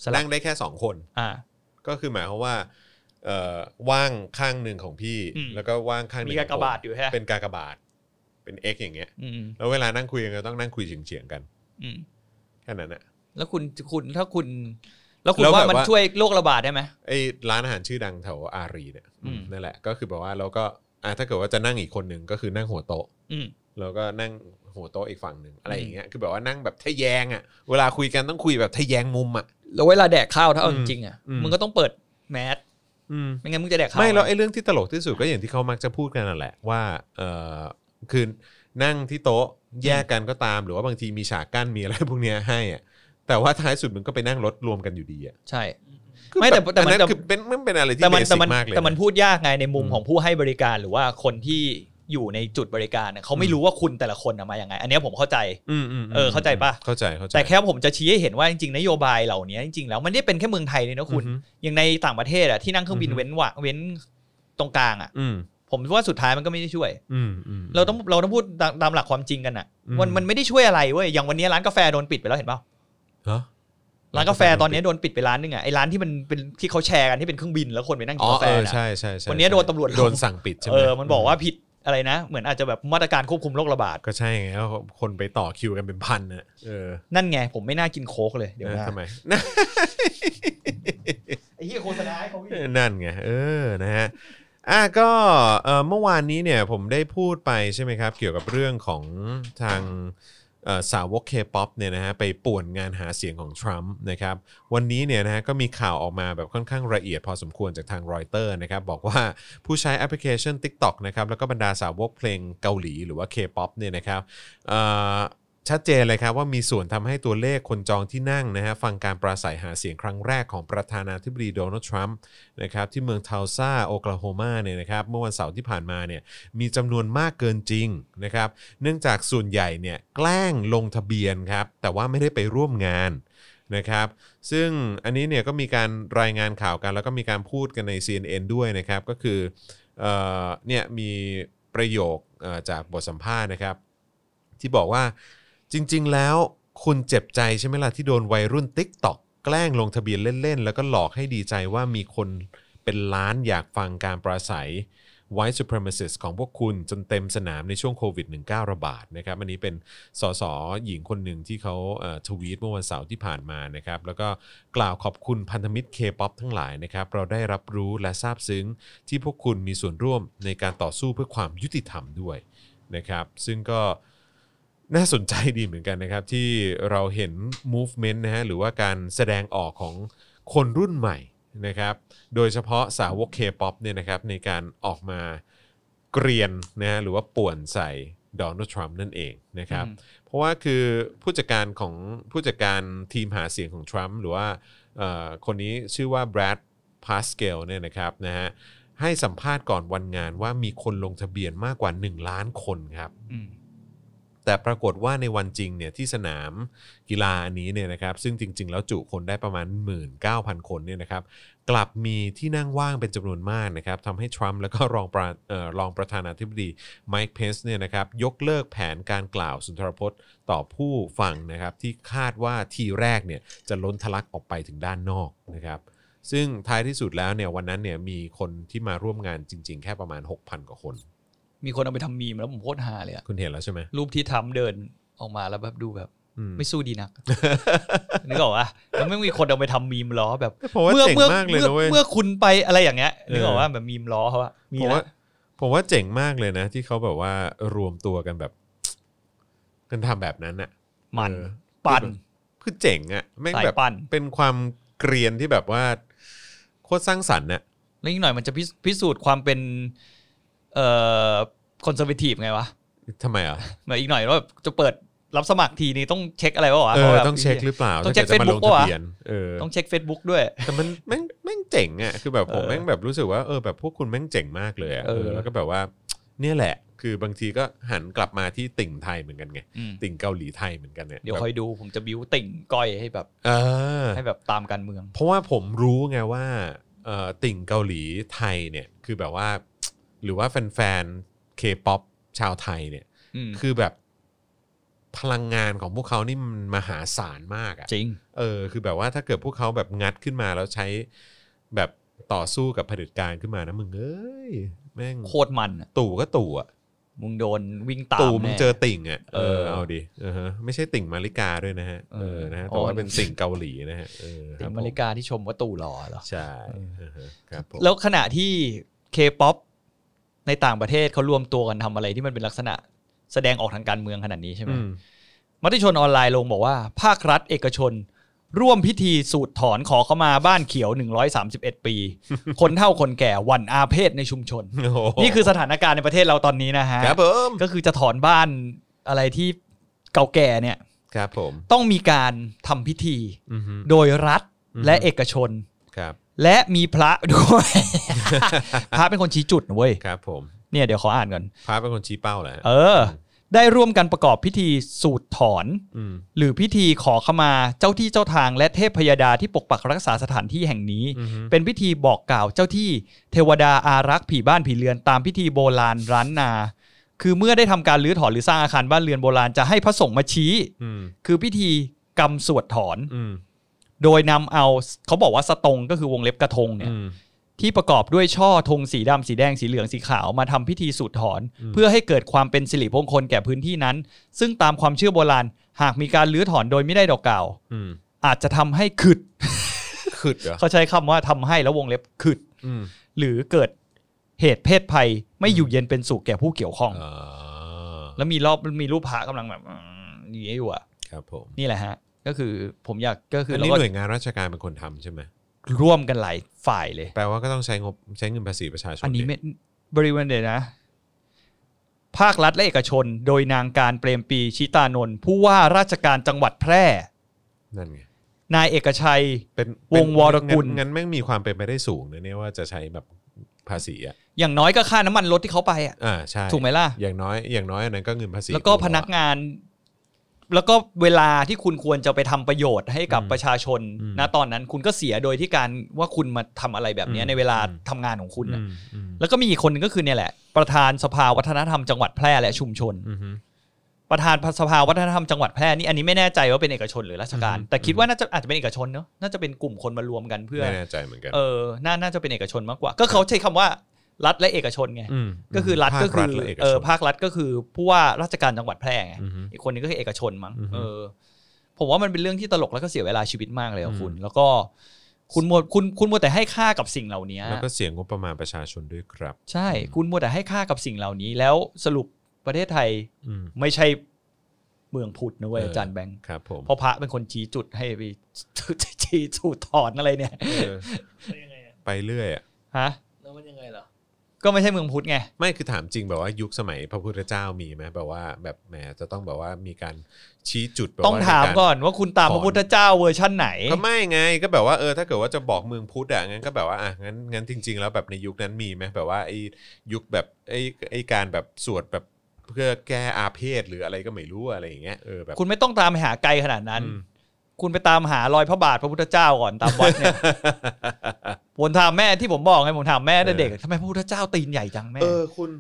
S2: สลั
S1: นั่
S2: บ
S1: งได้แค่สองคน
S2: อ่า
S1: ก็คือหมายความว่าเอ่อว่างข้างหนึ่งของพี่
S2: อืม
S1: แล้วก็ว่างข้างหนึ่
S2: มี
S1: ง
S2: กาก
S1: ของผม
S2: บาทอยู่แฮะ
S1: เป็นกากบาท เป็น X อย่างเงี้ย
S2: อืม
S1: แล้วเวลานั่งคุยกันก็ต้องนั่งคุยเฉียงๆกัน
S2: อืม
S1: แค่นั้นอะ
S2: แล้วคุณคุณถ้าคุณ แล้วคุณ
S1: แล้ว
S2: ว่า
S1: แบบ
S2: มัน
S1: ว่า
S2: ช่วยโรคระบาดได้ไหม
S1: ไอ้ร้านอาหารชื่อดังแถวอารีเนี่ย
S2: อืม
S1: นั่นแหละก็คือแบบว่าเราก็อ่ะถ้าเกิดว่าจะนั่งอีกคนหนึ่งก็คือนั่งหัวโต๊ะ
S2: อืม
S1: แล้วก็นั่งหัวโต๊ะอีกฝั่งหนึ่งอะไรอย่างเงี้ยคือแบบว่านั่งแบบทะแยงอะเวลาคุยกันต้องคุยแบบทะแยงมุมอะ
S2: แล้วเวลาแดกข้าวถ้าเอาจริงๆอ่ะ
S1: อืม
S2: มึงก็ต้องเปิดแมสไม่งั้นมึงจะแดกข้าว
S1: ไม่แล้วไอ้เรื่องที่ตลกที่สุดก็อย่างที่เขามักจะพูดกันนั่นแหละว่าเออคือ นั่งที่โต๊ะแยกกันก็ตามหรือว่าบางทีมีฉากกั้นมีอะไรพวกเนี้ยให้อะแต่ว่าท้ายสุดมันก็ไปนั่งรถรวมกันอยู่ดีอ่ะ
S2: ใช่ ไม่แต่แต่
S1: อัน
S2: มัน
S1: นั้น
S2: แต่
S1: คือเป็นมันเป็นอะไรที่
S2: แต่
S1: เบ
S2: มัน
S1: สิ
S2: แต่มั
S1: ก
S2: น
S1: มากเลย
S2: แต่มัน
S1: นะ
S2: พูดยากไงในมุม
S1: อืม
S2: ของผู้ให้บริการหรือว่าคนที่อยู่ในจุดบริการน่ะเขาไม่
S1: อืม
S2: รู้ว่าคุณแต่ละคนน่ะมาอย่างไง อันเนี้ยผมเข้าใจ
S1: อืมอืมม
S2: เออเข้าใจปะ
S1: เข้าใจเข้าใจ
S2: แต่แค่ผมจะชี้ให้เห็นว่าจริงๆนโยบายเหล่านี้จริงๆแล้วมันไม่ได้เป็นแค่เมืองไทยเลยนะคุณ
S1: อืม
S2: อย่างในต่างประเทศอะที่นั่งเครื่องบิน
S1: อือฮึ
S2: เว้นวะเว้นตรงกลางอะ
S1: อืม
S2: ผมว่าสุดท้ายมันก็ไม่ได้ช่วย
S1: อืมอืม
S2: เราต้องเราต้องพูดตามตามหลักความจริงกันอะ
S1: อืม
S2: มันมันไม่ได้ช่วยอะไรเว้ยอย่างวันนี้ร้านกาแฟโดนปิดไปแล้วเห็นเปล่า
S1: เหรอ
S2: ร้านกาแฟตอนนี้โดนปิดไปร้านนึงอะไอร้านที่มันเป็นที่เขาแชร์กันที่เป็นเครื่องบินแล้วคนไปนั่งกิ
S1: อ๋อก
S2: นาแฟ
S1: เออ
S2: น่ะ
S1: ใช่ใช่ใช่
S2: วันนี้โดนตำรวจ
S1: โดนสั่งปิดใช่ไหม
S2: เออมันบอกว่าผิดอะไรนะ เหมือนอาจจะแบบมาตรการควบคุมโรคระบาด
S1: ก็ใช่ไงก็คนไปต่อคิวกันเป็นพันน่ะเออ
S2: นั่นไง ผมไม่น่ากินโค้กเลยเดี๋ยว
S1: เออ
S2: นะ
S1: ทำไมนะ
S2: ไอ้เหี้ยโฆษณาให้เขาอีก
S1: นั่นไงเออนะฮะอ่ะก็เอ่อเมื่อวานนี้เนี่ยผมได้พูดไปใช่ไหมครับ เกี่ยวกับเรื่องของทางเอ่อสาวกเคป๊อปเนี่ยนะฮะไปป่วนงานหาเสียงของทรัมป์นะครับ วันนี้เนี่ยนะฮะก็มีข่าวออกมาแบบค่อนข้างละเอียดพอสมควรจากทางรอยเตอร์นะครับ บอกว่าผู้ใช้แอปพลิเคชัน TikTok นะครับแล้วก็บรรดาสาวกเพลงเกาหลีหรือว่า K-POP เนี่ยนะครับเอ่อชัดเจนเลยครับว่ามีส่วนทำให้ตัวเลขคนจองที่นั่งนะฮะฟังการปราศัยหาเสียงครั้งแรกของประธานาธิบดีโดนัลด์ทรัมป์นะครับที่เมืองเทาซาโอกลาโฮมาเนี่ยนะครับเมื่อวันเสาร์ที่ผ่านมาเนี่ยมีจำนวนมากเกินจริงนะครับเนื่องจากส่วนใหญ่เนี่ยแกล้งลงทะเบียนครับแต่ว่าไม่ได้ไปร่วมงาน นะครับซึ่งอันนี้เนี่ยก็มีการรายงานข่าวกัน แล้วก็มีการพูดกันใน CNN ด้วยนะครับ ก็คือเอ่อเนี่ยมีประโยคเอ่อจากบทสัมภาษณ์นะครับ ที่บอกว่าจริงๆแล้วคุณเจ็บใจใช่ไหมล่ะ ที่โดนวัยรุ่น TikTok แกล้งลงทะเบียนเล่น ๆ แล้วก็หลอกให้ดีใจว่ามีคนเป็นล้านอยากฟังการปราศัย White Supremacist ของพวกคุณจนเต็มสนามในช่วงโควิด -19 ระบาดนะครับ อันนี้เป็นสสหญิงคนหนึ่งที่เขาเอ่อทวีตเมื่อวันเสาร์ที่ผ่านมานะครับ แล้วก็กล่าวขอบคุณพันธมิตร K-POP ทั้งหลายนะครับ เราได้รับรู้และซาบซึ้งที่พวกคุณมีส่วนร่วมในการต่อสู้เพื่อความยุติธรรมด้วยนะครับ ซึ่งก็ น่าสนใจดีเหมือนกันนะครับ ที่เราเห็น movement นะฮะหรือว่าการแสดงออกของคนรุ่นใหม่นะครับ โดยเฉพาะสาวก K-POP เนี่ยนะครับในการออกมาเกรียนนะฮะหรือว่าป่วนใส่โดนัลด์ทรัมป์นั่นเองนะครับ เพราะว่าคือผู้จัดการของผู้จัดการทีมหาเสียงของทรัมป์หรือว่าเอ่อคนนี้ชื่อว่าแบรดพาสเกลเนี่ยนะครับนะฮะให้สัมภาษณ์ก่อนวันงานว่ามีคนลงทะเบียนมากกว่า 1 ล้านคนครับ
S2: อืม
S1: แต่ปรากฏว่าในวันจริงเนี่ยที่สนามกีฬาอันนี้เนี่ยนะครับซึ่งจริง ๆ แล้วจุคนได้ประมาณ 19,000 คนเนี่ยนะครับกลับมีที่นั่งว่างเป็นจำนวนมากนะครับทำให้ทรัมป์แล้วก็รองประเอ่อรองประธานาธิบดีไมค์เพนส์เนี่ยนะครับยกเลิกแผนการกล่าวสุนทรพจน์ต่อผู้ฟังนะครับที่คาดว่าทีแรกเนี่ยจะล้นทะลักออกไปถึงด้านนอกนะครับซึ่งท้ายที่สุดแล้วเนี่ยวันนั้นเนี่ยมีคนที่มาร่วมงานจริง ๆ แค่ประมาณ 6,000 กว่าคน
S2: มีคนเอาไปทำมีมแล้วผมโคตรฮาเลยอะ
S1: คุณเห็นแล้วใช่ไหม
S2: รูปที่ทำเดินออกมาแล้วแบบดูแบบ
S1: อืม
S2: ไม่สู้ดีนัก นึกออกปะแล้วไม่มีคนเอาไปทำมีมล้อแบบ
S1: ผมว่าเจ๋ง
S2: เมื่
S1: มากเลยนะเว้ย
S2: เมื่อคุณไปอะไรอย่างเงี้ย
S1: เออ
S2: นึกออกว่าแบบมีมล้อเขาอะมี
S1: ผม
S2: แล้
S1: ว่าว ผมว่าเจ๋งมากเลยนะ ที่เขาแบบว่ารวมตัวกันแบบ กันทำแบบนั้นน่ะ
S2: มัน
S1: เออ
S2: ปั่น
S1: คือเจ๋งอะ่ะแม่ง
S2: สาย
S1: แบบ
S2: ปั่น
S1: เป็นความเกรียนที่แบบว่าโคตรสร้างสรรค์น่ะ
S2: แล้วอีกหน่อยมันจะพิสพิสูจน์ความเป็นเอ่อคอนเซอร์วทีฟไงวะ
S1: ทำไมอ่ะ
S2: แบบอีกหน่อยว่าจะเปิดรับสมัครทีนี้ต้องเช็คอะไรวะ
S1: เอ
S2: พ
S1: อ
S2: ราะแบบ
S1: ต้องเช็คหรือเปล่า
S2: ต้องเช็ค
S1: ถ้ากิดจะมาลง
S2: Facebook
S1: ทะ
S2: ปะวะ
S1: เบียนเออ
S2: ต้องเช็ค Facebook ด้วย
S1: แต่มันแม่งแม่งเจ๋งอ่ะคือแบบผม
S2: เออ
S1: แม่งแบบรู้สึกว่าเออแบบพวกคุณแม่งเจ๋งมากเลยอะ
S2: เออ
S1: เออแล้วก็แบบว่า เนี่ยแหละ คือบางทีก็หันกลับมาที่ติ่งไทยเหมือนกันไง
S2: อืม
S1: ติ่งเกาหลีไทยเหมือนกันเนี่ย
S2: เดี๋ยวคอยดูผมจะบิวติ่งก้อยให้แบบ
S1: เออ
S2: ให้แบบตามการเมือง
S1: เพราะว่าผมรู้ไงว่าเอ่อติ่งเกาหลีไทยเนี่ยคือแบบว่า หรือว่าแฟนๆเคป๊อปชาวไทยเนี่ย
S2: อืม
S1: คือแบบพลังงานของพวกเขานี่มันมหาศาลมากอะ
S2: จริง
S1: เออ คือแบบว่าถ้าเกิดพวกเขาแบบงัดขึ้นมาแล้วใช้แบบต่อสู้กับเผด็จการขึ้นมานะมึงเอ้ยแม่ง
S2: โคตรมันอะ
S1: ตู่ก็ตู่อะ
S2: มึงโดนวิ่งตาม
S1: ตู่มึง
S2: แน่
S1: เจอติ่งอะเออ
S2: เออ
S1: เอาดิเออฮะไม่ใช่ติ่งมาริกาด้วยนะฮะเอ
S2: เอ
S1: อ
S2: อ
S1: นะฮะ
S2: อ๋
S1: แต่
S2: อ
S1: ว่าเป็นติ่งเกาหลีนะฮะเออค
S2: ติ
S1: บ
S2: งอเมริกาที่ชมว่าตู่หล่อเหรอ
S1: ใช่เออฮะครับผม
S2: แล้วขณะที่เคป๊อปในต่างประเทศเขารวมตัวกันทำอะไรที่มันเป็นลักษณะแสดงออกทางการเมืองขนาดนี้ใช่ไหม มติชนออนไลน์ลงบอกว่า ภาครัฐเอกชน ร่วมพิธีสูตรถอนขอเข้ามาบ้านเขียว 131 ปี คนเท่าคนแก่วันอาเพศในชุมชน
S1: โอ้โห
S2: นี่คือสถานการณ์ในประเทศเราตอนนี้นะฮะ
S1: ครับผม
S2: ก็คือจะถอนบ้านอะไรที่เก่าแก่เนี่ย
S1: ครับผม
S2: ต้องมีการทำพิธี
S1: อือฮึ
S2: โดยรัฐ
S1: อืม
S2: และเอกชน
S1: ครับ
S2: และมีพระด้วย พระเป็นคนชี้จุดนะเว้ย
S1: ครับผม
S2: เนี่ยเดี๋ยวขออ่านก่อน
S1: พาเป็นคนชี้เป้าแหละ
S2: เออ ได้ร่วมกันประกอบพิธีสูตรถอน
S1: อืม
S2: หรือพิธีขอขมาเจ้าที่เจ้าทางและเทพพยาดาที่ปกปักรักษาสถานที่แห่งนี้
S1: อือฮึ
S2: เป็นพิธีบอกกล่าวเจ้าที่เทวดาอารักษ์ผีบ้านผีเรือนตามพิธีโบราณร้านนา คือเมื่อได้ทำการรื้อถอนหรือสร้างอาคารบ้านเรือนโบราณจะให้พระสงฆ์มาชี้
S1: อืม
S2: คือพิธีกรรมสวดถอน
S1: อืม
S2: โดยนำเอาเขาบอกว่าสตงก็คือวงเล็บกระทงเนี่ย
S1: อืม
S2: ที่ประกอบด้วยช่อธงสีดำสีแดงสีเหลืองสีขาวมาทำพิธีสูดถอน
S1: อืม
S2: เพื่อให้เกิดความเป็นสิริมงคลแก่พื้นที่นั้น ซึ่งตามความเชื่อโบราณ หากมีการลื้อถอนโดยไม่ได้ดอกกล่าว
S1: อืม
S2: อาจจะทำให้ขึ้น
S1: ขึ้นเหรอ
S2: เขาใช้คำว่าทำให้แล้ววงเล็บขึ้น
S1: อืม
S2: หรือเกิดเหตุเพศภัยไม่อยู่เย็นเป็นสุขแก่ผู้เกี่ยวข้อง
S1: อ่า
S2: แล้วมีรอบมีรูปพระกำลังแบบอืมอย่างนี้อยู่อ่ะ
S1: ครับผม
S2: นี่แหละฮะ ก็คือผมอยากก็คือ
S1: อัน
S2: เรา
S1: นี้
S2: ก็
S1: หน่วยงานราชการเป็นคนทำใช่ไหม
S2: ร่วมกันหลายฝ่ายเลย
S1: แปลว่าก็ต้องใช้งบใช้เงินภาษีประชาชน
S2: อันนี้ไม่
S1: ดิ
S2: บริเวณเดียวนะ ภาครัฐและเอกชน โดยนางการเปรมปรีชิตานนท์ผู้ว่าราชการจังหวัดแพร่
S1: นั่นไง
S2: นายเอกชัย
S1: เป็น
S2: วงวรกุล
S1: งั้นงั้นแม่งมีความเป็นไปได้สูงนะเนี่ยว่าจะใช้แบบภาษีอ่ะ
S2: อย่างน้อยก็ค่าน้ำมันรถที่เขาไปอ่ะ
S1: อ่าใช่
S2: ถูกไหมล่ะ
S1: อย่างน้อยอย่างน้อยอันนั้นก็เงินภาษี
S2: แล้วก็
S1: ตัว
S2: พนักงาน แล้วก็เวลาที่คุณควรจะไปทำประโยชน์ให้กับ
S1: อืม
S2: ประชาชน
S1: อืม
S2: นะตอนนั้นคุณก็เสียโดยที่การว่าคุณมาทำอะไรแบบเนี้ย
S1: อืม
S2: ในเวลา
S1: อืม
S2: ทำงานของคุณ
S1: อื
S2: น่ะ
S1: มอืม
S2: แล้วก็มีอีกคนหนึงก็คือเนี่ยแหละ ประธานสภาวัฒนธรรมจังหวัดแพร่และชุมชน
S1: อืม
S2: ประธานสภาวัฒนธรรมจังหวัดแพร่นี่อันนี้ไม่แน่ใจว่าเป็นเอกชนหรือราชการ
S1: อืม
S2: แต่คิดว่าน่าจะอาจจะเป็นเอกชนเนอะน่าจะเป็นกลุ่มคนมารวมกันเพื่อ
S1: ไม่แน่ใจเหมือนกัน
S2: เออน่าน่าจะเป็นเอกชนมากกว่า ก็เขาใช้คำว่ารัฐและเอกชนไง
S1: ม
S2: ก็คือรัฐ
S1: ภา
S2: ก็คือ
S1: ฐและเอก
S2: เออ
S1: ชน
S2: ภาครัฐก็คือผู้ว่าราชการจังหวัดแพร่ไง
S1: อือฮึ
S2: อีกคนนึงก็คือเอกชนมั้ง
S1: อือฮึ
S2: เออ ผมว่ามันเป็นเรื่องที่ตลกแล้วก็เสียเวลาชีวิตมากเลยอะ
S1: อืม
S2: คุณ แล้วก็คุณมัวคุณคุณมัวแต่ให้ค่ากับสิ่งเหล่านี้
S1: แล้วก็เสียงงบประมาณประชาชนด้วยครับ
S2: ใช่ คุณมัวแต่ให้ค่ากับสิ่งเหล่านี้ แล้วสรุปประเทศไทย
S1: อืม
S2: ไม่ใช่เมืองพุทธนะเว้ย
S1: เอออ
S2: อาจารย์แบงค์
S1: ครับผม
S2: เพราะพระเป็นคนชี้จุดให้ ไป ชี้สูตรถอนอะไรเนี่ย
S1: เออ
S3: แล้วยังไงอะ
S1: ไปเรื่อยอะ
S2: ฮะ
S3: แล้วมันยังไงเหรอ
S2: ก็ไม่ใช่เมืองพุทธไง
S1: ไม่คือถามจริงแบบว่ายุคสมัยพระพุทธเจ้ามีไหมแบบว่าแบบแหมจะต้องแบบว่ามีการชี้จุดแบบว่
S2: ต้องถาม
S1: ในร
S2: ก่อนว่าคุณตาม
S1: ถอน
S2: พระพุทธเจ้าเวอร์ชั่นไหน
S1: ก็ไม่ไงก็แบบว่าเออถ้าเกิดว่าจะบอกเมืองพุทธอ่ะงั้นก็แบบว่าอ่ะงั้นงั้นจริง ๆ แล้วแบบในยุคนั้นมีไหมแบบว่าไอ้ยุคแบบไอ้ไอ้การแบบสวดแบบเพื่อแก้อาเพศหรืออะไรก็ไม่รู้อะไรอย่างเงี้ยเออแบบ
S2: คุณไม่ต้องตามหาไกลขนาดนั้น
S1: อืม
S2: คุณไปตามหารอยพระบาทพระพุทธเจ้าก่อนต ามวัดเนี่ย ผมถามแม่ที่ผมบอกไงผมถามแม่ตั้งแต่เด็กทำไมพระพุทธเจ้าตีนใหญ่จังแม่
S1: เออคุณ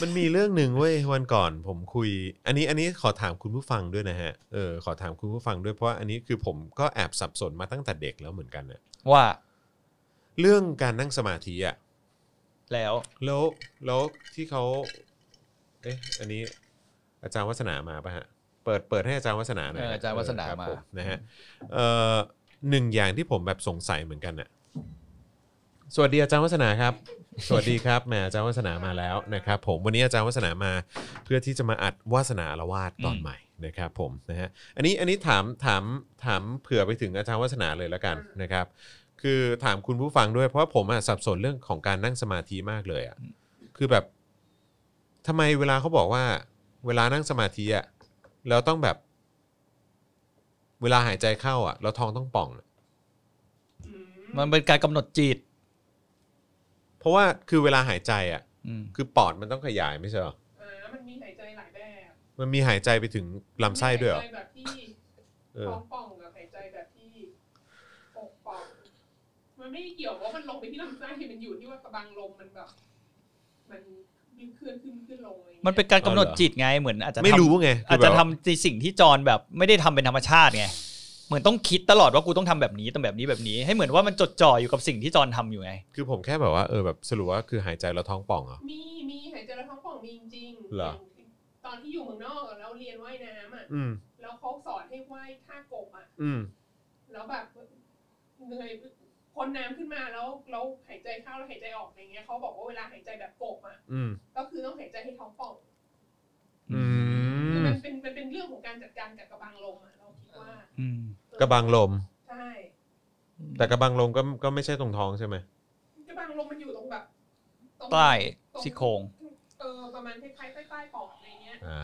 S1: มันมีเรื่องหนึ่งเว้ยวันก่อนผมคุย อันนี้อันนี้ขอถามคุณผู้ฟังด้วยนะฮะเออขอถามคุณผู้ฟังด้วยเพราะว่าอันนี้คือผมก็แอบสับสนมาตั้งแต่เด็กแล้วเหมือนกันนะ
S2: ว่า
S1: เรื่องการนั่งสมาธิอะ
S2: แล้ว
S1: แล้วแล้วที่เขาเอ๊ะอันนี้อาจารย์วัฒนามาปะฮะเปิดเปิดให้อาจารย์วัฒนาหน่อย
S2: เออ
S1: ฮะ
S2: อาจารย์วัฒนา
S1: เออคบ
S2: มา
S1: ผนะฮะเอ่อหนึ่งอย่างที่ผมแบบสงสัยเหมือนกันน่ะสวัสดีอาจารย์วัฒนาครับ สวัสดีครับแหมอาจารย์วัฒนามาแล้วนะครับผมวันนี้อาจารย์วัฒนามาเพื่อที่จะมาอัดวาสนาละวาดตอนใหม่นะครับผมนะฮะอันนี้อันนี้ถามถามถามเผื่อไปถึงอาจารย์วัฒนาเลยแล้วกันนะครับ คือถามคุณผู้ฟังด้วยเพราะว่าผมอะสับสนเรื่องของการนั่งสมาธิมากเลยอะคือแบบทำไมเวลาเขาบอกว่า เวลานั่งสมาธิอะเราต้องแบบ เวลาหายใจเข้าอะเราท้องต้องป่องอะ
S2: มันเป็นการกำหนดจิต
S1: เพราะว่าคือเวลาหายใจอะ
S2: อืม
S1: คือปอดมันต้องขยายไม่ใช่เหรอ
S4: เออแล้วมันมีหายใจหลายแบบ
S1: มันมีหายใจไปถึงลำไส้ด้วยเหรอ
S4: มีาใจแบบที่
S1: เออ
S4: ท้องป่องกับหายใจแบบที่ปกป่อง มันไม่ได้เกี่ยวว่ามันลงไปที่ลำไส้มันอยู่ที่ว่ากระบังลมมันแบบ มันมีเคลื่อนขึ้นขึ้นลงอะไรอย่างงี้ย
S2: มันเป็นการกำหนดจิตไงเหมือนอาจจะ
S1: ไม่
S2: ทำ
S1: รู้ไงคื
S2: อาจ
S1: แบบ
S2: จะทำในสิ่งที่จอนแบบไม่ได้ทำเป็นธรรมชาติไง เหมือนต้องคิดตลอดว่ากูต้องทำแบบนี้ต้องแบบนี้แบบนี้ ให้เหมือนว่ามันจดจ่ออยู่กับสิ่งที่จอนทำอยู่ไง
S1: คือผมแค่แบบว่าเออแบบสรุปว่าคือหายใจแล้วท้องป่องเหรอ
S4: มีมีหายใจแล้วท้องป่องมีจริงๆ
S1: เหรอ
S4: ตอนที่อยู่เมืองนอกอะเราเรียนว่ายน้ำอ่ะ
S1: อืม
S4: แล้วเขาสอนให้ว่ายท่ากบอ่ะ
S1: อืม
S4: แล้วแบบเหนื่อยพ้นน้ำขึ้นมาแล้วแล้วหายใจเข้าแล้วหายใจออกอะไรเงี้ยเขาบอกว่าเวลาหายใจแบบกบอ่ะ
S1: อืม
S4: ก็คือต้องหายใจให้ท้องป่อง
S1: อืม
S4: มันเป็นมันเป็นเรื่องของการจัดการกับกระบังลมอะเราคิดว่า
S2: อืม
S4: เออก
S1: ระบังลม แต่กระบังลงก็ก็ไม่ใช่ตรงท้องใช่ไหม
S4: กระบังลมมันอยู่ตรงแบบตรง
S2: ใต้ซี่โครง
S4: เออประมาณคล้ายๆใต้ใต้ปอดอะไรเงี้ย
S1: อ่า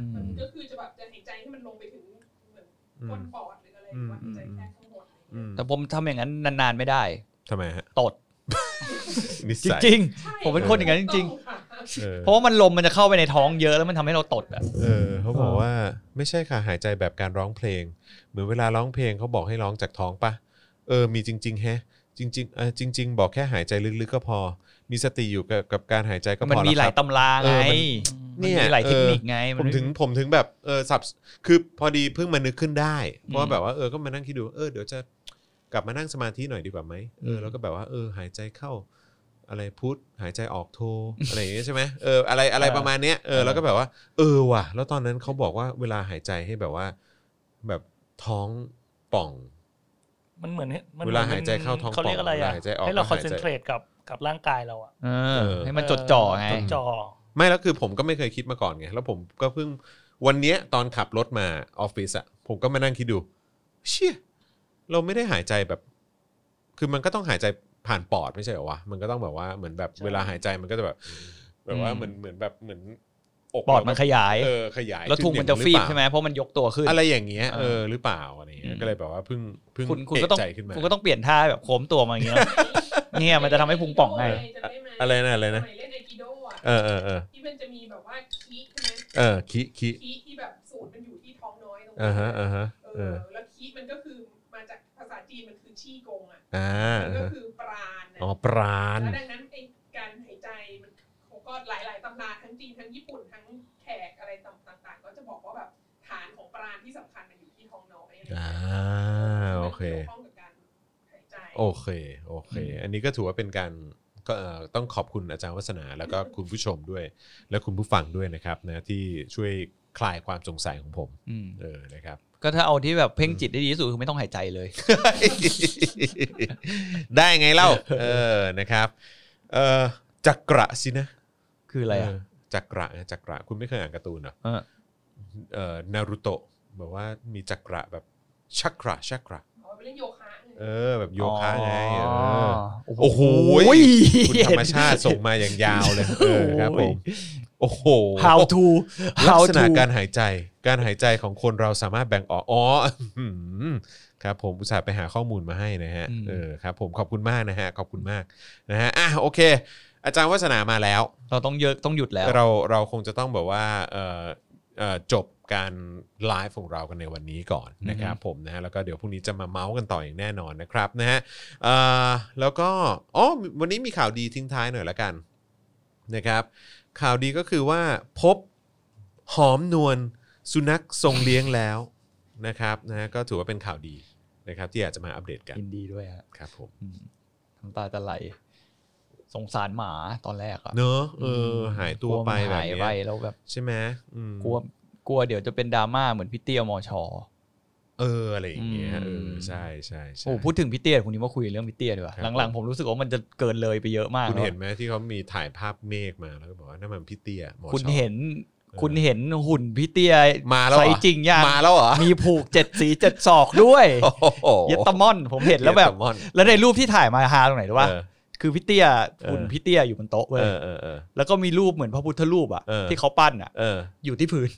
S2: อื
S4: มัน
S2: ม
S4: ก็คือจะแบบจะหายใจให้มันลงไปถึงเหมือน
S1: อื
S4: ก้
S1: ม
S4: นปอดหรืออะไรหรือว่าหายใจแค่ข้างบนอะไร
S1: อื
S4: เงี้ย
S1: ม
S2: แต่ผมทำอย่างนั้นนานๆไม่ได้
S1: ทำไมฮะ
S2: ตด
S1: นิ
S2: จ
S1: สัย
S2: ริง
S4: ใช่
S2: ผมเป็นคนอย่างนั้นจริง
S4: ถูกต้องค่ะ
S1: เออ
S2: ๆ เพราะว่ามันลมมันจะเข้าไปในท้องเยอะแล้วมันทำให้เราตดอ่ะ
S1: เออเขาบอกว่าไม่ใช่ค่ะหายใจแบบการร้องเพลง เหมือนเวลาร้องเพลงเขาบอกให้ร้องจากท้องปะเออ มีจริง ๆ แฮะ จริงๆเออจริง ๆ บอกแค่หายใจลึกๆก็พอ มีสติอยู่กับกับการหายใจก็พอ
S2: มันมีหลา
S1: แวค
S2: ย
S1: รับ
S2: ตำราไง
S1: เออ
S2: มัน
S1: เนี่ย
S2: มีหลายเทคนิค
S1: ออ
S2: ไง
S1: ผม
S2: น
S1: ถึงผมถึงแบบเออสับคือพอดีเพิ่งมานึกขึ้นได้ เพราะว่า
S2: อืม
S1: แบบว่าเออก็มานั่งคิดดูเออเดี๋ยวจะกลับมานั่งสมาธิหน่อยดีกว่าไหมเออ
S2: ม
S1: แล้วก็แบบว่าเออหายใจเข้า อะไรพุทธหายใจออกโท อะไรอย่างเงี้ยใช่ไหมเอออะไรอะไรประมาณเนี้ยเออแล้วก็แบบว่า เออว่ะ แล้วตอนนั้นเขาบอกว่าเวลาหายใจให้แบบว่า แบบท้องป่อง
S3: มันเหมือนมัน
S1: เวลาหายใจเข้าท้อง
S3: เขาเรียกอะไร
S1: ป่อง
S3: อ่ะ
S1: หายใจออก
S3: ให้เรา
S1: ก็
S3: คอ
S1: หาน ยใจ
S3: เซนเทรตกับกับร่างกายเราอ่ะ
S2: เออ
S1: เออ
S2: ให้มันจดจ่อไง
S3: จดจ่อ
S1: ไม่แล้วคือผมก็ไม่เคยคิดมาก่อนไงแล้วผมก็เพิ่งวันเนี้ยตอนขับรถมาออฟฟิศอะผมก็มานั่งคิดดู เชี่ยเราไม่ได้หายใจแบบ คือมันก็ต้องหายใจผ่านปอดไม่ใช่เหรอวะมันก็ต้องแบบว่าเหมือนแบบ
S3: ใช่
S1: เวลาหายใจมันก็จะแบบ แบบว่า
S2: อืม
S1: เหมือนเหมือนแบบเหมือนอก
S2: ปอดมันขยาย
S1: เออขยาย
S2: แล้วทุงมันจะฟีบใช่ไหม
S1: ขึ้น
S2: เพราะมันยกตัวขึ้น
S1: อย่างนี้หรือเปล่าอะไรอย่างเงี้ยเออหรือเปล่าอะไรเงี้
S2: เออ
S1: ย
S2: อืม
S1: ก็เลยแบบว่าเพิ่งเพิ่ง
S2: คุณคุณก็ต้อง
S1: เะใจขึ้นมา
S2: คุณก็ต้องเปลี่ยนท่าแบบโค้มตัวมาอย่างเงี้ย เนี่ยมันจะทำให้พุงป่องไง
S4: จะด้หม
S1: อะไรนะอะไรนะ
S4: สมัยเล่นไอกิโดอ่ะ
S1: เออเออเออ
S4: ที่มันจะมีแบบว่าคีใช่ไหม
S1: เออคิคิ
S4: คีที่แบบสูตรมันอยู่ที่ท้องน้อยตรง
S1: อ่า
S4: นั้
S1: ฮะ
S4: น
S1: อ่าฮะ
S4: เอ
S1: เออ
S4: อแล้วคีมันก็คือมาจากภาษาจีนมันคือชี่กงอ่ะ
S1: อ่า
S4: มัน
S1: อ่า
S4: ก็
S1: ฮะ
S4: คือปราณนะ
S1: อ๋อปราณ
S4: แล้วดังนั้นไอการหายใจมันเขาก็หลาย ๆตำราทั้งจีนทั้งญี่ปุ่นทั้งแขกอะไรต่างๆ ก็จะบอกว่าแบบฐานของปราณที่สำคัญมันอยู่ที่ท้องน้อยอะไรอย่าง
S1: อ่า
S4: เงี้ย
S1: โอเค
S4: มันกี่ยวข้องกับการหายใจ
S1: โอเค โอเค อันนี้ก็ถือว่าเป็นการก็เอ่อต้องขอบคุณอาจารย์วัฒนา แล้วก็คุณผู้ชมด้วย และคุณผู้ฟังด้วยนะครับนะที่ช่วยคลายความสงสัยของผม
S2: อืม
S1: เออนะครับ
S2: ก็ถ้าเอาที่แบบเพ่งจิตได้ดีที่สุดคือไม่ต้องหายใจเลย
S1: ได้ไงเล่าเออนะครับเออจักระสินะ
S2: คืออะไรอ่ะ
S1: เจักระนะจักระคุณไม่เคยอ่านการ์ตูนเหรอ
S2: เออ
S1: เอ่อนารุโตะแบบว่ามีจักระแบบชักระชักระ
S4: อ๋อไปเล่นโยคะเนี่ย
S1: เออ แบบโยคะไงเอ
S2: อ๋
S1: อ
S2: อ
S1: โอ้โห คุณธรรม
S2: เห็น
S1: ชาติส่งมาอย่างยาว เลยเออครับผม โอ้โห
S2: How to
S1: ลั
S2: How
S1: กษ
S2: to
S1: ณะการหายใจ การหายใจของคนเราสามารถแบ่งออก อ๋ออื้อหือครับผมอุตส่าห์ไปหาข้อมูลมาให้นะฮะ
S2: อืม
S1: เออครับผมขอบคุณมากนะฮะ ขอบคุณมากนะฮะ อ่ะโอเค อาจารย์วัฒนามาแล้ว
S2: เราต้องเยอะต้องหยุดแล้ว
S1: เราเราคงจะต้องแบบว่าเอ่อเอ่อจบการไลฟ์ของเรากันในวันนี้ก่อนนะครับผมนะฮะแล้วก็เดี๋ยวพรุ่งนี้จะมาเมาส์กันต่ออย่างแน่นอนนะครับนะฮะเอ่อแล้วก็อ๋อวันนี้มีข่าวดีทิ้งท้ายหน่อยละกันนะครับ ข่าวดีก็คือว่าพบหอมนวลสุนัขทรงเลี้ยงแล้วนะครับนะฮะก็ถือว่าเป็นข่าวดีนะครับ ที่อยากจะมาอัปเดตกัน
S2: ยินดีด้วยฮะ
S1: ครับผม
S2: อืมน้ำตาจะไหล สงสารหมาตอนแรกอะ
S1: เนอะเออหายตัวไป
S2: กมัน
S1: แบบ
S2: หาย
S1: เนี้
S2: ไป
S1: ย
S2: แล้วแบบ
S1: ใช่ไหมอืม
S2: กลัวกลัวเดี๋ยวจะเป็นดราม่าเหมือนพี่เตี้ยมอชอ
S1: เอออะไรอย่างเงี้ยเอ
S2: อื
S1: อ
S2: ม
S1: ใช่ใช่ใช่
S2: โอ้พูดถึงพี่เตี้ยคุณนี้มาคุยเรื่องพี่เตี้ยดีกว่า
S1: ครับ
S2: หลังๆผมรู้สึกว่ามันจะเกินเลยไปเยอะมาก
S1: คุณ
S2: แล้ว
S1: เห็นไหมที่เขามีถ่ายภาพเมฆมาแล้วก็บอกว่านั่นมันพี่เตี้ยหมอ
S2: คุณ
S1: ชอบ
S2: เห็น
S1: อ
S2: คุณเห็นหุ่นพี่เตี้ย
S1: มาแล้วเห
S2: ไซ
S1: รอ
S2: ส์จริงยัง
S1: มาแล้วเหรอ
S2: มีผูกเจ็ดสีเจ็ดศอกด้วย
S1: โอ้โห
S2: เยตามอน ผมเห็นแล้วแบบ
S1: เยตามอน
S2: แล้วในรูปที่ถ่ายมาฮาตรงไหนรู้ป่ะ
S1: เออ
S2: คือพี่เตี้ยหุ่น
S1: เออ
S2: พี่เตี้ยอยู่บนโต๊ะเว้ย
S1: เออเออเออ
S2: แล้วก็มีรูปเหมือนพระพุทธรูปอ่ะ
S1: เออ
S2: ที่เขาปั้นอ่ะ
S1: เออ
S2: อยู่ที่พื้น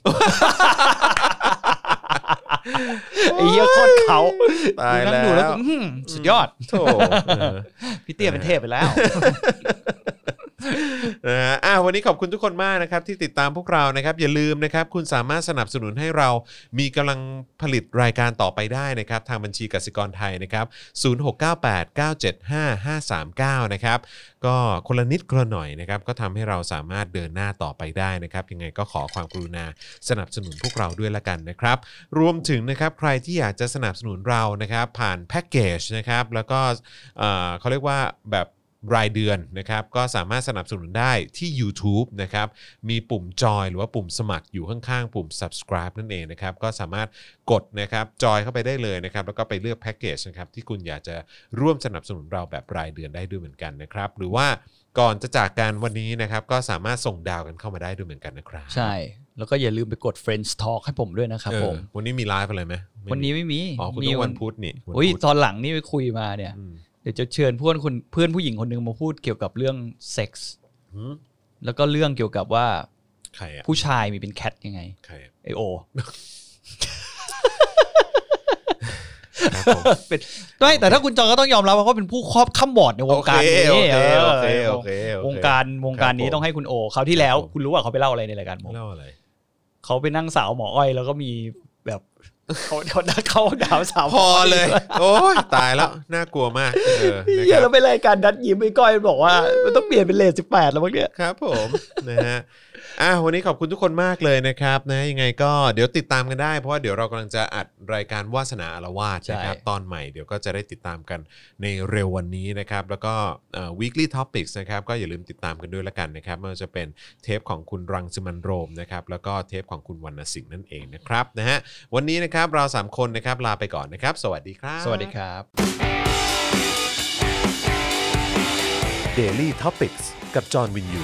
S2: ไอ้เหี้ยโคตรเขา
S1: ตาย
S2: นั่
S1: แล้
S2: งดูแล้ว
S1: ว
S2: ก็อื้อหือสุดยอด
S1: โถเออ
S2: พี่เตี้ยเป็นเทพไปแล้ว
S1: นะฮะอ่ะวันนี้ขอบคุณทุกคนมากนะครับที่ติดตามพวกเรานะครับ อย่าลืมนะครับ คุณสามารถสนับสนุนให้เรามีกำลังผลิตรายการต่อไปได้นะครับ ทางบัญชีกสิกรไทยนะครับ 0698975539 นะครับ ก็คนละนิดคนละหน่อยนะครับ ก็ทำให้เราสามารถเดินหน้าต่อไปได้นะครับ ยังไงก็ขอความกรุณาสนับสนุนพวกเราด้วยละกันนะครับ รวมถึงนะครับใครที่อยากจะสนับสนุนเรานะครับ ผ่านแพ็กเกจนะครับ แล้วก็เอ่อเขาเรียกว่าแบบ รายเดือนนะครับ ก็สามารถสนับสนุนได้ที่ YouTube นะครับ มีปุ่มจอยหรือว่าปุ่มสมัครอยู่ข้างๆ ปุ่ม subscribe นั่นเองนะครับ ก็สามารถกดนะครับจอยเข้าไปได้เลยนะครับ แล้วก็ไปเลือกแพ็กเกจนะครับที่คุณอยากจะร่วมสนับสนุนเราแบบรายเดือนได้ด้วยเหมือนกันนะครับ หรือว่าก่อนจะจากการวันนี้นะครับ ก็สามารถส่งดาวกันเข้ามาได้ด้วยเหมือนกันนะครับ
S2: ใช่ แล้วก็อย่าลืมไปกด Friends Talk ให้ผมด้วยนะครับ
S1: เออ
S2: ผม
S1: วันนี้มีไลฟ์อะไรไหมไม่มี
S2: วันนี้ไม่มี
S1: อ๋อคุณ
S2: มี
S1: ต้องวันพุธนี่วัน
S2: อุ้ย
S1: พุธ
S2: ตอนหลังนี่ไปคุยมาเนี่ย
S1: อืม
S2: เดี๋ยวจะเชิญเพื่อนคนเพื่อนผู้หญิงคนหนึ่งมาพูดเกี่ยวกับเรื่องเซ็กส์
S1: หืม
S2: แล้วก็เรื่องเกี่ยวกับว่า
S1: ใครอะ
S2: ผู้ชายมีเป็นแคทยังไง
S1: ใครอะ
S2: ไอ โอ
S1: ครับผม
S2: เป็นไม่แต่ถ้าคุณจอก็ต้องยอมรับว่าเขาเป็นผู้ครอบข้ามบอร์ดในวงการนี้
S1: โอเคโอเค
S2: เออ
S1: โอเคโอเคว
S2: งการวงการ
S1: ครับ
S2: นี้
S1: ผม
S2: ต้องให้คุณโอคราวที่แล้ว
S1: ครับผม
S2: คุณรู้ว่าเขาไปเล่าอะไรในรายการผม
S1: เล่าอะไร
S2: เขาไปนั่งสาวหมออ้อย แล้วก็มีแบบ เขาเขาเขาดาวสาวห
S1: พ
S2: ม
S1: อ
S2: อย
S1: เลย โอ้ยตายแล้ว น่ากลัวมากเออนะค
S2: เหี้ย
S1: รั
S2: แล้
S1: บ
S2: วไปรายการดัดยิ้มไอ้ก้อยบอกว่ามันต้องเปลี่ยนเป็นเลทสิบแปดแล้วมั้งเนี่ย
S1: ครับผม นะฮะอ่ะวันนี้ขอบคุณทุกคนมากเลยนะครับนะยังไงก็เดี๋ยวติดตามกันได้ เพราะว่าเดี๋ยวเรากำลังจะอัดรายการวาสนาอารวาส
S2: ใช่
S1: นะครับตอนใหม่เดี๋ยวก็จะได้ติดตามกันในเร็ววันนี้นะครับ แล้วก็เอ่อ weekly topics นะครับก็อย่าลืมติดตามกันด้วยละกันนะครับไม่ว่าจะเป็นเทปของคุณรังสิมันต์โรมนะครับแล้วก็เทปของคุณวรรณสิงห์นั่นเองนะครับนะฮะวันนี้นะครับเราสามคนนะครับลาไปก่อนนะครับ สวัสดีครับ
S2: สวัสดีครับ
S1: Daily Topics กับจอห์นวินยู